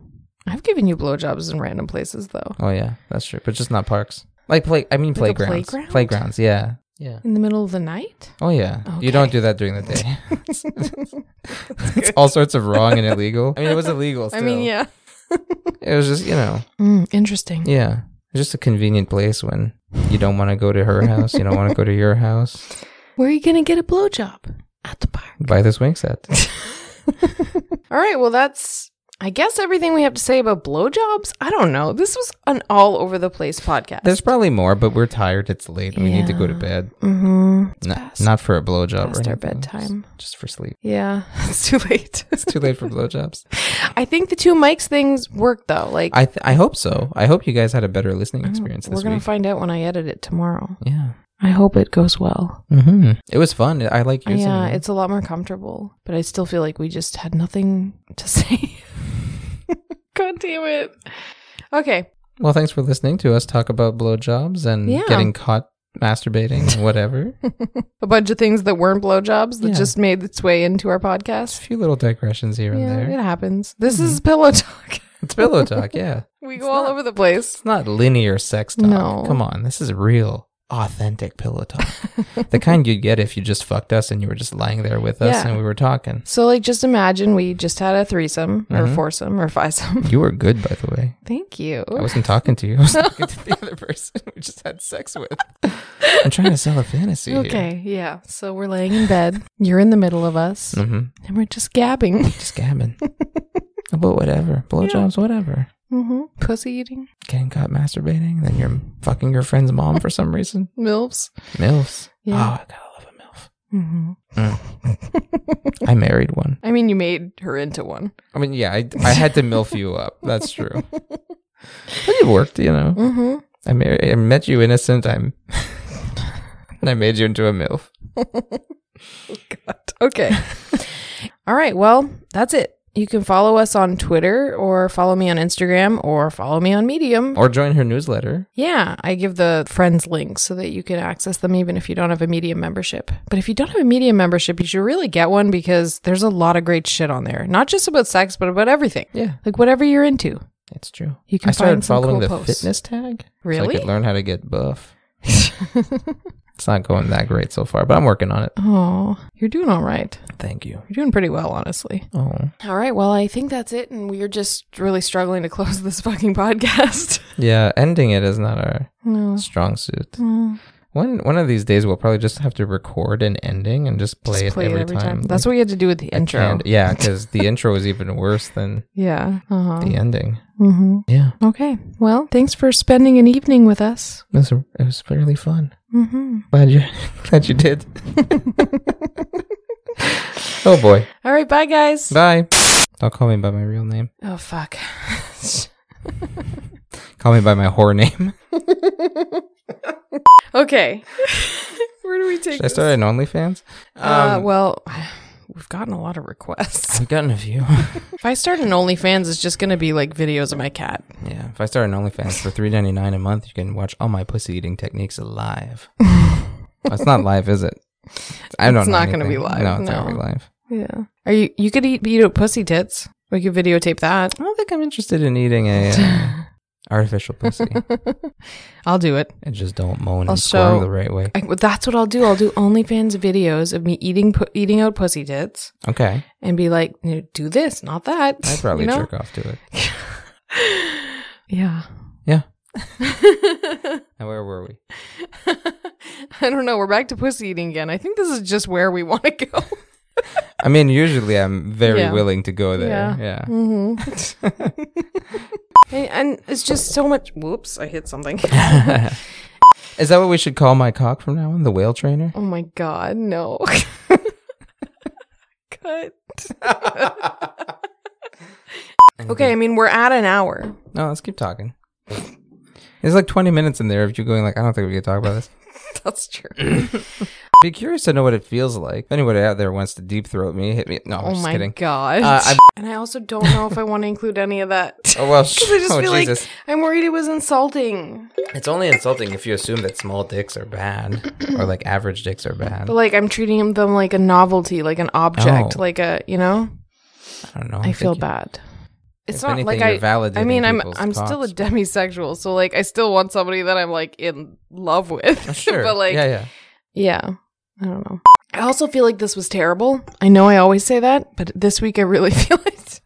Speaker 2: I've given you blowjobs in random places though.
Speaker 1: Oh yeah, that's true, but just not parks. Like play, I mean
Speaker 2: Like a
Speaker 1: playgrounds.
Speaker 2: playground?
Speaker 1: Playgrounds, yeah, yeah.
Speaker 2: In the middle of the night?
Speaker 1: Oh yeah, you don't
Speaker 2: Okay.
Speaker 1: do that during the day.
Speaker 2: <laughs>
Speaker 1: it's all sorts of wrong and illegal. I mean, it was illegal.
Speaker 2: I mean,
Speaker 1: still.
Speaker 2: yeah.
Speaker 1: It was just you know,
Speaker 2: Mm, interesting.
Speaker 1: yeah, just a convenient place when you don't want to go to her house, you don't want to go to your house.
Speaker 2: Where are you going to get a blowjob? At the park.
Speaker 1: Buy this wing set.
Speaker 2: All right. Well, that's, I guess, everything we have to say about blowjobs. I don't know. This was an all over the place podcast.
Speaker 1: There's probably more, but we're tired. It's late. and We need to go to
Speaker 2: Yeah.
Speaker 1: bed.
Speaker 2: mm-hmm.
Speaker 1: N-
Speaker 2: past-
Speaker 1: not for a blowjob. or
Speaker 2: past
Speaker 1: anything,
Speaker 2: our
Speaker 1: just-
Speaker 2: bedtime.
Speaker 1: Just for sleep.
Speaker 2: Yeah. <laughs> It's too late. <laughs>
Speaker 1: It's too late for blowjobs.
Speaker 2: I think the two mics things work, though. Like,
Speaker 1: I th- I hope so. I hope you guys had a better listening experience
Speaker 2: Mm, we're
Speaker 1: this
Speaker 2: going
Speaker 1: week.
Speaker 2: to find out when I edit it tomorrow.
Speaker 1: yeah.
Speaker 2: I hope it goes well.
Speaker 1: hmm It was fun. I like using
Speaker 2: yeah.
Speaker 1: it.
Speaker 2: It's a lot more comfortable, but I still feel like we just had nothing to <laughs> say. God damn it. Okay.
Speaker 1: Well, thanks for listening to us talk about blowjobs and
Speaker 2: Yeah.
Speaker 1: getting caught masturbating and
Speaker 2: <laughs>
Speaker 1: whatever. a
Speaker 2: a bunch of things that weren't blowjobs that
Speaker 1: Yeah.
Speaker 2: just made its way into our podcast.
Speaker 1: few little digressions here and
Speaker 2: Yeah,
Speaker 1: there.
Speaker 2: it happens. This is pillow talk. <laughs>
Speaker 1: It's pillow talk, yeah.
Speaker 2: We go all over the place.
Speaker 1: It's not linear sex talk.
Speaker 2: No.
Speaker 1: Come on, this is real, authentic pillow
Speaker 2: <laughs>
Speaker 1: talk. the kind you'd get if you just fucked us and you were just lying there with us
Speaker 2: Yeah.
Speaker 1: and we were talking.
Speaker 2: So, like, just imagine we just had a threesome
Speaker 1: Mm-hmm.
Speaker 2: or foursome or <laughs> fivesome.
Speaker 1: You were good, by the way.
Speaker 2: Thank you.
Speaker 1: I wasn't talking to you. <laughs> I was talking to the other person we just had sex with. I'm trying to sell a fantasy.
Speaker 2: Okay, yeah. So we're laying in bed. You're in the middle of us,
Speaker 1: Here. hmm
Speaker 2: and we're just gabbing.
Speaker 1: Just <laughs> gabbing. about whatever. Blowjobs, whatever.
Speaker 2: hmm Pussy eating,
Speaker 1: getting caught masturbating, then you're fucking your friend's mom for some reason.
Speaker 2: milfs.
Speaker 1: <laughs> MILFs.
Speaker 2: Yeah.
Speaker 1: Oh, I gotta love a MILF.
Speaker 2: hmm
Speaker 1: I married one.
Speaker 2: I mean, you made her into one.
Speaker 1: I mean, yeah, I, I had to MILF you up. That's true. <laughs> But it worked, you know.
Speaker 2: Mm-hmm.
Speaker 1: I, mar- I met you innocent. I'm. <laughs> and I made you into a MILF.
Speaker 2: God. Okay. All right. Well, that's it. You can follow us on Twitter or follow me on Instagram or follow me on Medium.
Speaker 1: Or join her newsletter.
Speaker 2: Yeah, I give the friends links so that you can access them even if you don't have a Medium membership. But if you don't have a Medium membership, you should really get one because there's a lot of great shit on there. Not just about sex, but about everything.
Speaker 1: Yeah,
Speaker 2: Like whatever you're into. <laughs>
Speaker 1: it's true.
Speaker 2: You can
Speaker 1: I started
Speaker 2: find some
Speaker 1: following
Speaker 2: cool
Speaker 1: the
Speaker 2: posts.
Speaker 1: fitness tag. So I
Speaker 2: Really?
Speaker 1: could learn how to get buff. it's not going that great so far, but I'm working on it.
Speaker 2: Oh, you're doing all right.
Speaker 1: Thank you.
Speaker 2: You're doing pretty well, honestly.
Speaker 1: Oh.
Speaker 2: All right. Well, I think that's it. And we're just really struggling to close <laughs> this fucking podcast.
Speaker 1: Yeah, ending it is not our
Speaker 2: no.
Speaker 1: strong suit.
Speaker 2: Mm.
Speaker 1: One one of these days we'll probably just have to record an ending and just play,
Speaker 2: Just
Speaker 1: it, every time.
Speaker 2: That's what we had to do with the intro.
Speaker 1: And- yeah, because
Speaker 2: <laughs>
Speaker 1: the intro is even worse than
Speaker 2: yeah. Uh-huh.
Speaker 1: the ending.
Speaker 2: Mm-hmm.
Speaker 1: Yeah,
Speaker 2: Okay. Well, thanks for spending an evening with us.
Speaker 1: it was, it was really fun.
Speaker 2: Mm-hmm.
Speaker 1: Glad you <laughs> glad you
Speaker 2: <laughs>
Speaker 1: did. oh boy,
Speaker 2: All right. Bye, guys.
Speaker 1: bye. Don't call me by my real name.
Speaker 2: Oh, fuck. <laughs>
Speaker 1: Call me by my whore name.
Speaker 2: okay. <laughs> Where do we <laughs> take
Speaker 1: Should I start Um, an OnlyFans?
Speaker 2: this? uh, well, <sighs> we've gotten a lot of requests. <laughs>
Speaker 1: I've gotten a few. <laughs>
Speaker 2: if I start an OnlyFans, it's just going to be like videos of my cat.
Speaker 1: yeah, if I start an OnlyFans for three ninety nine a month, you can watch all my pussy eating techniques
Speaker 2: <laughs>
Speaker 1: live. That's not live, is it? I don't.
Speaker 2: It's
Speaker 1: know
Speaker 2: not gonna
Speaker 1: anything.
Speaker 2: be live,
Speaker 1: No, it's not gonna
Speaker 2: no.
Speaker 1: be live.
Speaker 2: Yeah. Are you? You could eat beat out pussy tits. We could videotape that.
Speaker 1: I don't think I'm interested in eating a
Speaker 2: <laughs>
Speaker 1: uh, artificial pussy.
Speaker 2: I'll do it.
Speaker 1: I just don't moan and
Speaker 2: I'll
Speaker 1: squirm
Speaker 2: show-
Speaker 1: the right way.
Speaker 2: I, well, that's what I'll do. I'll do OnlyFans videos of me eating pu- eating out pussy tits
Speaker 1: Okay,
Speaker 2: and be like, you know, do this, not that. <laughs>
Speaker 1: I probably
Speaker 2: you know?
Speaker 1: jerk off to it.
Speaker 2: Yeah. <laughs>
Speaker 1: Yeah.
Speaker 2: I
Speaker 1: Now, where were we?
Speaker 2: don't know. We're back to pussy eating again. I think this is just where we want to go.
Speaker 1: I mean, usually I'm very
Speaker 2: Yeah.
Speaker 1: willing to go there.
Speaker 2: Yeah.
Speaker 1: Yeah.
Speaker 2: <laughs> and, and it's just so much. Whoops! I hit
Speaker 1: <laughs>
Speaker 2: something. Mm-hmm.
Speaker 1: Is that what we should call my cock from now on? The whale trainer?
Speaker 2: oh my god! No. <laughs>
Speaker 1: <laughs>
Speaker 2: Cut. Okay. I mean, we're at an hour. <laughs>
Speaker 1: No, let's keep talking. There's like 20 minutes in there of you going like, I don't think we can talk about this.
Speaker 2: That's
Speaker 1: <clears throat>
Speaker 2: true.
Speaker 1: Be curious to know what it feels like. If anybody out there wants to deep throat me, hit me. No, I'm
Speaker 2: oh
Speaker 1: just
Speaker 2: my
Speaker 1: kidding.
Speaker 2: god.
Speaker 1: Uh, I'm-
Speaker 2: and I also don't know if I want to include any of that. <laughs>
Speaker 1: Oh well,
Speaker 2: 'Cause I just
Speaker 1: oh
Speaker 2: feel
Speaker 1: Jesus!
Speaker 2: like I'm worried it was insulting.
Speaker 1: It's only insulting if you assume that small dicks are bad or like average dicks are bad.
Speaker 2: But like I'm treating them like a novelty, like an object,
Speaker 1: Oh.
Speaker 2: like a you know.
Speaker 1: I don't know.
Speaker 2: I feel
Speaker 1: think you-
Speaker 2: bad. It's
Speaker 1: If
Speaker 2: not
Speaker 1: anything,
Speaker 2: like
Speaker 1: you're
Speaker 2: I.
Speaker 1: validating
Speaker 2: I mean, I'm
Speaker 1: people's
Speaker 2: I'm still a
Speaker 1: thoughts.
Speaker 2: demisexual, so like I still want somebody that I'm like in love with.
Speaker 1: Sure,
Speaker 2: <laughs> but like
Speaker 1: yeah, yeah.
Speaker 2: Yeah. I don't know. I also feel like this was terrible. I know I always say that, but this week I really <laughs> feel it.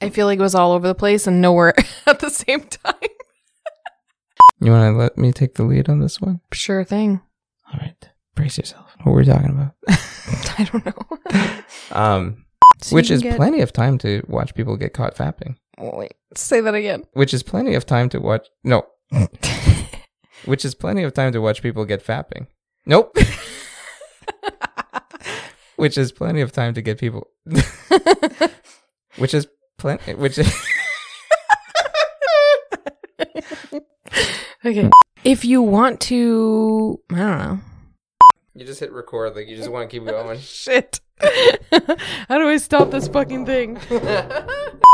Speaker 2: I feel like it was all over the place and nowhere <laughs> at the same time.
Speaker 1: You want to let me take the lead on this one?
Speaker 2: Sure thing.
Speaker 1: All right, brace yourself. What we're talking about,
Speaker 2: <laughs> I don't know.
Speaker 1: um,
Speaker 2: <laughs> So
Speaker 1: which
Speaker 2: you
Speaker 1: is
Speaker 2: get-
Speaker 1: plenty of time to watch people get caught fapping.
Speaker 2: Oh, Wait, say that <laughs> again.
Speaker 1: Which is plenty of time to watch. No, which is plenty of time to watch people get fapping. Nope. <laughs> which is plenty of time to get people. which is plenty. Which is.
Speaker 2: okay. If you want to, I don't know.
Speaker 1: You just hit record,
Speaker 2: <laughs>
Speaker 1: like you just want to keep going.
Speaker 2: Shit. How do I stop this fucking thing?